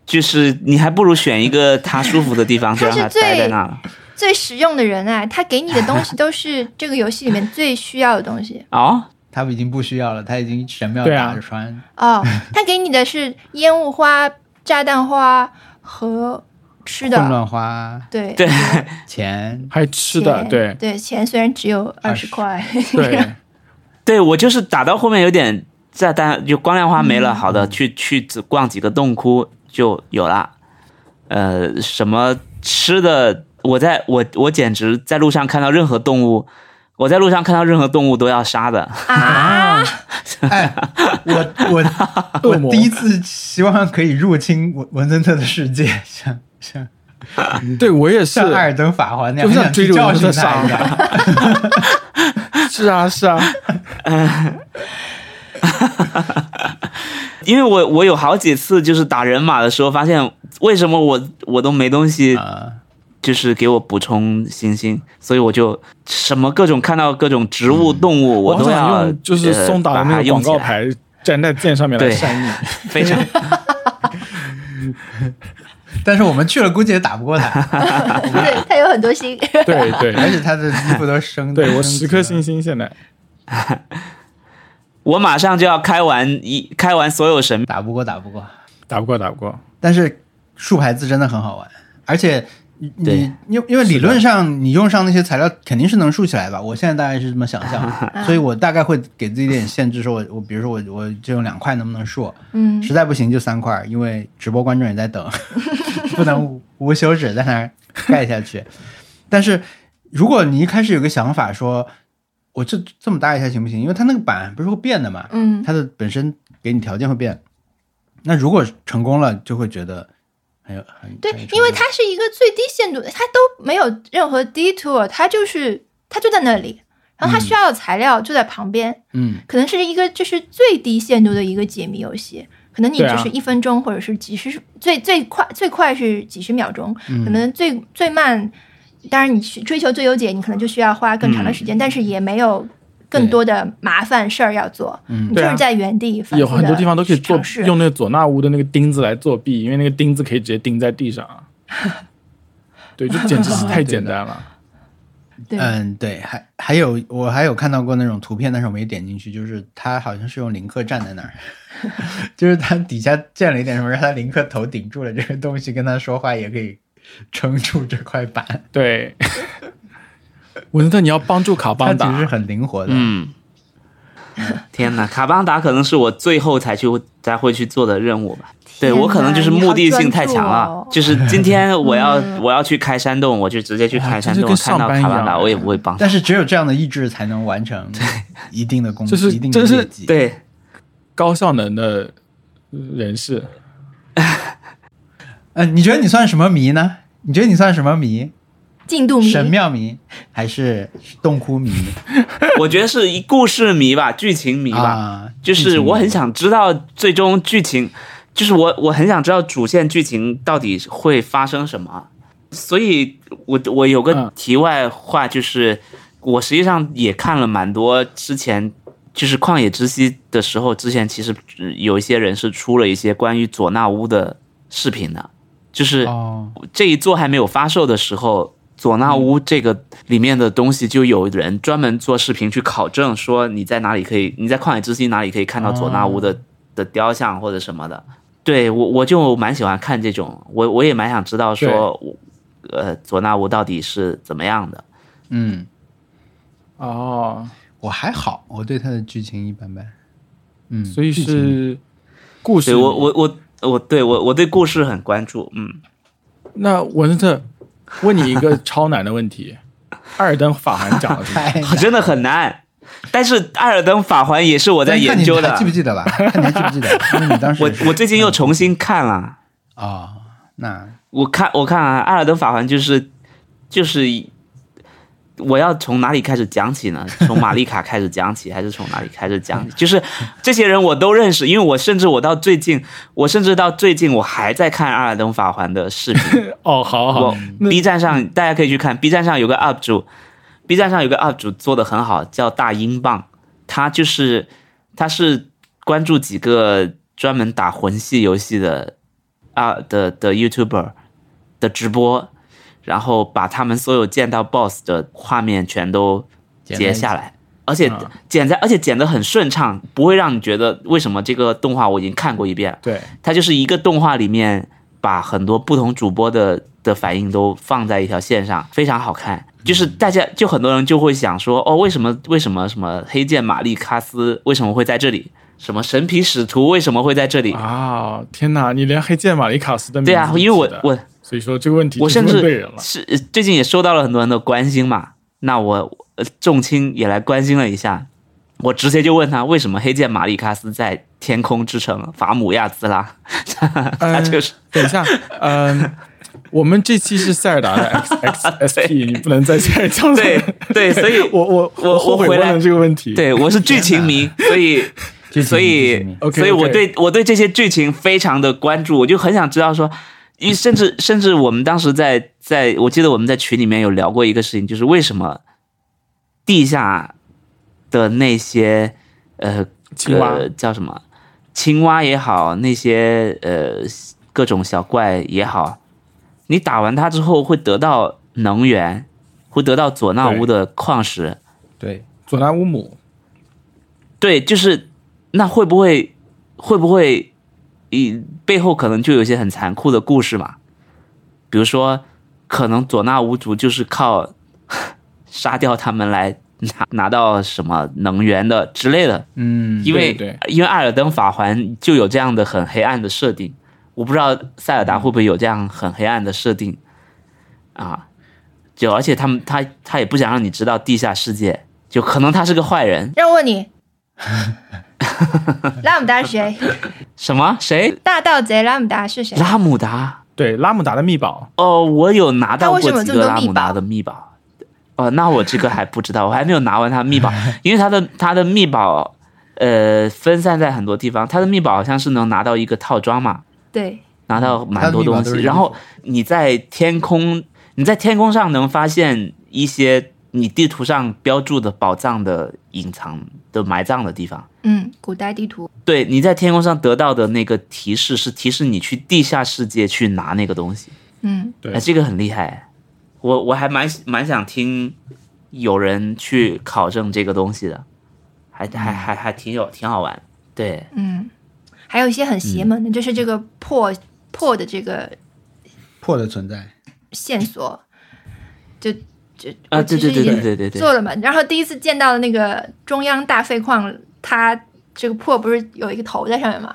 C: 就是你还不如选一个他舒服的地方，就
A: 他
C: 让
A: 是
C: 他
A: 最
C: 待在那了。
A: 最实用的人啊，他给你的东西都是这个游戏里面最需要的东西。
C: <laughs> 哦，
E: 他已经不需要了，他已经神庙
B: 对啊
E: 打着穿，
A: 哦，他给你的是烟雾花、炸弹花和吃
E: 混
A: 的，
E: 乱花
A: 对
C: 对，
B: <laughs>
E: 钱，
B: 还吃的，
A: 钱
B: 对
A: 对，钱虽然只有二十块，
B: 对，
C: 对我就是打到后面有点炸弹，就光亮花没了，
B: 嗯
C: 好的，去去只逛几个洞窟就有了。呃，什么吃的，我在我我简直在路上看到任何动物，我在路上看到任何动物都要杀的。
A: <laughs>
C: <laughs>
A: 啊，
E: 哎，我我
B: 恶魔
E: <laughs> 我第一次希望可以入侵文文森特的世界， <laughs> 像像
B: 对我也是
E: 像，艾尔登法环那样，
B: 就像
E: 很想去
B: 追着
E: 教
B: 文森
E: 训
B: 特
E: 他一样。
B: 是啊是啊，
C: 因为我我有好几次就是打人马的时候，发现为什么我我都没东西，
B: 呃
E: 啊，
C: 就是给我补充星星，所以我就什么各种看到各种植物、动物，
B: 嗯我
C: 都
B: 想
C: 要
B: 用就是
C: 呃
B: 松达的
C: 把
B: 那
C: 它
B: 个
C: 用
B: 广
C: 起
B: 告
C: 来，
B: 牌粘在剑上面来
C: 对
B: 善意。
C: 非常
E: <laughs> 但是我们去了，估计也打不过他，
A: 对，他有很多心，
B: 对
E: 而
C: <laughs>
B: 对
E: 且他的衣服都生的。
B: <laughs> 对，我
E: 升级
B: 十颗
E: 了
B: 星星现在。
C: 我马上就要开完一开完所有神
E: 打不过，打不过。
B: 打不过，打不过。
E: 但是竖排字真的很好玩，而且你
C: 对
E: 你因为因为理论上你用上那些材料肯定是能竖起来吧？我现在大概是这么想象的，所以我大概会给自己一点限制，说我我比如说我我就用两块能不能竖？
A: 嗯，
E: 实在不行就三块，因为直播观众也在等， <laughs> 不能无无休止在那儿盖下去。 <laughs> 但是如果你一开始有个想法说，我这这么搭一下行不行？因为它那个板不是会变的嘛，
A: 嗯
E: 它的本身给你条件会变。那如果成功了，就会觉得很有很
A: 对
E: 很有，成
A: 因为
E: 就
A: 它是一个最低限度，它都没有任何 detour，它就是它就在那里，然后它需
B: 嗯
A: 要的材料就在旁边，
E: 嗯
A: 可能是一个就是最低限度的一个解谜游戏，可能你
B: 对啊
A: 只是一分钟，或者是几十，最最快最快是几十秒钟，
B: 嗯
A: 可能最最慢，当然你去追求最优解，你可能就需要花更长
B: 嗯
A: 的时间，但是也没有更多的麻烦事儿要做，
E: 嗯
A: 你就
B: 对啊
A: 是在原地反
B: 有
A: 复地
B: 很多地方都可以做
A: 尝试，
B: 用那个佐纳乌的那个钉子来作弊，因为那个钉子可以直接钉在地上
A: <laughs>
B: 啊。对，就简直是太简
A: <laughs>
B: 单了。
A: 对
B: 呃
E: 嗯对，还还有我还有看到过那种图片，但是我没点进去，就是他好像是用林克站在那儿。 <laughs> 就是他底下建了一点什么，让他林克头顶住了这个东西，跟他说话也可以撑住这块板，
B: 对，文森特，你要 <laughs> 帮助卡
E: 他
B: 邦
E: 其实是
B: 达。
E: 很灵活的。
C: 嗯， <laughs> 天哪，卡邦达可能是我最后才去才会去做的任务吧。对
A: 天哪
C: 我可能就是目的性太强
A: 你好专
C: 了，
A: 注哦嗯
C: 就是今天
A: <laughs>
C: 我要、我要去开山洞，我就直接去开山洞，
B: 哇哎这就跟
C: 看
B: 上
C: 到
B: 班一
C: 卡
B: 样哎
C: 邦达我也不会帮他。
E: 但是只有这样的意志才能
B: <laughs>
E: 完成一定的工作，
B: 这是
E: 一定的业绩。
C: 对，
B: 高效能的人士，
E: 嗯、你觉得你算什么迷呢？你觉得你算什么迷？
A: 进度迷
D: 神庙迷还是洞窟迷
C: 我觉得是一故事迷吧，剧情迷吧，
D: 啊？
C: 就是我很想知道最终剧情，就是我我很想知道主线剧情到底会发生什么。所以我我有个
B: 嗯
C: 题外话，就是我实际上也看了蛮多之前。就是《旷野之息》的时候，之前其实呃有一些人是出了一些关于佐纳乌的视频的，就是
D: 哦，
C: 这一座还没有发售的时候，佐纳乌这个里面的东西就有人专门做视频去考证，说你在哪里可以，你在旷野之心哪里可以看到佐纳乌的、
D: 哦
C: 的雕像或者什么的。对我我就蛮喜欢看这种，我我也蛮想知道说，呃，佐纳乌到底是怎么样的。
D: 嗯，
B: 哦，
D: 我还好，我对它的剧情一般般。嗯，
B: 所以
D: 剧情
B: 是故
C: 对
B: 事。
C: 我我我我对我我对故事很关注，嗯，
B: 那文森特问你一个超难的问题：《艾尔登法环》讲了什
C: <laughs>
B: 么？
D: 太
C: 真的很难。但是《艾尔登法环》也是我在
D: 但看
C: 研
D: 哎你
C: 究
D: 还
C: 的
D: 记，不记得了？看你还记不记得？因为你当时
C: 我我最近又重新看了。
D: 嗯哦，那
C: 我看我看啊，《艾尔登法环》就是就是一，我要从哪里开始讲起
D: <laughs>
C: 呢？从玛丽卡开始讲起，还是从哪里开始讲起？就是这些人我都认识，因为我甚至我到最近，我甚至到最近我还在看《艾尔登法环》的视频。
B: 哦，好好
C: 我
B: 好，那
C: B 站上大家可以去看，B 站上有个 UP 主，B 站上有个 UP 主做的很好，叫大英镑，他就是他是关注几个专门打魂系游戏的啊的的 YouTuber 的直播，然后把他们所有见到 BOSS 的画面全都截下来。而且
B: 嗯
C: 剪在，而且剪得很顺畅，不会让你觉得为什么这个动画我已经看过一遍了。
B: 对，
C: 它就是一个动画里面把很多不同主播的的反应都放在一条线上，非常好看。就是大家就很多人就会想说，哦，为什么为什么什么黑剑玛丽卡斯为什么会在这里？什么神皮使徒为什么会在这里？
B: 啊，天哪，你连黑剑马里卡斯的名字
C: 对啊，
B: 都
C: 因为我
B: 记得
C: 我
B: 所以说这个问题
C: 我
B: 就是
C: 甚
B: 问对人
C: 至
B: 了。
C: 是最近也收到了很多人的关心嘛，那我呃重青也来关心了一下，我直接就问他为什么黑剑玛丽卡斯在天空之城法姆亚兹拉， <laughs>
B: 哎
C: 他就是
B: 等一下，嗯、我们这期是塞尔达的 X X S
C: <laughs>
B: P，你不能再这样讲了。
C: 对对，所以
B: 我我
C: 我我
B: 后悔
C: 回
B: 问
C: 来
B: 了这个问题。，
C: 对，我是剧情
B: <laughs>
C: 迷，所以
D: 剧情迷
C: 所
D: 剧情
C: 以
D: 迷
B: OK，
C: 所以我
B: OK
C: 对我对这些剧情非常的关注，我就很想知道说，因为甚至甚至我们当时在在我记得我们在群里面有聊过一个事情，就是为什么地下的那些呃
B: 青蛙
C: 呃叫什么青蛙也好，那些呃各种小怪也好，你打完它之后会得到能源，会得到佐纳乌
B: 对
C: 的矿石。
D: 对
B: 佐纳乌姆，
C: 对，就是那会不会会不会，以背后可能就有一些很残酷的故事嘛？比如说，可能佐纳无族就是靠 <laughs> 杀掉他们来拿拿到什么能源的之类的，
D: 嗯，
C: 因为
B: 对
C: 因为艾尔登法环就有这样的很黑暗的设定，我不知道塞尔
B: 嗯
C: 达会不会有这样很黑暗的设定啊？就而且他们他他也不想让你知道地下世界，就可能他是个坏人，
A: 让我问你， <laughs> 拉姆达是谁？
C: 什么谁？
A: 大盗贼拉姆达是谁？
C: 拉姆达？
B: 对拉姆达的密宝，
C: 哦，我有拿到过
A: 他为
C: 几
A: 什么有这么
C: 个
A: 多
C: 拉姆达的密宝。哦，那我这个还不
A: <laughs>
C: 知道，我还没有拿完他的密宝，因为他的他的密宝，呃，分散在很多地方。他的密宝好像是能拿到一个套装嘛，
A: 对，
C: 拿到蛮多东
D: 它的密码都是
C: 西。
D: 一个
C: 然后你在天空，你在天空上能发现一些你地图上标注的宝藏的隐藏的埋葬的地方。
A: 嗯，古代地图，
C: 对，你在天空上得到的那个提示是提示你去地下世界去拿那个东西。
A: 嗯，
B: 对
C: 哎，这个很厉害，我我还蛮蛮想听有人去考证这个东西的，还还还还挺有挺好玩。对，
A: 嗯，还有一些很邪门
C: 嗯
A: 的，就是这个破破的这个
D: 破的存在，
A: 线索，就就
C: 啊，
A: 我其
C: 对对
A: 实
C: 对
A: 也
C: 对对对对，
A: 做了嘛。然后第一次见到的那个中央大废矿，它这个破不是有一个头在上面嘛？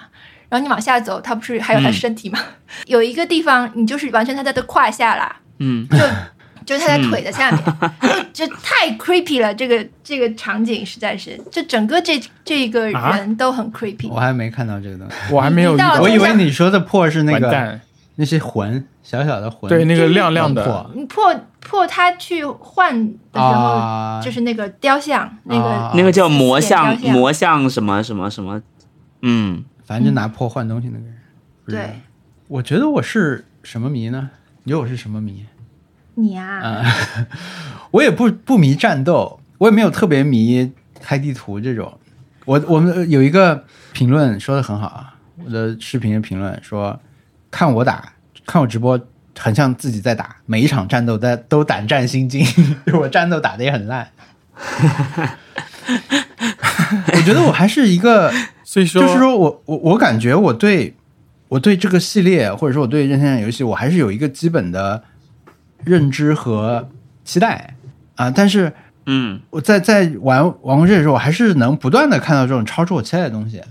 A: 然后你往下走，它不是还有它
C: 嗯
A: 身体嘛？有一个地方你就是完全它的胯下啦，
C: 嗯，
E: <laughs>
A: 就是他在腿
E: 嗯
A: 的下面，就这太 creepy 了。这个这个场景实在是，就整个这这个
B: 啊
A: 人都很 creepy。
D: 我还没看到这个东西，
B: 我还没有遇
A: 你到
B: 到
A: 了
D: 我以为
A: 像
D: 你说的破是那
B: 完
D: 个
B: 蛋，
E: 那些魂，小小的魂，
B: 对那个亮亮的
E: 能破
A: 你破破他去换的时候，
E: 啊，
A: 就是那个雕像，那
E: 啊
A: 个
C: 那个叫魔像，
A: 雕像
C: 魔像什么什么什么，嗯，
E: 反正就拿破换东西那个人。不知道
A: 对，
E: 我觉得我是什么迷呢？你觉得我是什么迷？
A: 你啊，
E: 啊，我也不不迷战斗，我也没有特别迷开地图这种。我我们呃有一个评论说的很好啊，我的视频的评论说，看我打，看我直播，很像自己在打，每一场战斗在都胆战心惊， <laughs> 就我战斗打的也很烂。 <laughs> 我觉得我还是一个
B: 所以说，
E: 就是说我我我感觉我对我对这个系列，或者说我对任天堂游戏，我还是有一个基本的认知和期待啊、但是
C: 嗯，
E: 我在在玩玩过这的时候，我还是能不断的看到这种超出我期待的东西。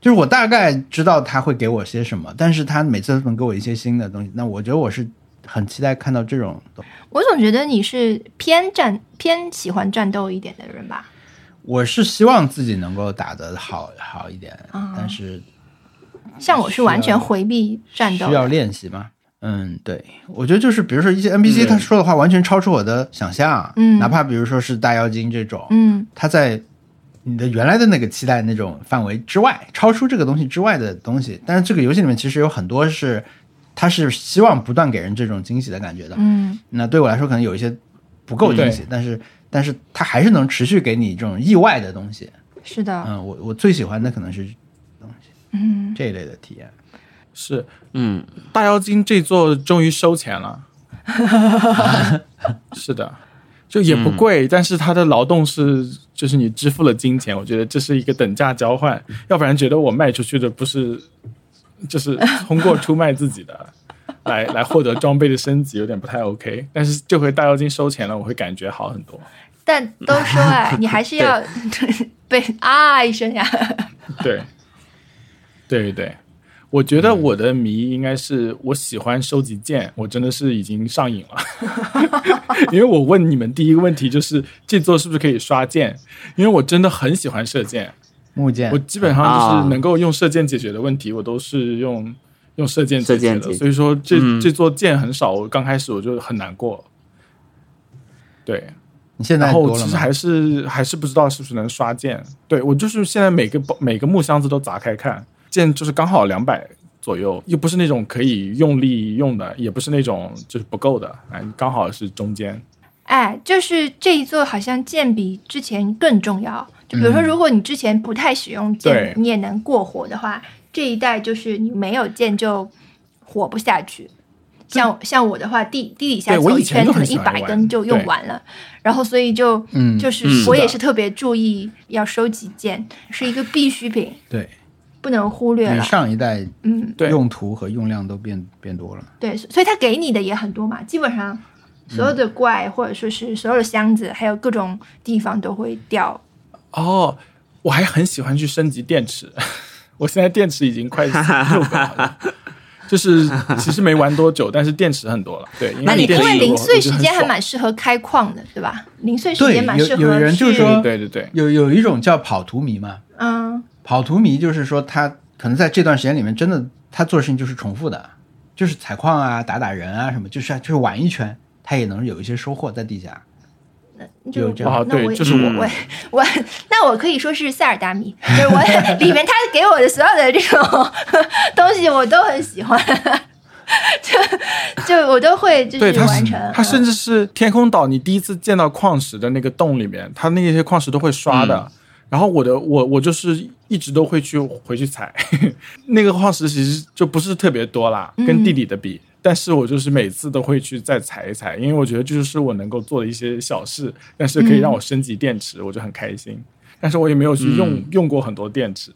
E: 就是我大概知道他会给我些什么，但是他每次都能给我一些新的东西。那我觉得我是很期待看到这种东西。
A: 我总觉得你是偏战偏喜欢战斗一点的人吧？
E: 我是希望自己能够打得好好一点，
A: 啊
E: 但是
A: 像我是完全回避战斗
E: 需，要练习吗？嗯，对，我觉得就是比如说一些 NPC
B: 嗯
E: 他说的话完全超出我的想象，啊
A: 嗯
E: 哪怕比如说是大妖精这种，
A: 嗯
E: 他在你的原来的那个期待那种范围之外，超出这个东西之外的东西，但是这个游戏里面其实有很多是，它是希望不断给人这种惊喜的感觉的。
A: 嗯
E: 那对我来说可能有一些不够惊喜，
B: 嗯
E: 但是但是它还是能持续给你这种意外的东西。
A: 是的，
E: 嗯，我我最喜欢的可能是
A: 嗯，
E: 这一类的体验。
B: 是
C: 嗯，
B: 大妖精这座终于收钱了，是的，就也不贵，但是他的劳动是就是你支付了金钱，我觉得这是一个等价交换，要不然觉得我卖出去的不是就是通过出卖自己的来来获得装备的升级，有点不太 OK。但是这回大妖精收钱了，我会感觉好很多。
A: 但都说
E: <laughs>
A: 哎，你还是要 <laughs> 被啊一声呀，
B: <laughs> 对，对对对，我觉
C: 嗯
B: 得我的迷应该是我喜欢收集剑，我真的是已经上瘾了。 <laughs> 因为我问你们第一个问题就是这座是不是可以刷剑？因为我真的很喜欢射箭，
E: 木剑，
B: 我基本上
C: 啊
B: 就是能够用射箭解决的问题，我都是用用射箭解
C: 射箭
B: 决
C: 解
B: 的。
C: 决
B: 所以说这、
C: 嗯
B: 这座剑很少，我刚开始我就很难过。对，
E: 你现在
B: 然
E: 多
B: 后
E: 了
B: 其实
E: 吗？
B: 还是还是不知道是不是能刷剑。对我就是现在每个包每个木箱子都砸开看，剑就是刚好两百左右，又不是那种可以用力用的，也不是那种就是不够的，哎，刚好是中间。
A: 哎，就是这一座好像剑比之前更重要。就比如说，
E: 嗯
A: 如果你之前不太使用
B: 对
A: 剑，你也能过活的话，这一代就是你没有剑就活不下去。像像我的话，地地底下
B: 对我
A: 走
B: 以
A: 一
B: 前
A: 圈，
B: 就
A: 可
B: 很
A: 能一
B: 喜欢
A: 百
B: 玩
A: 根就用
B: 对
A: 完了，然后所以就
E: 嗯
A: 就是
C: 嗯
A: 我
B: 是
A: 也
B: 的
A: 是特别注意要收集剑，是一个必需品，
E: 对，
A: 不能忽略
E: 比
A: 了。
E: 上一代
A: 嗯，
B: 对
E: 用途和用量都变变多了。
A: 对，所以它给你的也很多嘛，基本上所有的
E: 嗯
A: 怪或者说是所有的箱子，还有各种地方都会掉
B: 哦，我还很喜欢去升级电池，我现在电池已经快六个了。就是其实没玩多久，但是电池很多了。对，因
C: 那
B: 为
C: 你
B: 电
A: 因
B: 池
C: 可
A: 为
C: 以
B: 多
A: 零碎时间还。
B: 我就很爽
A: 蛮适合开矿的，对吧？零碎时
E: 对
A: 间蛮
E: 有
A: 适合
E: 有人就
A: 去
E: 说
B: 对对对，
E: 有有一种叫跑图迷嘛，
A: 嗯，
E: 跑图迷就是说他可能在这段时间里面，真的他做的事情就是重复的，就是采矿啊、打打人啊什么，就是就是玩一圈，他也能有一些收获在地下。
A: 就
E: 有这样
B: 啊
A: 那
B: 对
A: 我也
B: 就是
C: 我
E: 嗯
A: 我也我 <laughs> 那我可以说是塞尔达迷，就是我也里面他给我的所有的这种 <laughs> 东西我都很喜欢， <laughs> 就就我都会就
B: 对，
A: 是
B: 它
A: 完
B: 是
A: 成。嗯
B: 它甚至是天空岛，你第一次见到矿石的那个洞里面，它那些矿石都会刷的。然后我的我我就是一直都会去回去采， <laughs> 那个矿石其实就不是特别多啦，跟
A: 嗯
B: 地里的比。但是我就是每次都会去再采一采，因为我觉得这就是我能够做的一些小事，但是可
A: 嗯
B: 以让我升级电池，我就很开心。但是我也没有去用、
C: 嗯
B: 用过很多电池，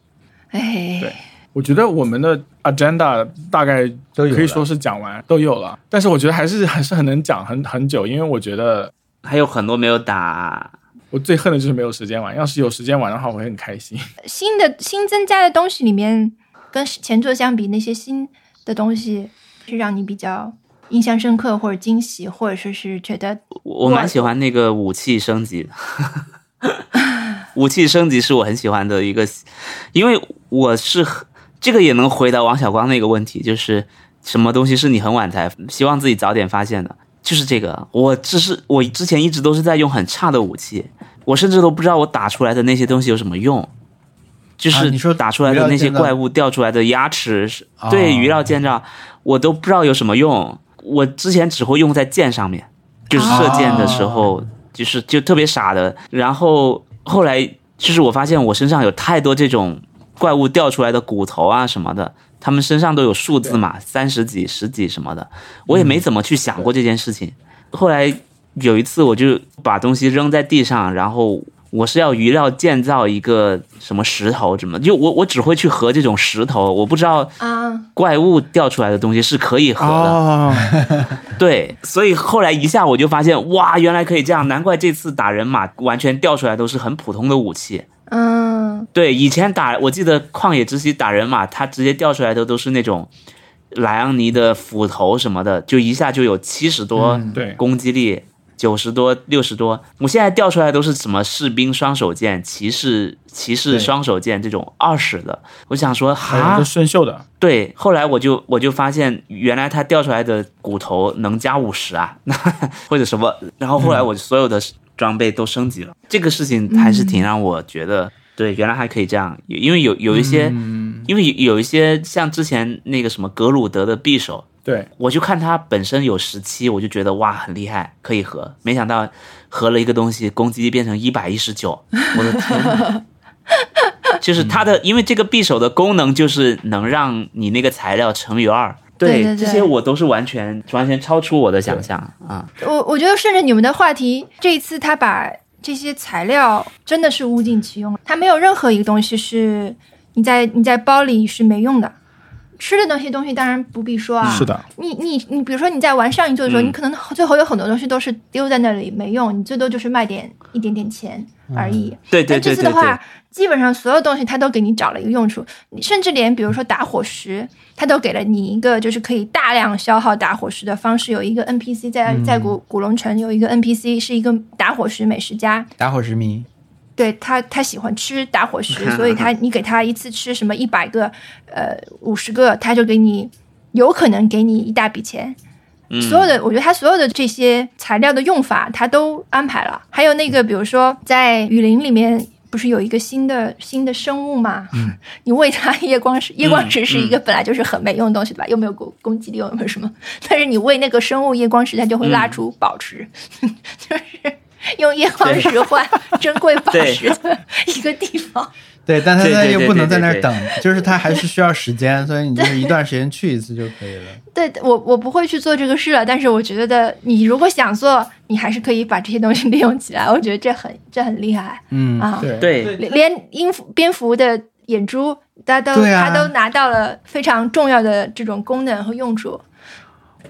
A: 哎，
B: 对我觉得我们的 agenda 大概
E: 都有了
B: 可以说是讲完都有了，但是我觉得还是 <laughs> 还是很能讲很很久，因为我觉得
C: 还有很多没有打，
B: 我最恨的就是没有时间玩。要是有时间玩的话，我会很开心。
A: 新的新增加的东西里面，跟前作相比，那些新的东西是让你比较印象深刻或者惊喜，或者说是觉得
C: 我我
A: 哇
C: 蛮喜欢那个武器升级的，武器升级是我很喜欢的一个，因为我是很这个也能回答王小光那个问题，就是什么东西是你很晚才希望自己早点发现的，就是这个。我只是我之前一直都是在用很差的武器，我甚至都不知道我打出来的那些东西有什么用。就
E: 啊
C: 是
E: 你说
C: 打出来的那些怪物掉出来的牙齿，是
E: 哦
C: 对鱼料建造，我都不知道有什么用。我之前只会用在箭上面，就是射箭的时候，就是就特别傻的。然后后来就是我发现我身上有太多这种怪物掉出来的骨头啊什么的，他们身上都有数字嘛，三十几、十几什么的，我也没怎么去想过这件事情。后来有一次，我就把东西扔在地上，然后我是要鱼料建造一个什么石头什么，就我我只会去合这种石头，我不知道
A: 啊，
C: 怪物掉出来的东西是可以合的。
B: 哦，
C: 对，所以后来一下我就发现，哇，原来可以这样，难怪这次打人马完全掉出来都是很普通的武器。
A: 嗯，
C: 对，以前打我记得旷野之息打人马，它直接掉出来的都是那种莱昂尼的斧头什么的，就一下就有七十多
B: <laughs> 对
C: 攻击力，九十、多、六十多。我现在掉出来都是什么士兵双手剑、骑士骑士
E: 对
C: 双手剑这种二十的。我想说，
B: 还有一
E: 啊
C: 哈
B: 个，生锈的，
C: 对，后来我就我就发现，原来它掉出来的骨头能加五十啊， <laughs> 或者什么。然后后来我所有的装备都升级了，这个事情还是挺让我觉得，对，原来还可以这样。有因为有有一些，因为有有一些像之前那个什么格鲁德的匕首，
B: 对，
C: 我就看它本身有十七，我就觉得哇很厉害，可以合。没想到合了一个东西，攻击力变成一百一十九，我的天 <laughs> 哪！就是它的，因为这个匕首的功能就是能让你那个材料乘以二。
A: 对对对
C: 这些我都是完全完全超出我的想象啊！
A: 我我觉得顺着你们的话题，这一次他把这些材料真的是物尽其用了，他没有任何一个东西是你在你在包里是没用的。吃的东西东西当然不必说啊，
B: 是的，
A: 你你你，比如说你在玩上一座的时候，
C: 嗯
A: 你可能最后有很多东西都是丢在那里没用，你最多就是卖点一点点钱而已。
C: 嗯对对
A: 但这
C: 对
A: 次
C: 对
A: 的
C: 对
A: 话，，基本上所有东西它都给你找了一个用处，你甚至连比如说打火石，它都给了你一个就是可以大量消耗打火石的方式。有一个 NPC 在
C: 嗯
A: 在古古龙城有一个 NPC 是一个打火石美食家，
F: 打火石迷，
A: 对他，他喜欢吃打火石，所以他你给他一次吃什么一百个，呃，五十个，他就给你，有可能给你一大笔钱。所有的，我觉得他所有的这些材料的用法，他都安排了。还有那个，比如说在雨林里面，不是有一个新的新的生物嘛？ <laughs> 你喂它夜光石，夜光石是一个本来就是很没用的东西，对吧？又没有攻攻击力，又没有什么。但是你喂那个生物夜光石，它就会
E: 嗯
A: 拉出宝石， <laughs> 就是用夜光石
E: <laughs>
A: 换珍贵宝石的 <laughs> 一个地方。
E: 对，但他
C: 对
E: 那
C: 对
E: 又
C: 对
E: 不
C: 对
E: 能在那
C: 对
E: 儿
C: 对
E: 等，就是他还是需要
C: <laughs>
E: 时间，所以你就是一段时间去一次就可以了。
A: 对我，我不会去做这个事了。但是我觉得，你如果想做，你还是可以把这些东西利 <laughs> 用起来。我觉得这很这很厉害
E: 嗯，
A: 啊！
B: 对
C: 对
A: 连连音符蝙蝠的眼珠，它都、
E: 对啊
A: 它都拿到了非常重要的这种功能和用处。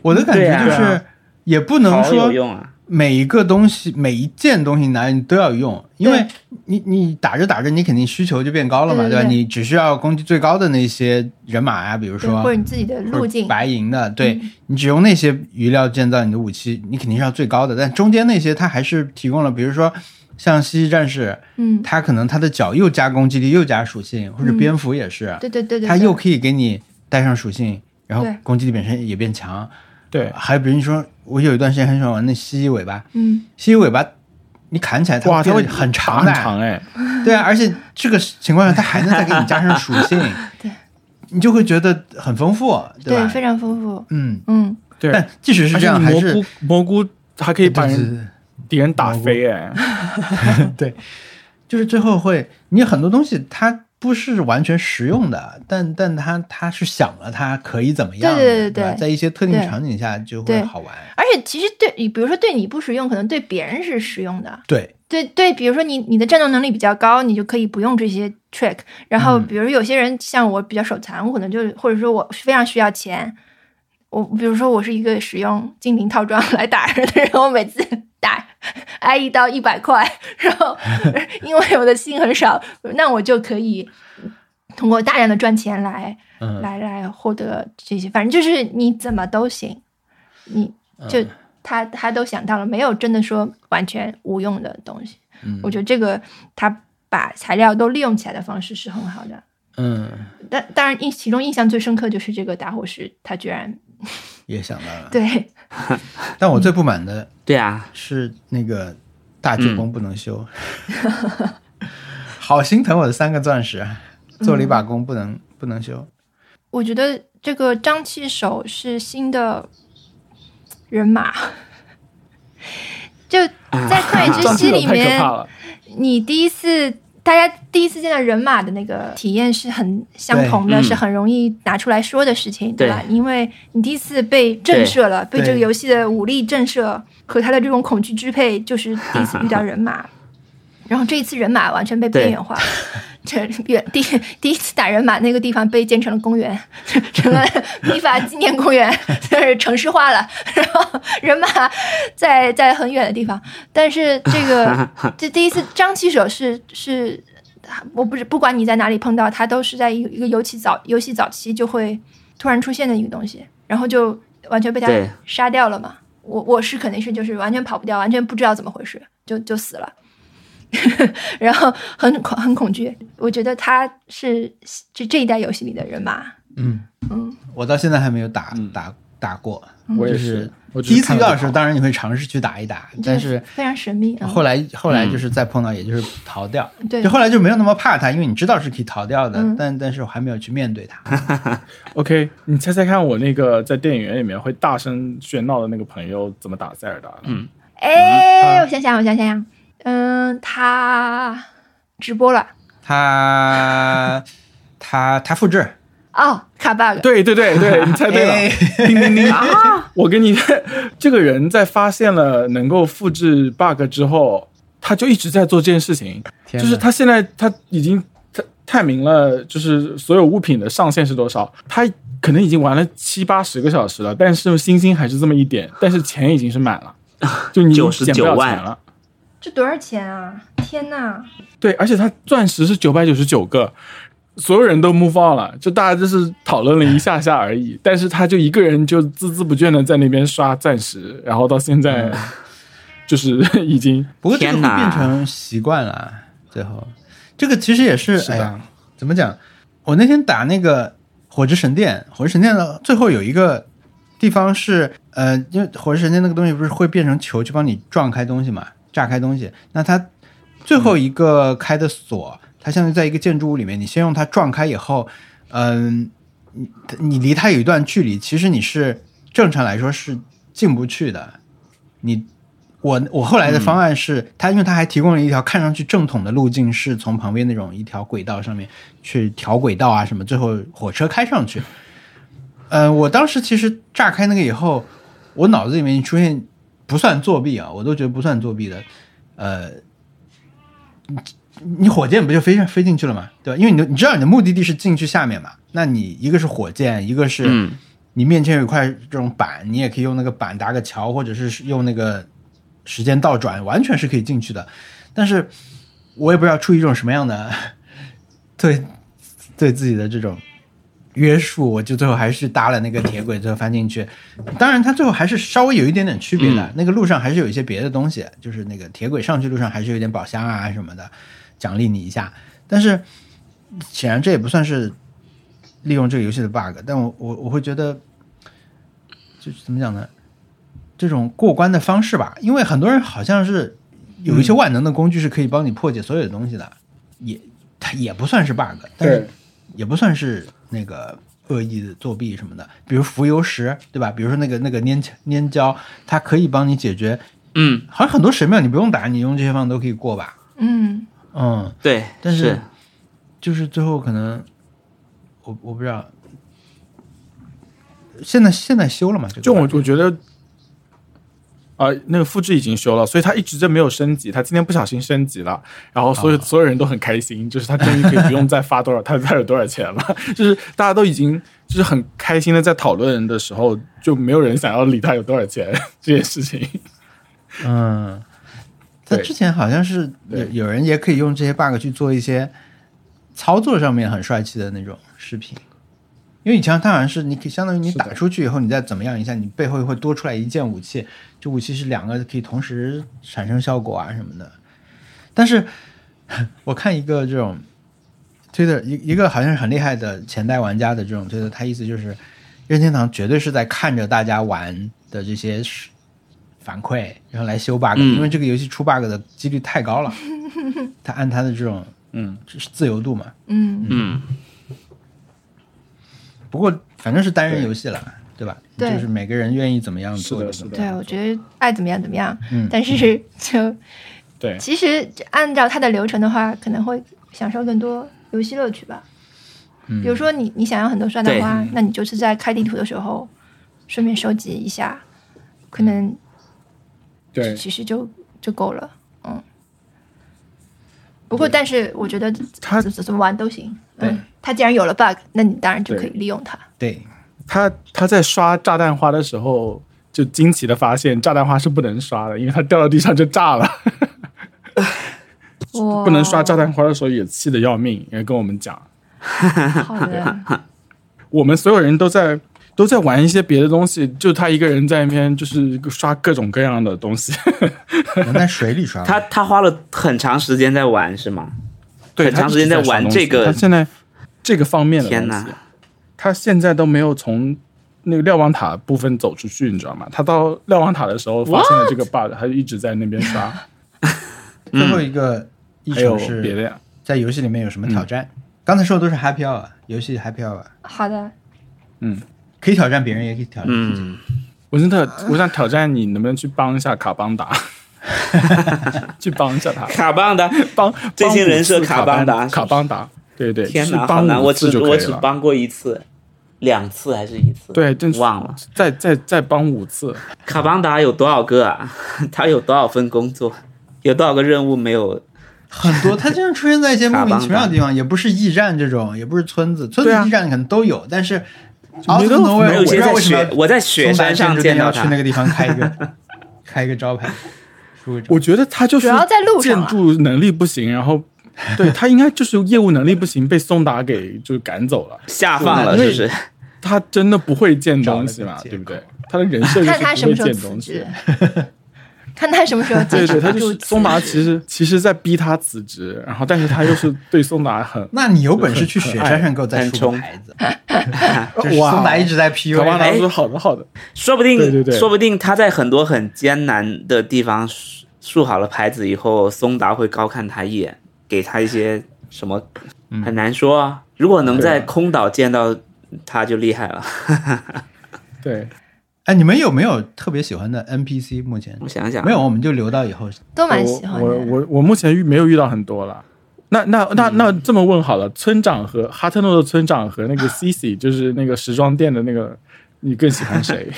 E: 我的感
C: 对
E: 觉
C: 啊
E: 就是也不能
C: 好
E: 说
C: 有用啊！
E: 每一个东西、每一件东西拿你都要用，因为你你打着打着，你肯定需求就变高了嘛，
A: 对对
E: 对吧？
A: 对
E: 你只需要攻击最高的那些人马啊，比如
A: 对
E: 说
A: 或者你自己的路
E: 或者
A: 径，
E: 白银的，对、
A: 嗯
E: 你只用那些余料建造你的武器，你肯定是要最高的。但中间那些它还是提供了，比如说像蜥蜴战士，
A: 嗯，
E: 它可能它的脚又加攻击力又加属性，或者蝙蝠也是，
A: 对嗯对对对，
E: 它
A: 对
E: 又可以给你带上属性，然后
A: 对
E: 攻击力本身也变强。
B: 对，
E: 还有比如你说，我有一段时间很喜欢玩那蜥蜴尾巴，
A: 嗯，，
E: 蜥蜴尾巴你砍起来它
B: 哇，它
E: 变
B: 会
E: 得很长
B: 长
E: 的，
B: 很长哎，
E: 对啊，而且这个情况下它还能再给你加上属
B: <laughs>
E: 性
A: 对，
E: 你就会觉得很丰富，
A: 对
E: 吧？
A: 非常丰富，
E: 嗯，
A: 嗯，
B: 对，
E: 但即使是
B: 而且
E: 这样，还
B: 蘑
E: 是
B: 菇蘑菇还可以把
E: 对对
B: 人
E: 对
B: 敌人打飞哎，
E: 对，就是最后会，你很多东西它不是完全实用的，但但它它是想了它可以怎么样的，
A: 对对对
E: 吧
A: 对
E: 在一些特定
A: 对
E: 场景下就会
A: 对
E: 好玩，
A: 而且其实对你，比如说对你不实用，可能对别人是实用的。
E: 对
A: 对对，比如说你你的战斗能力比较高，你就可以不用这些 trick。然后比如有些人像我比较手残，我可能就或者说我非常需要钱，我比如说我是一个使用精灵套装 <laughs> 来打人的人，我每次打挨一刀一百块，然后因为我的心很少，那我就可以通过大量的赚钱来
E: 嗯，
A: 来来获得这些，反正就是你怎么都行，你就、他他都想到了，没有真的说完全无用的东西。我觉得这个他把材料都利用起来的方式是很好的。
B: 嗯，
A: 但当然印其中印象最深刻就是这个打火石，它居然
E: 也想到了。
A: 对
E: 但我最不满的
C: 对啊，
E: 是那个大飓风不能修， <laughs> 好心疼我的三个钻石啊！做了一把工不能、不能修，
A: 我觉得这个张气手是新的人马， <laughs> 就
B: 哎
A: 在《
B: <laughs>
A: 旷野之
B: 撞
A: 息
B: 击》了
A: 里
B: 太可
A: 面，
B: 怕了。
A: 你第一次大家第一次见到人马的那个体验是很相同的，
C: 对嗯
A: 是很容易拿出来说的事情，对吧？因为你第一次被震慑了，被
E: 对
A: 这个游戏的武力震慑和他的这种恐惧支配，就是第一次遇到人马。然后这一次人马完全被边缘化，这原第第一次打人马那个地方被建成了公园， <laughs> 成了立法纪念公园， <laughs> 就是城市化了。然后人马在在很远的地方，但是这个这第一次张旗手是是，我不是不管你在哪里碰到他，都是在一个一个尤其早游戏早期就会突然出现的一个东西，然后就完全被他
C: 对
A: 杀掉了嘛。我我是肯定是就是完全跑不掉，完全不知道怎么回事，就就死了。 <laughs> 然后很恐很恐惧，我觉得他是这这一代游戏里的人马，
E: 我到现在还没有打、打打过。
B: 我也
E: 就是
B: 我只
E: 第一次遇到的时
B: 看
E: 候，
B: 了
E: 当然你会尝试去打一打，
A: 就
E: 但是
A: 非常神秘。嗯、嗯
E: 后来后来就是再碰到，也就是逃掉。
A: 对
E: 就后来就没有那么怕它，因为你知道是可以逃掉的，
A: 嗯
E: 但但是我还没有去面对它。
B: OK，你猜猜看，我那个在电影院里面会大声喧闹的那个朋友怎么打塞尔达？嗯，
A: 哎，
E: 嗯
A: 我想想，我想想，嗯，他直播了
E: 它它它复制，
A: 哦，卡 bug，
B: 对对对
E: <laughs>
B: 对， <laughs> 你猜对了。
E: 哎
B: 叮叮叮！我跟你，这个人在发现了能够复制 bug 之后，他就一直在做这件事情。就
E: 天哪
B: 是他现在他已经他探明了，就是所有物品的上限是多少。他可能已经玩了七八十个小时了，但是星星还是这么一点，但是钱已经是满了，就你已经捡不了
C: 99万
B: 钱了。
A: 这多少钱啊？天呐，
B: 对，而且他钻石是九百九十九个，所有人都 move on 了，就大家就是讨论了一下下而已。但是他就一个人就孜孜不倦的在那边刷钻石，然后到现在就是 <laughs> 已经
E: 不过这个
C: 天
E: 会
C: 哪
E: 变成习惯了。最后，这个其实也是，
B: 是的
E: 哎呀，怎么讲？我那天打那个火之神殿，火之神殿的最后有一个地方是，呃，因为火之神殿那个东西不是会变成球去帮你撞开东西嘛，炸开东西。那它最后一个开的锁，它相当于在一个建筑物里面，你先用它撞开以后，嗯、你你离它有一段距离，其实你是正常来说是进不去的。你我我后来的方案是，它因为它还提供了一条看上去正统的路径，是从旁边那种一条轨道上面去调轨道啊什么，最后火车开上去。呃，我当时其实炸开那个以后，我脑子里面出现不算作弊啊，我都觉得不算作弊的。呃，你你火箭不就飞上飞进去了嘛，对吧？因为你的你知道你的目的地是进去下面嘛，那你一个是火箭，一个是、
C: 嗯
E: 你面前有一块这种板，你也可以用那个板搭个桥，或者是用那个时间倒转，完全是可以进去的。但是我也不知道出于一种什么样的对对自己的这种约束，我就最后还是搭了那个铁轨，最后翻进去。当然，它最后还是稍微有一点点区别的，那个路上还是有一些别的东西，就是那个铁轨上去路上还是有点宝箱啊什么的，奖励你一下。但是显然这也不算是利用这个游戏的 bug，但我我我会觉得，就是怎么讲呢？这种过关的方式吧，因为很多人好像是有一些万能的工具是可以帮你破解所有的东西的，也它也不算是 bug，但是
B: 对
E: 也不算是那个恶意的作弊什么的。比如浮游石，对吧？比如说那个那个粘胶粘胶，它可以帮你解决，
C: 嗯，
E: 好像很多神庙你不用打，你用这些方法都可以过吧？
A: 嗯，
E: 嗯，
C: 对，
E: 但是
C: 是
E: 就是最后可能，我我不知道，现在现在修了嘛？这个
B: 就我我觉得。啊、那个复制已经修了，所以他一直就没有升级。他今天不小心升级了，然后所有、所有人都很开心，就是他终于可以不用再发多少， <laughs> 他他有多少钱了，就是大家都已经就是很开心的在讨论的时候，就没有人想要理他有多少钱这件事情。
E: 嗯，他
B: 对
E: 之前好像是有
B: 对
E: 有人也可以用这些 bug 去做一些操作上面很帅气的那种视频，因为以前它好像是你可以相当于你
B: 是的
E: 打出去以后，你再怎么样一下，你背后会多出来一件武器，这武器是两个可以同时产生效果啊什么的。但是我看一个这种推特一一个好像是很厉害的前代玩家的这种推特，他意思就是任天堂绝对是在看着大家玩的这些是反馈，然后来修 bug，、
C: 嗯
E: 因为这个游戏出 bug 的几率太高了。他按他的这种
B: 嗯，
E: 自由度嘛，
A: 嗯，
C: 嗯，
E: 不过反正是单人游戏了，对吧？
A: 对
E: 就是每个人愿意怎么样
B: 是
E: 做
B: 的
E: 就怎
B: 嗯
E: 么
B: 是
A: 对，
E: 样
A: 我觉得爱怎么样怎么样，
E: 嗯
A: 但是就
B: 对，
A: 其实按照它的流程的话，可能会享受更多游戏乐趣吧。比如说你你想要很多酸奶花，那你就是在开地图的时候顺便收集一下，可能
B: 对，
A: 其实就就够了。嗯。不过，但是我觉得
B: 它
A: 怎怎么玩都行。嗯，它既然有了 bug，那你当然就可以利用它。
E: 对，
B: 他他在刷炸弹花的时候，就惊奇的发现炸弹花是不能刷的，因为它掉到地上就炸了。
A: 哇哦
B: 不能刷炸弹花的时候也气得要命，也跟我们讲，
A: 好的，
B: 我们所有人都在都在玩一些别的东西，就他一个人在那边就是刷各种各样的
C: <laughs>
B: 东西。
E: 能在水里刷吗。
C: 他他花了很长时间在玩是吗？
B: 对，
C: 很长时间
B: 在
C: 在玩这个
B: 他现在这个方面的
C: 天
B: 东
C: 哪
B: 西，他现在都没有从那个瞭望塔部分走出去，你知道吗？他到瞭望塔的时候发现了这个 bug，他就一直在那边
C: <laughs>
B: 刷。
E: 最后一个议
B: 还有
E: 程是
B: 别的呀？
E: 在游戏里面有什么挑战？刚才说的都是 happy hour，游戏 happy hour
A: 好的。
E: 可以挑战别人，也可以挑战自己。
C: 嗯，
B: 我真的，我想挑战你，能不能去帮一下卡邦达？ <laughs> 去帮一下他，
C: 卡邦达，
B: 帮
C: 这些人设
B: 帮五次
C: 卡
B: 卡
C: 邦达是
B: 班
C: 不
B: 卡
C: 是
B: 邦达，对对，
C: 天
B: 去
C: 哪，好
B: 帮
C: 难，
B: 五
C: 我
B: 次
C: 只
B: 就可
C: 我
B: 以
C: 只
B: 了。
C: 帮过一次，两次还是一次？
B: 对，真
C: 忘了。
B: 再再再帮五次，
C: 卡邦达有多少个啊？他有多少份工作？有多少个任务没有？
E: 很多，它经常出现在一些莫名其妙的地方，也不是驿站这种，也不是村子，村
B: 对啊
E: 子驿站可能都有，但是
B: 就没
E: out
B: 得
E: of nowhere，
B: 没
C: 还有
B: 有
C: 一
E: 我不
C: 些
E: 知
C: 在
E: 道为什么
C: 雪，我在雪
E: 松达
C: 山上
E: 建筑
C: 见
E: 店
C: 到
E: 要去
C: 他
E: 那。个地方开一
C: <laughs>
E: 个开一个招牌，出个招
B: 我觉得他就是
A: 主要在路上啊
B: 建
A: 了
B: 筑能力不行，然后对他应该就是业务能力不行，被松达给就是赶走了。
C: 下放了，是不是？
B: 他真的不会建东西嘛
E: 找了，个
B: 对
E: 借口
B: 不对？他的人设就
A: 看他
B: 是
A: 什
B: 不会
A: 么时候
B: 建
A: 辞
B: 东西
A: 职。， <laughs> 看他什么时候坚
B: 对
A: 持
B: 对，
A: 不 <laughs>
B: 他就
A: 住
B: 是松达，其
A: 实
B: 实其实在逼他辞职，然后但是他又是对松达
E: <laughs>
B: 很
E: 那你有本事去雪山上给我再
C: 很
E: 竖
C: 冲
E: 个牌子，啊就是松达一直在 PU，
B: 卡巴达
C: 哎
B: 说好的好的，
C: 说不定，
B: 对对对
C: 说不定他在很多很艰难的地方竖竖好了牌子以后，松达会高看他一眼，给他一些什么，很难说啊。如果能在
B: 嗯对啊
C: 空岛见到他，就厉害了。
B: 对，
E: 哎，你们有没有特别喜欢的 NPC？目前
C: 我想想，啊
E: 没有，我们就留到以后。
A: 都蛮
B: 我
A: 喜欢
B: 我
A: 的。
B: 我我目前遇没有遇到很多了。那那那那这么问好了，村长和哈特诺的村长和 <laughs> 那个 CC 就是那个时装店的那个，你更喜欢谁？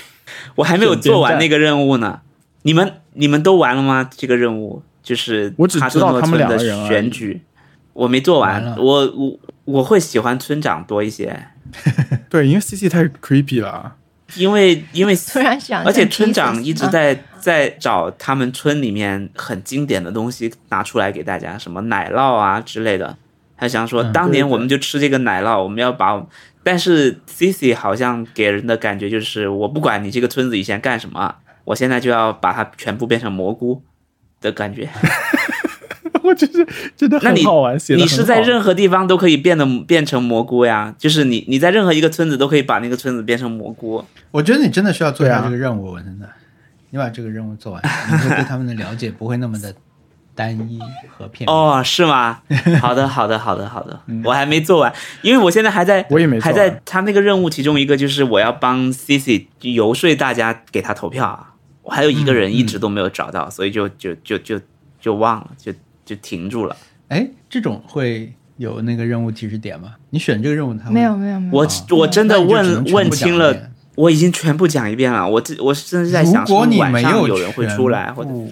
C: 我还没有做完
B: 选边站
C: 那个任务呢。你们你们都完了吗？这个任务就是
B: 我只知道他们两个人而已
C: 哈特诺村的选举，我没做完。
E: 完了
C: 我我我会喜欢村长多一些，
B: <laughs> 对，因为 CC 太 creepy 了，啊
C: 因为因为
A: 突然想，
C: 而且村长
A: 嗯
C: 一
A: 哦
C: 直在在找他们村里面很经典的东西拿出来给大家，什么奶酪啊之类的。他想说，
E: 嗯
C: 当年
B: 对对
C: 我们就吃这个奶酪，我们要把。但是 C C 好像给人的感觉就是，我不管你这个村子以前干什么，我现在就要把它全部变成蘑菇的感觉。
B: <laughs> 我就是真的
C: 那
B: 很
C: 你
B: 好玩，写的
C: 你是在任何地方都可以变得变成蘑菇呀，就是你你在任何一个村子都可以把那个村子变成蘑菇。
E: 我觉得你真的需要做一
B: 对
E: 下
B: 啊
E: 这个任务，我真的，你把这个任务做完，你会对他们的了解不会那么的单一和片面。
C: 哦，是
E: <laughs>
C: 吗？好的，好的，好的，好的，
E: 嗯
C: 我还没做完，因为我现在还在，
B: 我也没做
C: 还
B: 完
C: 在他那个任务其中一个就是我要帮 C C 游说大家给他投票啊，我还有一个人
E: 嗯
C: 一直都没有找到，所以就就就就就忘了，就就停住了。
E: 哎，这种会有那个任务提示点吗？你选这个任务，它会
A: 没有没有没有，
C: 我我真的
E: 嗯那你就只
C: 问问
E: 能全部讲
C: 清
E: 一
C: 了
E: 遍。
C: 我已经全部讲一遍了，我这我甚至在
E: 如
C: 想，
E: 果你
C: 晚
E: 没
C: 上
E: 有
C: 人会出来，或者
E: 全部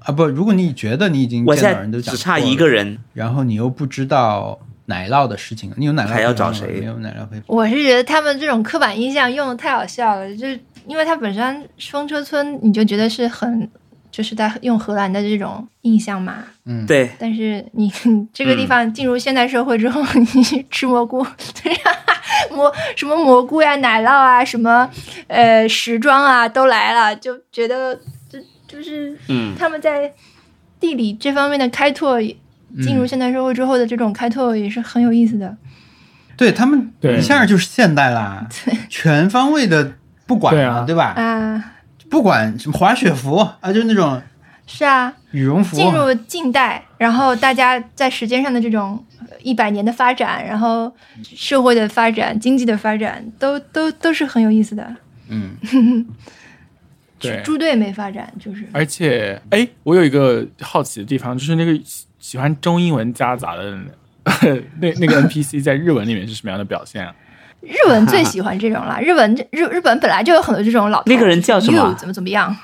E: 啊不，如果你觉得你已经
C: 我
E: 见
C: 现
E: 到人
C: 在
E: 都
C: 只
E: 讲
C: 差
E: 过了
C: 一个，人，
E: 然后你又不知道奶酪的事情，你有奶酪
C: 还要
E: 配方
C: 找
E: 吗
C: 谁
E: 没有奶酪配方。
A: 我是觉得他们这种刻板印象用的太好笑了，就是因为它本身风车村，你就觉得是很就是在用荷兰的这种印象嘛。
E: 嗯，，
C: 对，
A: 但是你 <laughs> 这个地方进入现代社会之后， <laughs> 你去吃蘑菇，啊蘑什么蘑菇呀、奶酪啊、什么呃时装啊都来了，就觉得就就是
C: 嗯，
A: 他们在地理这方面的开拓进入现代社会之后的这种开拓也是很有意思的。
E: 对他们
B: 对
E: 一下就是现
C: <laughs>
E: 代啦，全方位的不管
B: 对
E: 了，
B: 啊
E: 对吧？
A: 啊，
E: 不管什么滑雪服啊，就是那种
A: 是啊，
E: 羽绒服，
A: 进入近代，然后大家在时间上的这种一百年的发展，然后社会的发展、经济的发展，都都都是很有意思的。
E: 嗯，
B: 对，
A: 猪队没发展，就是
B: 而且，哎，我有一个好奇的地方，就是那个喜喜欢中英文夹杂的 <laughs> 人那那个 <laughs> NPC 在日文里面是什么样的表现啊？
A: 日文最喜欢这种啦。日文日日本本来就有很多这种老头
C: 那个人叫什么
A: you 怎么怎么样？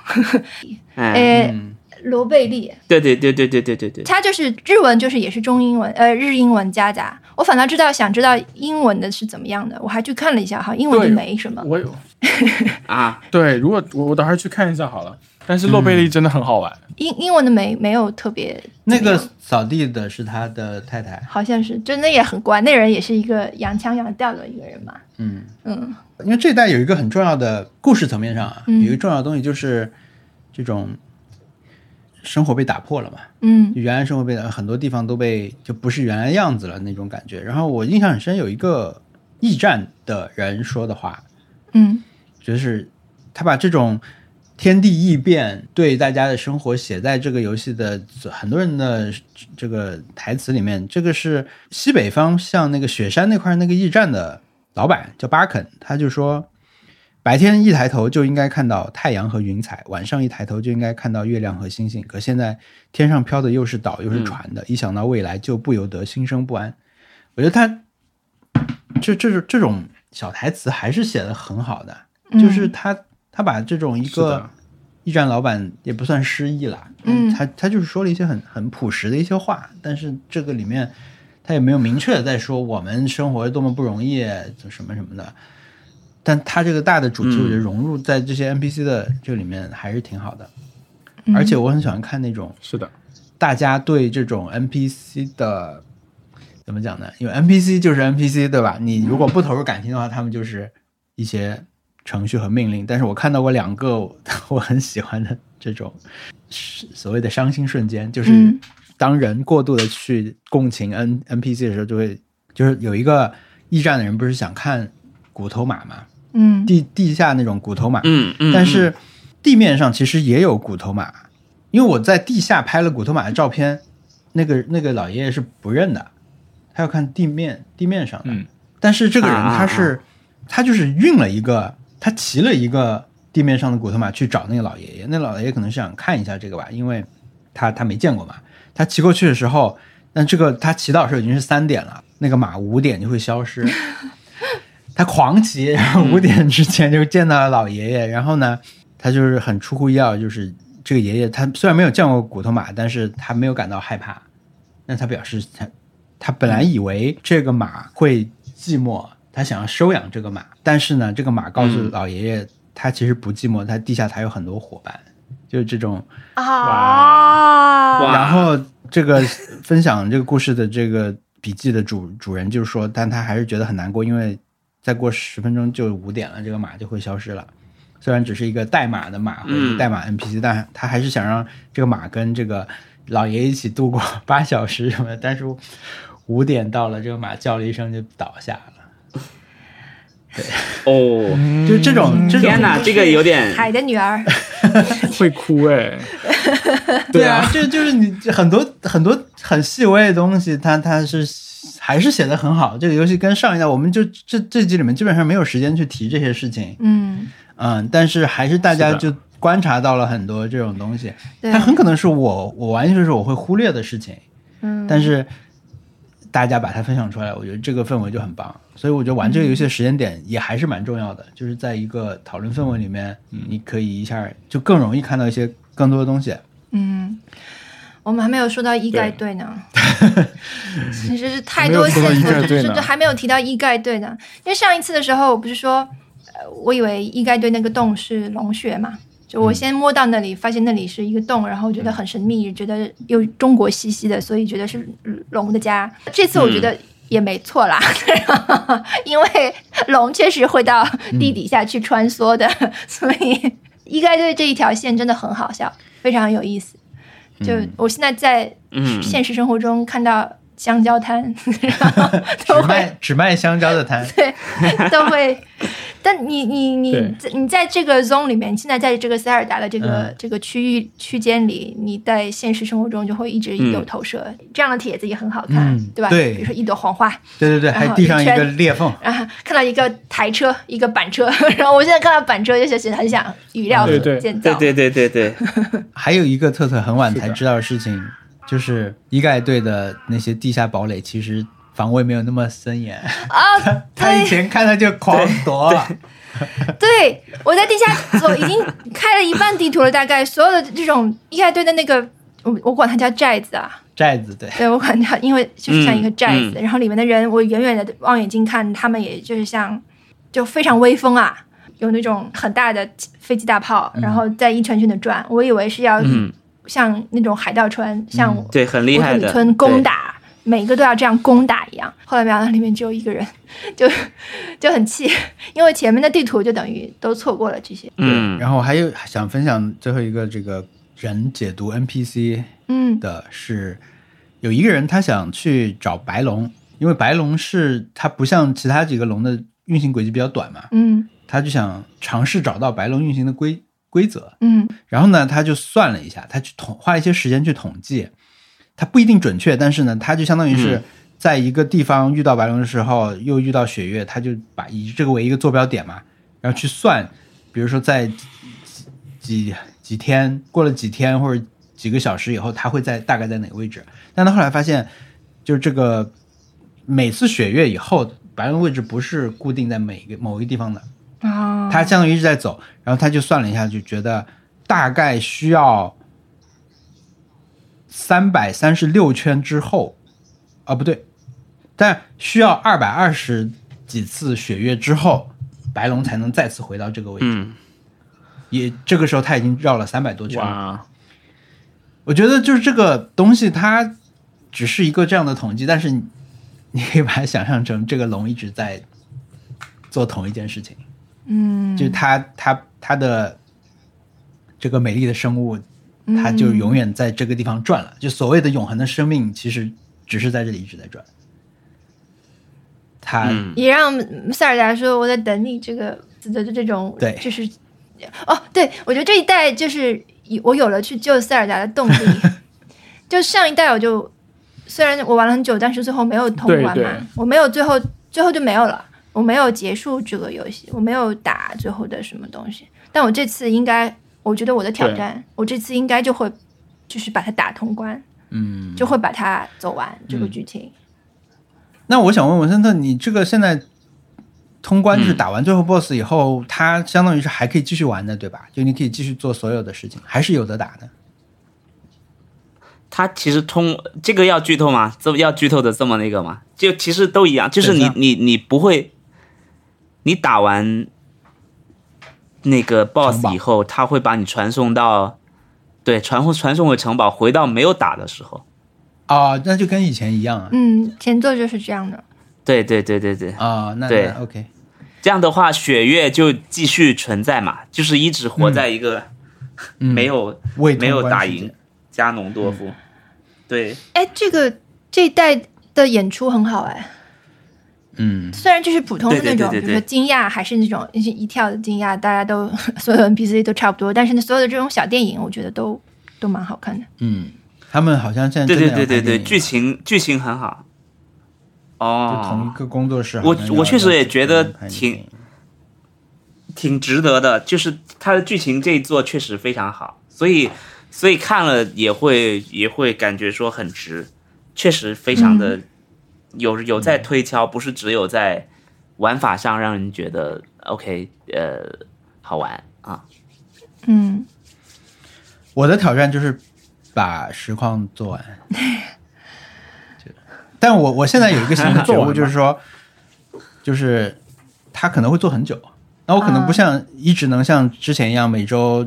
C: 哎，
A: 诶、
E: 嗯
A: 罗贝利，
C: 对对对对对对对对，
A: 它就是日文，就是也是中英文，呃，日英文夹杂。我反倒知道想知道英文的是怎么样的，我还去看了一下哈，英文就
B: 对
A: 没什么。
B: 我有
C: 啊，
B: 对，如果我我等会儿去看一下好了。但是洛贝利真的很好玩，
A: 英英文的没没有特别
E: 那
A: 怎么
E: 个
A: 样
E: 扫地的是他的太太，
A: 好像是，就那也很乖，那人也是一个洋腔洋调的一个人嘛。
E: 嗯，
A: 嗯，
E: 因为这一代有一个很重要的故事层面上啊，
A: 嗯
E: 有一个重要的东西就是这种生活被打破了嘛，
A: 嗯
E: 原来生活被打很多地方都被就不是原来样子了那种感觉。然后我印象很深，有一个驿站的人说的话，
A: 嗯
E: 就是他把这种天地异变对大家的生活写在这个游戏的很多人的这个台词里面。这个是西北方像那个雪山那块那个驿站的老板叫巴肯，他就说。白天一抬头就应该看到太阳和云彩，晚上一抬头就应该看到月亮和星星。可现在天上飘的又是岛又是船的，一想到未来就不由得心生不安。我觉得他这这这种小台词还是写的很好的，
A: 嗯
E: 就是他他把这种一
B: 是
E: 个
B: 的
E: 驿站老板也不算失忆啦，
A: 嗯
E: 他他就是说了一些很很朴实的一些话，但是这个里面他也没有明确的在说我们生活多么不容易，就什么什么的。但他这个大的主题，
C: 嗯
E: 我觉得融入在这些 NPC 的这个里面还是挺好的，
A: 嗯
E: 而且我很喜欢看那种
B: 是的，
E: 大家对这种 NPC 的怎么讲呢？因为 NPC 就是 NPC，对吧？你如果不投入感情的话，他们就是一些程序和命令。但是我看到过两个我 <laughs> 我很喜欢的这种是所谓的伤心瞬间，就是
A: 嗯
E: 当人过度的去共情 N NPC 的时候，就会就是有一个驿站的人不是想看骨头马嘛，
A: 嗯
E: 地地下那种骨头马，
C: 嗯嗯，
E: 但是地面上其实也有骨头马，因为我在地下拍了骨头马的照片，那个那个老爷爷是不认的，他要看地面地面上的。
B: 嗯
E: 但是这个人
C: 啊啊啊
E: 他是、他就是运了一个，他骑了一个地面上的骨头马去找那个老爷爷，那老爷爷可能是想看一下这个吧，因为他他没见过嘛。他骑过去的时候，但这个他骑到的时候已经是三点了，那个马五点就会消失。他狂骑，然后五点之前就见到了老爷爷，然后呢，他就是很出乎意料，就是这个爷爷他虽然没有见过骨头马，但是他没有感到害怕。那他表示他他本来以为这个马会寂寞，他想要收养这个马，但是呢，这个马告诉
C: 嗯
E: 老爷爷，他其实不寂寞，他地下他有很多伙伴，就是这种
A: 啊，
C: 嗯哇
E: 然后这个分享这个故事的这个笔记的主主人就是说，但他还是觉得很难过，因为再过十分钟就五点了，这个马就会消失了。虽然只是一个代码的马或者
C: 嗯
E: 是代码 NPC，、但他还是想让这个马跟这个老爷一起度过 <laughs> 八小时什么的。但是五点到了，这个马叫了一声就倒下了。
C: 哦，
E: 就这种这种
A: <laughs>
C: 天哪，这个有点
A: 海的女儿，
B: <laughs> 会哭
E: <laughs>
B: 哎，
E: 对啊，这就是你这很多很多很细微的东西，它它是还是写的很好。这个游戏跟上一代，我们就这这集里面基本上没有时间去提这些事情，
A: 嗯，
E: 嗯，但是还是大家
B: 是
E: 就观察到了很多这种东西。
A: 对
E: 它，很可能是我我完全是我会忽略的事情，
A: 嗯，
E: 但是大家把它分享出来，我觉得这个氛围就很棒。所以我觉得玩这个游戏的时间点也还是蛮重要的，就是在一个讨论氛围里面，你可以一下就更容易看到一些更多的东西。
A: 嗯，我们还没有说到一盖队呢，真是太多线索，
B: 还没有说到一
A: 就
B: 盖
A: 是
B: 队呢
A: 就是还没有提到一盖队呢。因为上一次的时候，我不是说，呃，我以为一盖队那个洞是龙穴嘛，就我先摸到那里，发现那里是一个洞，然后觉得很神秘，觉得又中国兮兮的，所以觉得是龙的家。这次我觉得也没错啦， <laughs> 因为龙确实会到地
E: 嗯
A: 底下去穿梭的，所以一盖队这一条线真的很好笑，非常有意思。就我现在在
C: 嗯
A: 现实生活中看到香蕉摊， <laughs> 然
E: <laughs>
A: 后
E: 只
A: 都会
E: 卖只卖香蕉的摊，
A: 都会，但你你你
B: 对
A: 在你在这个 zone 里面，你现在在这个塞尔达的这个、
E: 嗯
A: 这个区域区间里，你在现实生活中就会一直
C: 嗯
A: 有投射，这样的帖子也很好看，
E: 嗯
A: 对吧？
E: 对
A: 比如说一朵黄花
E: 对对对，
A: 然
E: 还
A: 后
E: 地上
A: 一
E: 一
A: 圈
E: 个裂缝，
A: 啊，看到一个台车，一个板车， <laughs> 然后我现在看到板车就觉得很想语料
B: 对对
A: 建造，
C: 对对对对对，
E: 还有一个特特很晚才知道的事情，就是医盖队的那些地下堡垒其实防卫没有那么森严， <laughs>
A: 啊，
E: 他以前看他就狂夺了，
A: 对，我在地下走已经开了一半地图了，大概所有的这种一开队的那个，我我管它叫寨子啊，
E: <laughs> 寨子对，
A: 对我管它，因为就是像一个寨子，
C: 嗯
A: 然后里面的人，我远远的望远镜看，他们也就是像就非常威风啊，有那种很大的飞机大炮，然后在一圈圈的转，我以为是要
C: <laughs> 嗯，
A: 像那种海盗船，像
E: 嗯
C: 对，很厉
A: 乌
C: 害
A: 特里
C: 的。
A: 村攻打，每个都要这样攻打一样。后来没想到里面只有一个人，就 <laughs> 就很气，因为前面的地图就等于都错过了这些。
C: 对，嗯，
E: 然后还有想分享最后一个这个人解读 NPC
A: 嗯
E: 的是，有一个人他想去找白龙，因为白龙是它不像其他几个龙的运行轨迹比较短嘛，
A: 嗯
E: 他就想尝试找到白龙运行的规规则，
A: 嗯
E: 然后呢，他就算了一下，他去统花了一些时间去统计，他不一定准确，但是呢，他就相当于是
C: 嗯
E: 在一个地方遇到白龙的时候，又遇到雪月，他就把以这个为一个坐标点嘛，然后去算，比如说在几几几天过了几天或者几个小时以后，他会在大概在哪个位置？但他后来发现，就是这个每次雪月以后，白龙位置不是固定在每一个某一个地方的，
A: 啊，
C: 嗯
E: 他相当于一直在走，然后他就算了一下，就觉得大概需要三百三十六圈之后，啊不对，但需要二百二十几次血月之后，白龙才能再次回到这个位置。
C: 嗯，
E: 也这个时候他已经绕了三百多圈了。
C: 哇，
E: 我觉得就是这个东西，它只是一个这样的统计，但是你你可以把它想象成这个龙一直在做同一件事情。
A: 嗯
E: 就它它它的这个美丽的生物，它就
A: 嗯
E: 永远在这个地方转了。就所谓的永恒的生命，其实只是在这里一直在转。它、
C: 嗯
A: 也让塞尔达说我在等你这个的这种，
E: 对
A: 就是哦，对我觉得这一代就是以我有了去救塞尔达的
E: <laughs>
A: 动力。就上一代我就虽然我玩了很久，但是最后没有通关嘛，
B: 对对
A: 我没有最后最后就没有了，我没有结束这个游戏，我没有打最后的什么东西。但我这次应该，我觉得我的挑战，我这次应该就会就是把它打通关，
E: 嗯，
A: 就会把它走完这个
E: 嗯
A: 剧情。
E: 那我想问文森特，你这个现在通关就是打完最后 BOSS 以后，它相当于是还可以继续玩的，对吧？就你可以继续做所有的事情，还是有的打的。
C: 他其实通这个要剧透吗？这么要剧透的这么那个吗？就其实都一样，就是
E: 等一
C: 你
E: 下
C: 你你不会，你打完那个 boss
E: 城堡
C: 以后，他会把你传送到，对，传传送回城堡，回到没有打的时候。
E: 哦，那就跟以前一样啊。
A: 嗯，前作就是这样的。
C: 对对对对对，
E: 哦，那
C: 对
E: 那 OK，
C: 这样的话，雪月就继续存在嘛，就是一直活在一个
E: 嗯
C: 没有、
E: 未
C: 没有
E: 通关
C: 打
E: 时间嗯
C: 赢加农多夫。对，
A: 哎，这个这一代的演出很好哎，
E: 嗯，
A: 虽然就是普通的那种，
C: 对对对对对
A: 比如说惊讶，还是那种一一跳的惊讶，大家都 <laughs> 所有 NPC 都差不多，但是呢，所有的这种小电影，我觉得都都蛮好看的。
E: 嗯，他们好像现在
C: 对
E: 真的
C: 对对
E: 要
C: 对
E: 拍电
C: 对，
E: 影
C: 剧情剧情很好。
E: 就同一
C: 哦，
E: 个工作室好
C: 我
E: 像要，
C: 我确实也
E: 要
C: 觉得
E: 拍
C: 挺
E: 电影
C: 挺值得的，就是它的剧情这一做确实非常好，所以所以看了也会也会感觉说很值，确实非常的
A: 嗯
C: 有有在推敲，不是只有在玩法上让人觉得 OK 呃好玩啊，
A: 嗯，
E: 我的挑战就是把实况做完。 <laughs> 就但我我现在有一个新的觉
B: 做完
E: 悟，
B: 吧
E: 就是说，就是他可能会做很久，那我可能不像、一直能像之前一样每周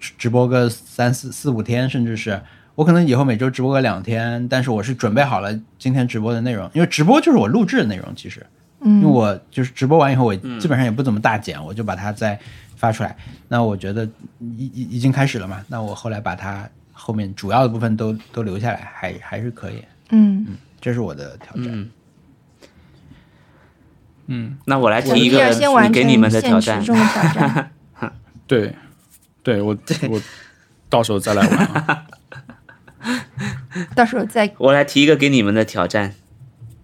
E: 直直播个三四四五天，甚至是我可能以后每周直播个两天，但是我是准备好了今天直播的内容，因为直播就是我录制的内容，其实，
A: 嗯
E: 因为我就是直播完以后，我
B: 嗯
E: 基本上也不怎么大剪，我就把它再发出来。那我觉得已已已经开始了嘛，那我后来把它后面主要的部分都都留下来，还还是可以。
A: 嗯，
E: 这是我的挑战。
C: 嗯，
B: 嗯，
C: 那我来提
A: 我们
C: 一
A: 一
C: 个
A: 人先完
C: 给你们
A: 成
C: 的挑
A: 现实中
C: 战。
A: 的挑
C: <laughs>
A: 战。
B: 对，对我我到时候再来玩
E: <laughs>
B: 啊。
A: 到时候再
C: 我来提一个给你们的挑战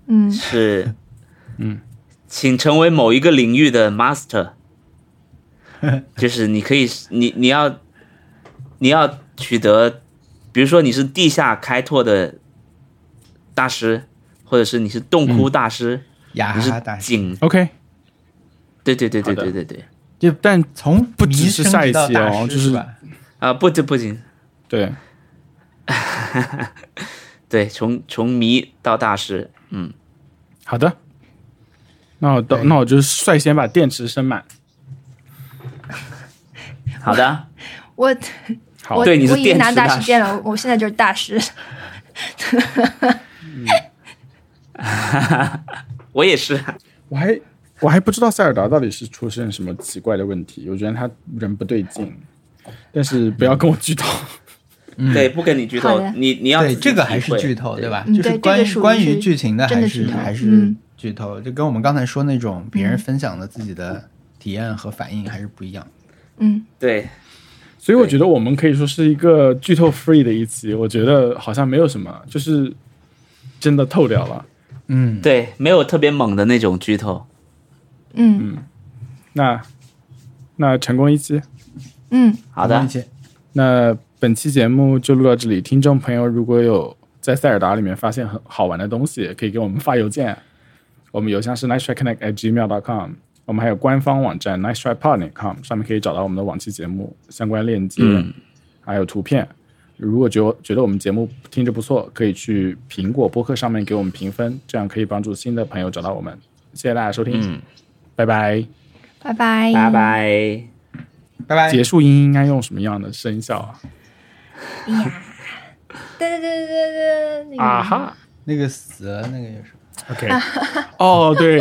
A: 嗯，
C: 是，
E: <laughs>
B: 嗯，
C: 请成为某一个领域的 master，就是你可以，你你要你要取得，比如说你是地下开拓的大师，或者是你是洞窟大师，
E: 呀
C: 你
E: 哈
C: 是
E: 哈嗯啊大师，
C: 井，
B: OK，
C: 对对对对
B: 好的
C: 对对对，
B: 就但
E: 从
B: 不只是下一
E: 迷生
B: 期
E: 级到大
B: 哦，
E: 师
B: 就是是
E: 吧
C: 啊不不不仅
B: 对，
C: 对从从迷到大师，嗯，
B: 好的。那我到
E: 对
B: 那我就率先把电池升满。
C: 好的，
A: 我
B: 好
A: 我，
C: 对你是
A: 我已经拿
C: 电池大
A: 大
C: 师
A: 师变了，我现在就是大师。
C: 我也是，
B: 我还我还不知道塞尔达到底是出现什么奇怪的问题，我觉得他人不对劲，但是不要跟我剧透。
C: 对不跟你剧
A: 好
C: 透
A: 的，
C: 你你要
E: 嗯
C: 自
E: 对
C: 己
E: 这个还
C: 体
E: 是
C: 会
E: 剧透，对
C: 对
E: 吧？
A: 嗯
E: 就是
A: 对
E: 关
A: 这个属于
E: 关于
A: 是
E: 剧情的
A: 真
E: 还
A: 的
E: 是
A: 剧透
E: 还是
A: 嗯
E: 剧透，就跟我们刚才说那种别人分享的自己的体验和反应还是不一样。
A: 嗯，
C: 对，
B: 所以我觉得我们可以说是一个剧透 free 的一期，我觉得好像没有什么，就是真的透掉了。
E: 嗯，
C: 对，没有特别猛的那种剧透。
A: 嗯
B: 那那成功一期，
A: 嗯，
C: 好的
E: 一，起
B: 那本期节目就录到这里。听众朋友如果有在塞尔达里面发现很好玩的东西，也可以给我们发邮件，我们邮箱是 nice try connect at gmail com。我们还有官方网站 nice try pod com，上面可以找到我们的往期节目相关链接，
C: 嗯
B: 还有图片。如果觉觉得我们节目听着不错，可以去苹果播客上面给我们评分，这样可以帮助新的朋友找到我们。谢谢大家收听，
C: 嗯，
B: 拜拜。
A: 拜拜，
C: 拜。拜。
E: 拜拜。
B: 结束音应该用什么样的声效啊？
A: 噔噔噔噔噔，那个
B: 啊哈
E: 那个死了那个也是。
B: ，OK，哦对。